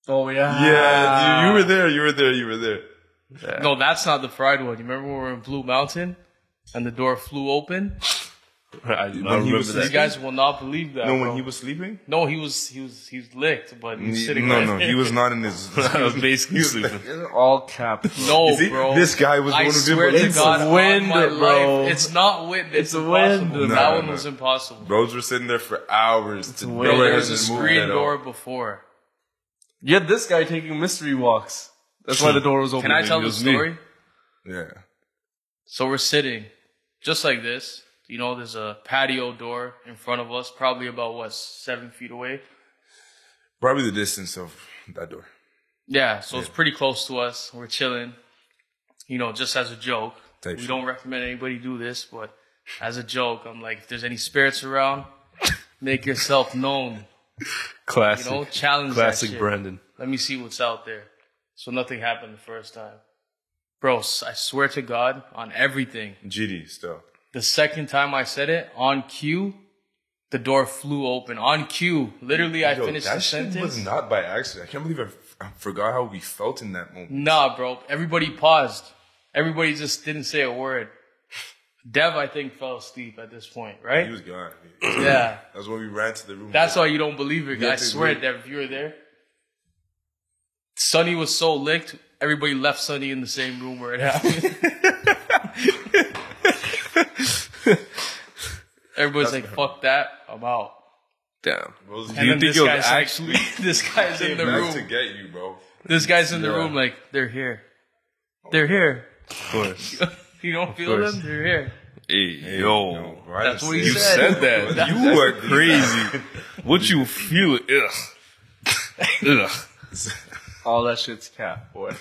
S4: Oh yeah.
S2: Yeah, you, you were there. You were there. You were there.
S3: No, that's not the fried one. You remember when we were in Blue Mountain and the door flew open?
S1: I, I
S2: he
S1: remember
S2: was
S1: that.
S3: You guys will not believe that.
S2: No,
S3: bro.
S2: when he was sleeping.
S3: no, he was he was he's licked, but he's sitting.
S2: no,
S3: right
S2: no,
S3: there.
S2: he was not in his.
S1: I was basically sleeping.
S4: All capped.
S3: No,
S2: See,
S3: bro.
S2: this guy was the
S3: I
S2: one who did
S3: swear
S2: what
S3: to
S2: he
S3: God,
S4: said.
S3: on
S4: Wind,
S3: my
S4: bro.
S3: life, it's not wind. It's,
S4: It's
S3: impossible.
S4: wind,
S3: That
S2: bro.
S3: one was impossible. Bro,
S2: Bros were sitting there for hours. To
S4: Bro,
S2: no one
S3: there was a
S2: hasn't moved
S3: screen
S2: at all.
S3: door before.
S4: You had this guy taking mystery walks. That's why the door was open.
S3: Can I tell
S1: it
S3: the
S1: was me.
S3: story?
S2: Yeah.
S3: So we're sitting just like this. You know, there's a patio door in front of us, probably about what seven feet away.
S2: Probably the distance of that door.
S3: Yeah, so it's pretty close to us. We're chilling. You know, just as a joke.
S2: Type
S3: we
S2: shit.
S3: don't recommend anybody do this, but as a joke, I'm like, if there's any spirits around, make yourself known. You
S1: Classic,
S3: know, challenge that
S1: classic
S3: shit.
S1: Brandon.
S3: Let me see what's out there. So nothing happened the first time. Bro, s- I swear to God on everything.
S2: GD still.
S3: The second time I said it on cue, the door flew open on cue. Literally, I
S2: Yo,
S3: finished
S2: that
S3: the
S2: shit
S3: sentence.
S2: was not by accident. I can't believe I, f- I forgot how we felt in that moment.
S3: Nah, bro. Everybody paused. Everybody just didn't say a word. Dev, I think, fell asleep at this point,
S2: He
S3: right?
S2: was gone.
S3: Yeah.
S2: That's when we ran to the room.
S3: That's why you don't believe it.
S2: Yeah,
S3: I
S2: dude,
S3: swear,
S2: we-
S3: Dev, if you were there, Sonny was so licked, everybody left Sonny in the same room where it happened. Everybody's like, fuck that, I'm out.
S1: Damn.
S2: Bro,
S1: Do you
S3: then
S1: think
S3: this
S1: you'll
S3: guy's like-
S1: actually?
S3: This guy's in
S2: came
S3: the
S2: back
S3: room.
S2: to get you, bro.
S3: This guy's in the
S2: Yeah.
S3: room, like, they're here. They're here.
S1: Of course.
S3: You don't feel
S1: course.
S3: them? They're here.
S1: Hey,
S2: No,
S1: yo.
S2: bro, I
S3: That's
S2: just
S3: what he
S1: You said that. You are crazy. What you feel? Ugh. Ugh.
S4: All that shit's cap, boy.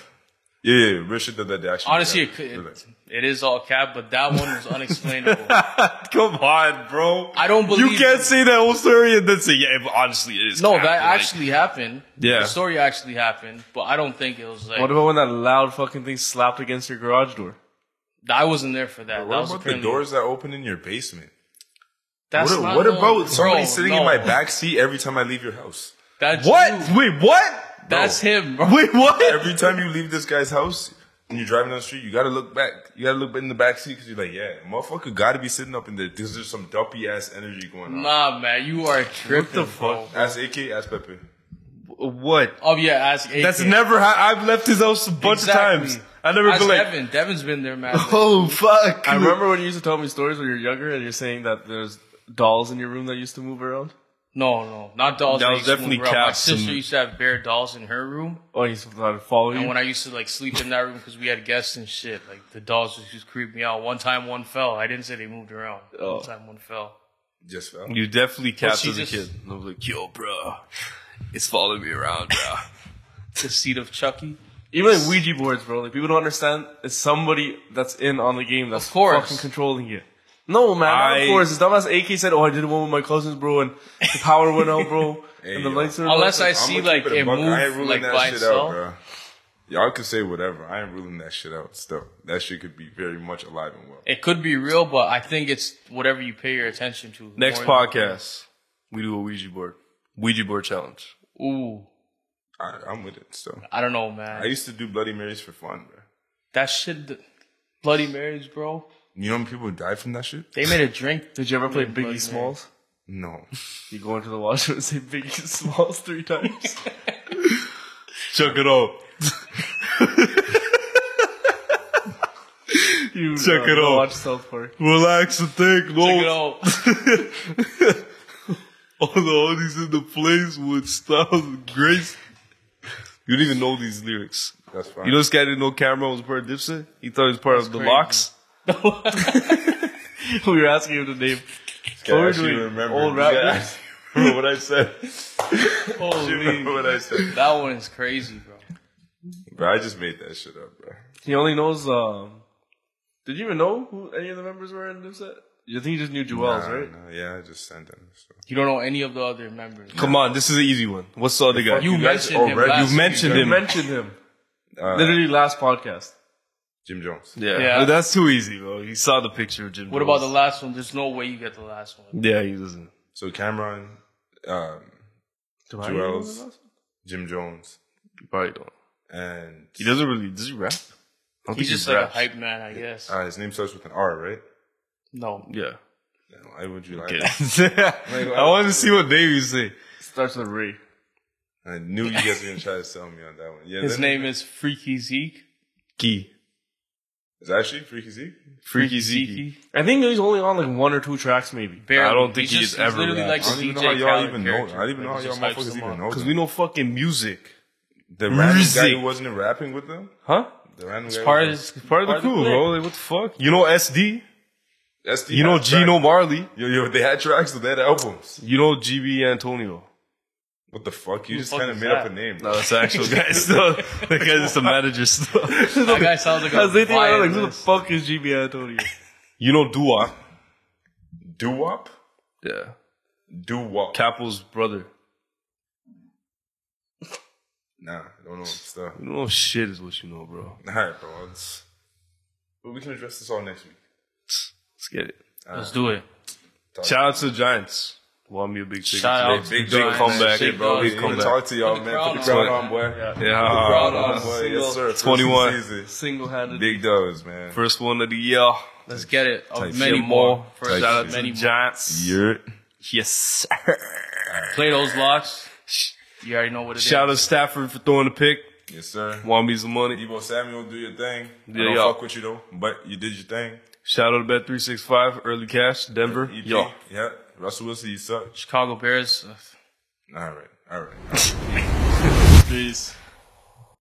S2: Yeah, yeah, Richard did that. They actually
S3: Honestly,
S2: did that.
S3: it, could-
S2: They're like,
S3: it, it is all cap, but that one was unexplainable.
S1: Come on, bro.
S3: I don't believe
S1: you can't say that whole story and then say, yeah, but honestly, it is.
S3: No,
S1: cap,
S3: that
S1: like-
S3: actually happened.
S1: Yeah.
S3: the story actually happened, but I don't think it was like
S4: What about when that loud fucking thing slapped against your garage door?
S3: I wasn't there for that. that
S2: What
S3: was
S2: about the
S3: apparently-
S2: doors that open in your basement?
S3: That's
S2: What,
S3: not
S2: what
S3: no-
S2: about somebody
S3: bro,
S2: sitting in
S3: no.
S2: my back seat every time I leave your house?
S3: That's
S1: What?
S3: you.
S1: Wait, what?
S3: That's him, bro.
S1: Wait, what?
S2: Every time you leave this guy's house and you're driving down the street, you gotta look back. You gotta look in the back seat because you're like, yeah, motherfucker gotta be sitting up in there. There's just some dumpy ass energy going on.
S3: Nah, man, you are tripping.
S1: the
S3: bro.
S2: Ask AK, ask Pepe.
S1: What?
S3: Oh yeah, ask. AK.
S1: That's never how I've left his house a bunch
S3: Exactly.
S1: of times. I never
S3: ask
S1: been like,
S3: Devin. Devin's been there, man.
S1: oh fuck.
S4: I remember when you used to tell me stories when you were younger and you're saying that there's dolls in your room that used to move around.
S3: No, no, not dolls.
S1: That
S3: I
S1: was
S3: used to
S1: definitely
S3: move around. My
S1: cap, some-
S3: sister used to have bear dolls in her room,
S4: Oh, he's trying to follow
S3: and
S4: you.
S3: when I used to like sleep in that room because we had guests and shit, like the dolls just used to creep me out. One time, one fell. I didn't say they moved around.
S4: Oh.
S3: One time, one fell.
S2: Just fell.
S1: You definitely capped
S3: she
S1: as a
S3: just-
S1: kid. And I was like, yo, bro, it's following me around, bro.
S3: The seat of Chucky.
S4: Even like Ouija boards, bro. Like people don't understand. It's somebody that's in on the game that's
S3: Of course.
S4: fucking controlling you. No man, not
S1: I-
S4: of course. It's dumbass AK said, "Oh, I did one with my cousins, bro, and the power went out, bro,
S2: Hey,
S4: and the
S2: yo.
S4: lights went out."
S3: Unless I
S2: I'm
S3: see
S2: gonna
S3: like
S2: keep
S3: it,
S2: a buck. I ain't
S3: move
S2: ruling
S3: like by
S2: that shit out,
S3: itself.
S2: bro. Y'all can say whatever. I ain't ruling that shit out. Still, that shit could be very much alive and well.
S3: It could be real, but I think it's whatever you pay your attention to.
S1: Next
S3: More-
S1: podcast, we do a Ouija board. Ouija board challenge.
S3: Ooh,
S2: I, I'm with it. Still,
S3: I don't know,
S2: I
S3: man.
S2: used to do Bloody Marys for fun, bro.
S3: That shit, th- Bloody Marys, bro.
S2: You know how many people died from that shit?
S3: They made a drink.
S4: Did you ever play
S3: Bloody Mary.
S4: Biggie Smalls?
S2: No.
S4: You go into the washroom and say Biggie Smalls three times.
S1: Check it out.
S4: you
S1: Check
S4: uh,
S1: it out.
S4: Watch South Park.
S1: Relax and think.
S3: Check it
S1: No,
S3: out.
S1: all the oldies in the place with Styles and Grace. You don't even know these lyrics.
S2: That's fine.
S1: You know this guy didn't know Cameron was part of Dipset? He thought he was part of the
S3: crazy.
S1: Locks.
S4: we were asking him the name.
S2: Can't
S4: we're
S2: actually
S4: doing
S2: remember.
S4: old
S2: You gotta
S4: rap
S2: actually remember what I said.
S3: Holy,
S2: remember what I said.
S3: that one is crazy, bro.
S2: Bro, I just made that shit up, bro.
S4: He only knows. um Did you even know who any of the members were in Dipset? You think you just knew Jewels,
S2: Nah,
S4: right?
S2: nah, yeah, I just sent them. So.
S3: You don't know any of the other members.
S1: Come on, this is an easy one. What's the other guy?
S3: You,
S2: You guys
S3: mentioned him.
S2: already-
S3: last
S1: you mentioned
S4: You
S1: him.
S4: mentioned him.
S2: Uh,
S4: Literally last podcast.
S2: Jim Jones.
S1: yeah,
S3: Yeah.
S1: that's too easy, bro. He saw the picture of Jim.
S3: week. What about the last one? There's no way you get the last one.
S1: Yeah, he doesn't.
S2: So Cameron, um, Jewels. Jim Jones,
S1: He probably don't.
S2: and
S1: He doesn't really. Does he rap? I don't
S3: He's
S1: he
S3: just like a
S1: raps.
S3: hype man, I guess.
S2: uh, his name starts with an R, right?
S3: No.
S1: Yeah.
S2: Yeah, Why would you like
S1: Okay.
S2: that?
S1: I wanted to see what Davey would say.
S4: Starts with Ray.
S2: I knew you guys were gonna try to sell me on that one. Yeah,
S3: His
S2: then-
S3: name is Freaky Zeke.
S1: Key.
S2: is actually Freaky Zeke.
S1: Freaky Zeke.
S4: I think he's only on like one or two tracks, maybe.
S3: Barely.
S1: I don't think
S3: he's,
S1: he's
S3: just,
S1: ever
S3: literally
S1: rapped.
S3: like
S2: I don't
S3: a
S2: even know
S3: DJ
S2: how y'all
S3: Khaled
S2: even know. I
S3: character.
S2: don't even know how
S3: Like,
S2: y'all
S3: just hypes
S2: motherfuckers
S3: him
S2: even
S3: up.
S2: know.
S1: Because
S2: them.
S1: we know fucking music.
S2: the random guy
S1: Music.
S2: who wasn't rapping with them.
S1: Huh?
S2: The random guy.
S3: Part
S2: who-
S3: is
S1: Part of the crew, bro. Like, what the fuck? You know SD?
S2: That's the
S1: You know
S2: track.
S1: Gino Marley?
S2: Yo, yo, they had tracks, so they had albums.
S1: You know GB Antonio?
S2: What the fuck? You just
S3: fuck
S2: kind of
S3: is
S2: made
S3: that? Uh,
S2: up a name.
S1: No, that's the actual guy still. That guy's just a manager still.
S3: That guy sounds like
S4: Because they
S3: a
S4: think I'm like, who the
S3: violinist.
S4: fuck is GB Antonio?
S1: You know Dua?
S2: Doo wop,
S1: Yeah.
S2: doo wop.
S1: Capo's brother.
S2: Nah, I don't know stuff.
S1: You know shit is what you know, bro.
S2: All right, bro. It's, but we can address this all next week.
S1: Let's get it.
S3: Let's do it.
S1: Shout out to the Giants. Won me a big ticket.
S3: Shout
S1: today.
S3: out to
S1: big,
S3: the
S1: big
S3: Giants.
S1: comeback.
S3: Big
S1: bro.
S3: dogs.
S1: Big
S2: Big
S3: Come
S2: come
S1: comeback.
S2: Talk to y'all, man. Put the
S3: crowd
S2: crowd
S3: on.
S2: on, boy. Uh,
S1: Yeah.
S3: Proud of us.
S2: Boy, yes, sir. First
S1: 21.
S2: season.
S4: Single-handed.
S2: Big dubs, man.
S1: First one of the year.
S3: Let's get it. Of
S2: Type
S3: many
S2: shit.
S3: more. For
S2: Type
S3: shout out
S2: shit.
S3: many more.
S1: Giants.
S2: You're
S1: Yes, sir.
S3: Play those locks. You already know what it is.
S1: Shout out to Stafford for throwing the pick.
S2: Yes, sir.
S1: Won me some money.
S2: Debo Samuel, do your thing.
S1: Yeah,
S2: I don't
S1: yo.
S2: fuck with you though, but you did your thing.
S1: Shout out to Bet365, early cash, Denver.
S2: EP,
S1: Yo.
S2: yeah. Russell Wilson, you suck.
S3: Chicago Bears.
S2: All right, all right.
S4: Peace.